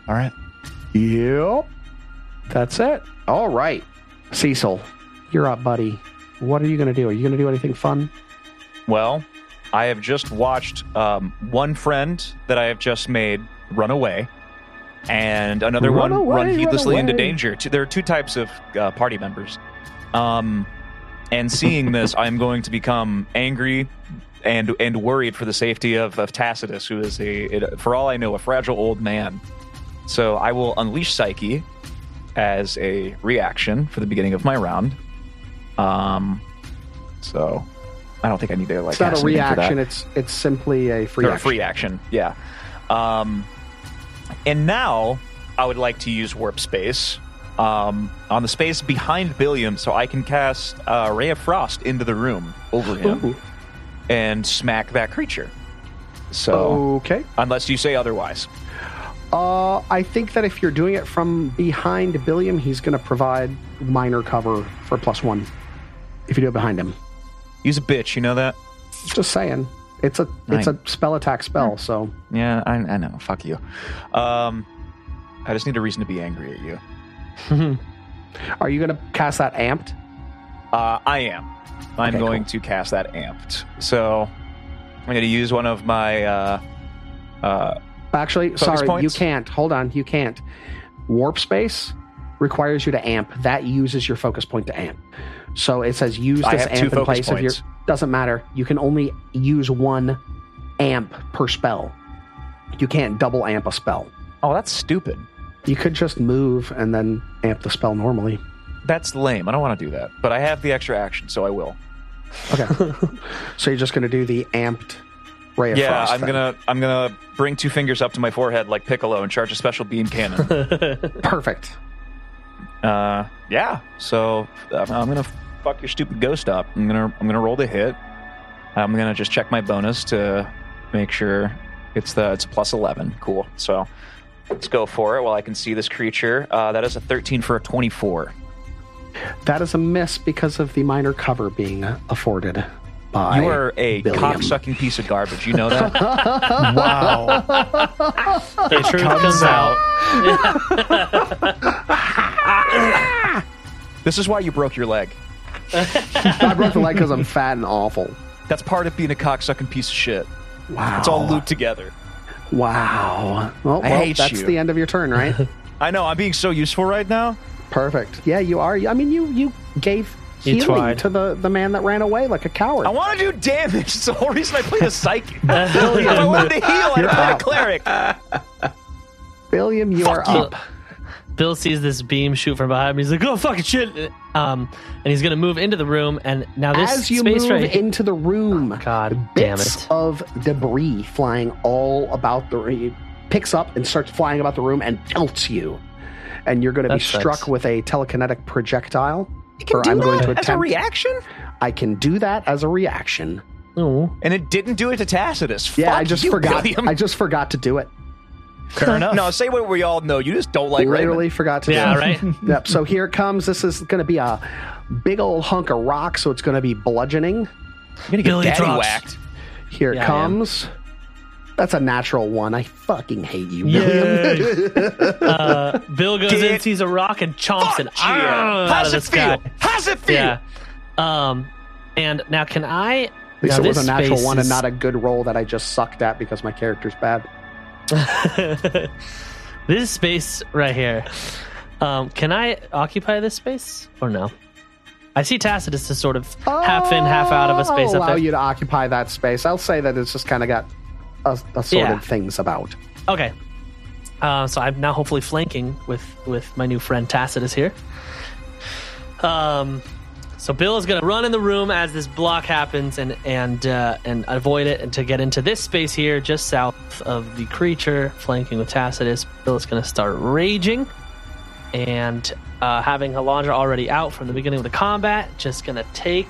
Speaker 4: All right.
Speaker 2: Yep. That's it. All right. Cecil, you're up, buddy. What are you going to do? Are you going to do anything fun?
Speaker 3: Well, I have just watched um, one friend that I have just made run away, and another
Speaker 2: Run
Speaker 3: one
Speaker 2: away,
Speaker 3: run
Speaker 2: run
Speaker 3: heedlessly into
Speaker 2: away.
Speaker 3: danger. Two- There are two types of uh, party members. Um, and seeing this, I'm going to become angry and and worried for the safety of, of Tacitus, who is a, it- for all I know, a fragile old man. So I will unleash Psyche as a reaction for the beginning of my round. Um, so I don't think I need to like.
Speaker 2: it's not
Speaker 3: ask
Speaker 2: a
Speaker 3: anything for that.
Speaker 2: reaction. It's it's simply a free
Speaker 3: Or
Speaker 2: action.
Speaker 3: free action. Yeah. Um, and now I would like to use warp space um, on the space behind Billiam, so I can cast uh, ray of frost into the room over him and smack that creature. So
Speaker 2: Okay.
Speaker 3: unless you say otherwise,
Speaker 2: Uh, I think that if you're doing it from behind Billiam, he's going to provide minor cover for plus one. If you do it behind him,
Speaker 3: he's a bitch. You know that?
Speaker 2: just saying, it's a it's a spell attack spell.
Speaker 3: Hmm.
Speaker 2: So
Speaker 3: Yeah, I, I know. Fuck you. Um, I just need a reason to be angry at you.
Speaker 2: are you going to cast that amped?
Speaker 3: Uh, I am. I'm
Speaker 2: Okay,
Speaker 3: going to cast that amped. So I'm going to use one of my. Uh, uh,
Speaker 2: Actually,
Speaker 3: Focus
Speaker 2: sorry, you
Speaker 3: points?
Speaker 2: can't. Hold on, you can't. Warp space requires you to amp. That uses your focus point to amp. So it says use
Speaker 3: I
Speaker 2: this
Speaker 3: have two
Speaker 2: amp in
Speaker 3: focus
Speaker 2: place of your.
Speaker 3: points.
Speaker 2: Doesn't matter. You can only use one amp per spell. You can't double amp a spell.
Speaker 3: oh, that's stupid.
Speaker 2: You could just move and then amp the spell normally.
Speaker 3: That's lame. I don't want to do that. But I have the extra action, so I will.
Speaker 2: So you're just going to do the amped ray of
Speaker 3: yeah,
Speaker 2: Oh, frost.
Speaker 3: I'm
Speaker 2: then.
Speaker 3: gonna I'm gonna bring two fingers up to my forehead like Piccolo and charge a special beam cannon.
Speaker 2: Perfect.
Speaker 3: uh, yeah. So uh, I'm gonna fuck your stupid ghost up. I'm gonna I'm gonna roll the hit. I'm gonna just check my bonus to make sure it's the it's a plus eleven. Cool. So let's go for it while I can see this creature. Uh, that is a thirteen for a twenty-four.
Speaker 2: That is a miss because of the minor cover being afforded by.
Speaker 3: You are a
Speaker 2: Billiam.
Speaker 3: cocksucking piece of garbage. You know that.
Speaker 4: Wow.
Speaker 5: The truth comes, out.
Speaker 3: this is why you broke your leg.
Speaker 2: I broke the leg because I'm fat and awful.
Speaker 3: That's part of being a cocksucking piece of shit.
Speaker 2: Wow.
Speaker 3: It's all looped together.
Speaker 2: Wow. Well,
Speaker 3: I
Speaker 2: well,
Speaker 3: hate
Speaker 2: that's
Speaker 3: you.
Speaker 2: the end of your turn, right?
Speaker 3: I know. I'm being so useful right now.
Speaker 2: Perfect. Yeah, you are. I mean, you you gave
Speaker 5: You
Speaker 2: healing
Speaker 5: tried.
Speaker 2: to the, the man that ran away like a coward.
Speaker 3: I want to do damage. It's the whole reason I play the psychic. if I wanted to heal, I
Speaker 2: You're
Speaker 3: play
Speaker 2: out.
Speaker 3: the cleric.
Speaker 2: Billiam, you are
Speaker 5: you.
Speaker 2: up.
Speaker 5: Bill sees this beam shoot from behind him. He's like, "Oh fucking shit!" Um, and he's gonna move into the room. And now this
Speaker 2: As you
Speaker 5: space
Speaker 2: move
Speaker 5: right Oh,
Speaker 2: into the room,
Speaker 5: God damn
Speaker 2: bits
Speaker 5: it!
Speaker 2: of debris flying all about the room. Picks up and starts flying about the room and pelts you. And you're going to be
Speaker 5: That sucks.
Speaker 2: struck with a telekinetic projectile. or I'm going to
Speaker 3: As a
Speaker 2: attempt.
Speaker 3: reaction?
Speaker 2: I can do that as a reaction.
Speaker 5: Oh,
Speaker 3: And it didn't do it to Tacitus.
Speaker 2: Yeah,
Speaker 3: Fuck
Speaker 2: I just
Speaker 3: you,
Speaker 2: forgot.
Speaker 3: William.
Speaker 2: I just forgot to do it.
Speaker 4: Fair enough.
Speaker 3: no, say what we all know. You just don't like
Speaker 2: Literally
Speaker 3: Raymond.
Speaker 2: forgot to
Speaker 5: yeah,
Speaker 2: do it.
Speaker 5: right.
Speaker 2: Yep. So here it comes. This is going to be a big old hunk of rock. So it's going to be bludgeoning.
Speaker 3: You're gonna
Speaker 5: Billy
Speaker 3: get daddy
Speaker 5: drops.
Speaker 3: whacked.
Speaker 2: Here
Speaker 5: Yeah, I
Speaker 2: it
Speaker 5: am.
Speaker 2: comes. That's a natural one. I fucking hate you, William.
Speaker 5: Yay. uh, Bill goes in,
Speaker 3: Did-
Speaker 5: sees a rock, and chomps it ah, out of
Speaker 3: How's
Speaker 5: the
Speaker 3: it feel?
Speaker 5: sky.
Speaker 3: How's it feel?
Speaker 5: Yeah. Um, and now can I?
Speaker 2: At least
Speaker 5: now
Speaker 2: it was
Speaker 5: this
Speaker 2: a natural
Speaker 5: space
Speaker 2: one and
Speaker 5: is-
Speaker 2: not a good roll that I just sucked at because my character's bad.
Speaker 5: this space right here. Um, can I occupy this space or no? I see Tacitus is sort of half in, half out of a space
Speaker 2: I'll
Speaker 5: up
Speaker 2: allow
Speaker 5: there.
Speaker 2: Oh, you to occupy that space. I'll say that it's just kind of got a, a sort
Speaker 5: Yeah.
Speaker 2: of things about.
Speaker 5: Okay. Uh, so I'm now hopefully flanking with with my new friend Tacitus here. Um, so Bill is gonna run in the room as this block happens and and uh, and avoid it and to get into this space here just south of the creature flanking with Tacitus. Bill is gonna start raging and uh, having Halandra already out from the beginning of the combat, just gonna take.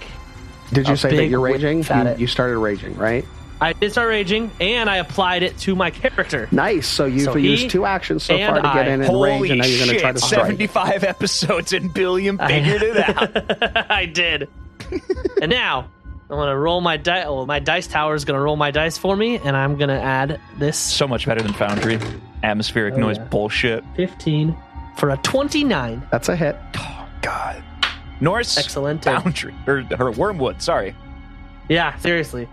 Speaker 2: Did you
Speaker 5: A
Speaker 2: say that
Speaker 5: big
Speaker 2: you're
Speaker 5: whip
Speaker 2: raging?
Speaker 5: at
Speaker 2: You,
Speaker 5: it.
Speaker 2: you started raging, right?
Speaker 5: I did start raging and I applied it to my character.
Speaker 2: Nice. So you've
Speaker 5: So he
Speaker 2: used two actions so far
Speaker 5: and
Speaker 2: to get
Speaker 5: I.
Speaker 2: in and
Speaker 3: Holy
Speaker 2: rage, and now you're going to
Speaker 3: shit!
Speaker 2: try to strike.
Speaker 3: Seventy-five episodes and Billiam
Speaker 5: Ah.
Speaker 3: figured it out.
Speaker 5: I did. and now I'm gonna roll my dice. Well, my dice tower is gonna roll my dice for me, and I'm gonna add this
Speaker 3: So much better than Foundry. Atmospheric noise bullshit.
Speaker 5: 15 for a 29.
Speaker 2: That's a hit.
Speaker 3: God. Norse
Speaker 5: Excellent.
Speaker 3: Foundry or, or Wormwood. Sorry,
Speaker 5: Yeah, seriously.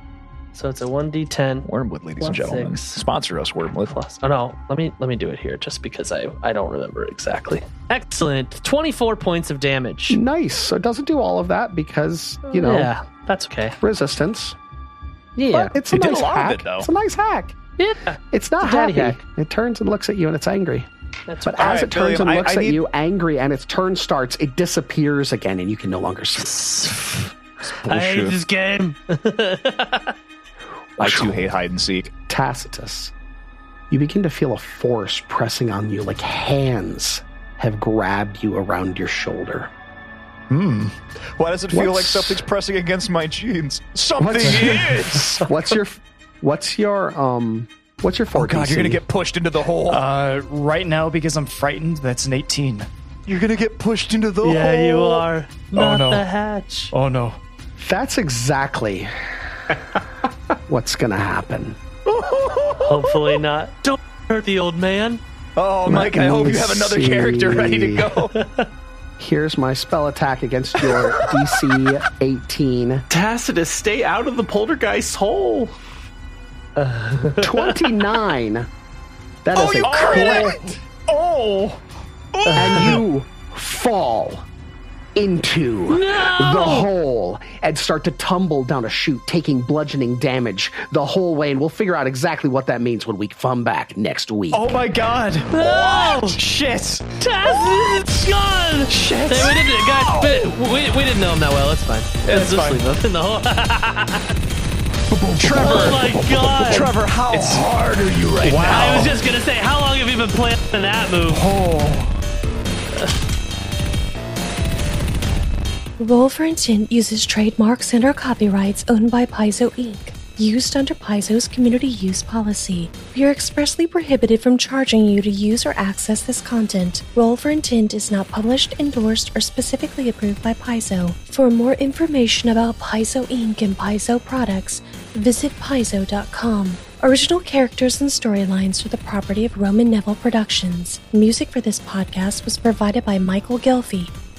Speaker 5: So it's a 1d10
Speaker 3: Wormwood, ladies and
Speaker 5: Plus
Speaker 3: gentlemen.
Speaker 5: six.
Speaker 3: Sponsor us, Wormwood.
Speaker 5: plus. Oh no, let me let me do it here just because I I don't remember exactly. Excellent. 24 points of damage.
Speaker 2: Nice. So it doesn't do all of that because, you know,
Speaker 5: Yeah, that's okay.
Speaker 2: resistance.
Speaker 5: Yeah.
Speaker 2: But it's a
Speaker 3: It did a
Speaker 2: nice
Speaker 3: lot of
Speaker 2: hack.
Speaker 3: it, though.
Speaker 2: It's a nice hack.
Speaker 5: yeah.
Speaker 2: It's not
Speaker 5: It's a daddy
Speaker 2: happy.
Speaker 5: hack.
Speaker 2: It turns and looks at you and it's angry.
Speaker 5: That's
Speaker 2: But
Speaker 5: what-
Speaker 2: as
Speaker 3: right,
Speaker 2: it turns
Speaker 3: William, I-
Speaker 2: and looks
Speaker 3: I
Speaker 2: at
Speaker 3: need-
Speaker 2: you angry and its turn starts, it disappears again and you can no longer see. it.
Speaker 5: I hate this game.
Speaker 3: I too hate hide and seek.
Speaker 2: Tacitus, you begin to feel a force pressing on you like hands have grabbed you around your shoulder.
Speaker 3: Hmm. Why does it feel like
Speaker 2: What's-
Speaker 3: something's pressing against my jeans? Something
Speaker 2: What's-
Speaker 3: is.
Speaker 2: What's your what's your um what's your
Speaker 3: Oh God, you're gonna
Speaker 2: get.
Speaker 3: get pushed into the
Speaker 2: Oh.
Speaker 3: hole.
Speaker 4: Uh, right now, because I'm frightened, that's an 18.
Speaker 3: you're gonna get pushed into the hole.
Speaker 5: yeah, you are. Not
Speaker 4: no.
Speaker 5: the hatch.
Speaker 4: Oh no.
Speaker 2: That's exactly what's going to happen.
Speaker 5: Hopefully not. Don't hurt the old man.
Speaker 3: Oh, Mike, I
Speaker 2: me
Speaker 3: hope you have another
Speaker 2: see.
Speaker 3: character ready to go.
Speaker 2: Here's my spell attack against your DC 18.
Speaker 6: Tacitus, stay out of the poltergeist hole.
Speaker 2: 29. That is
Speaker 3: Oh, you
Speaker 2: a
Speaker 3: crit
Speaker 2: crit,
Speaker 3: Oh,
Speaker 2: and you fall into the hole and start to tumble down a chute, taking bludgeoning damage the whole way. And we'll figure out exactly what that means when we come back next week.
Speaker 4: Oh my god. Oh Shit.
Speaker 5: Taz, it's gone. Shit. Hey, we didn't, guys. but We, we didn't know him that well. It's fine. Let's just leave him in the hole.
Speaker 4: Trevor.
Speaker 5: Oh my god.
Speaker 4: Trevor, how hard are you right wow.
Speaker 5: I was just gonna say, how long have you been planning that move?
Speaker 10: Roll for Intent uses trademarks and or copyrights owned by Paizo Inc., used under Paizo's community use policy. We are expressly prohibited from charging you to use or access this content. Roll for Intent is not published, endorsed, or specifically approved by Paizo. For more information about Paizo Inc. and Paizo products, visit paizo.com. Original characters and storylines are the property of Roman Neville Productions. Music for this podcast was provided by Michael Gelfie.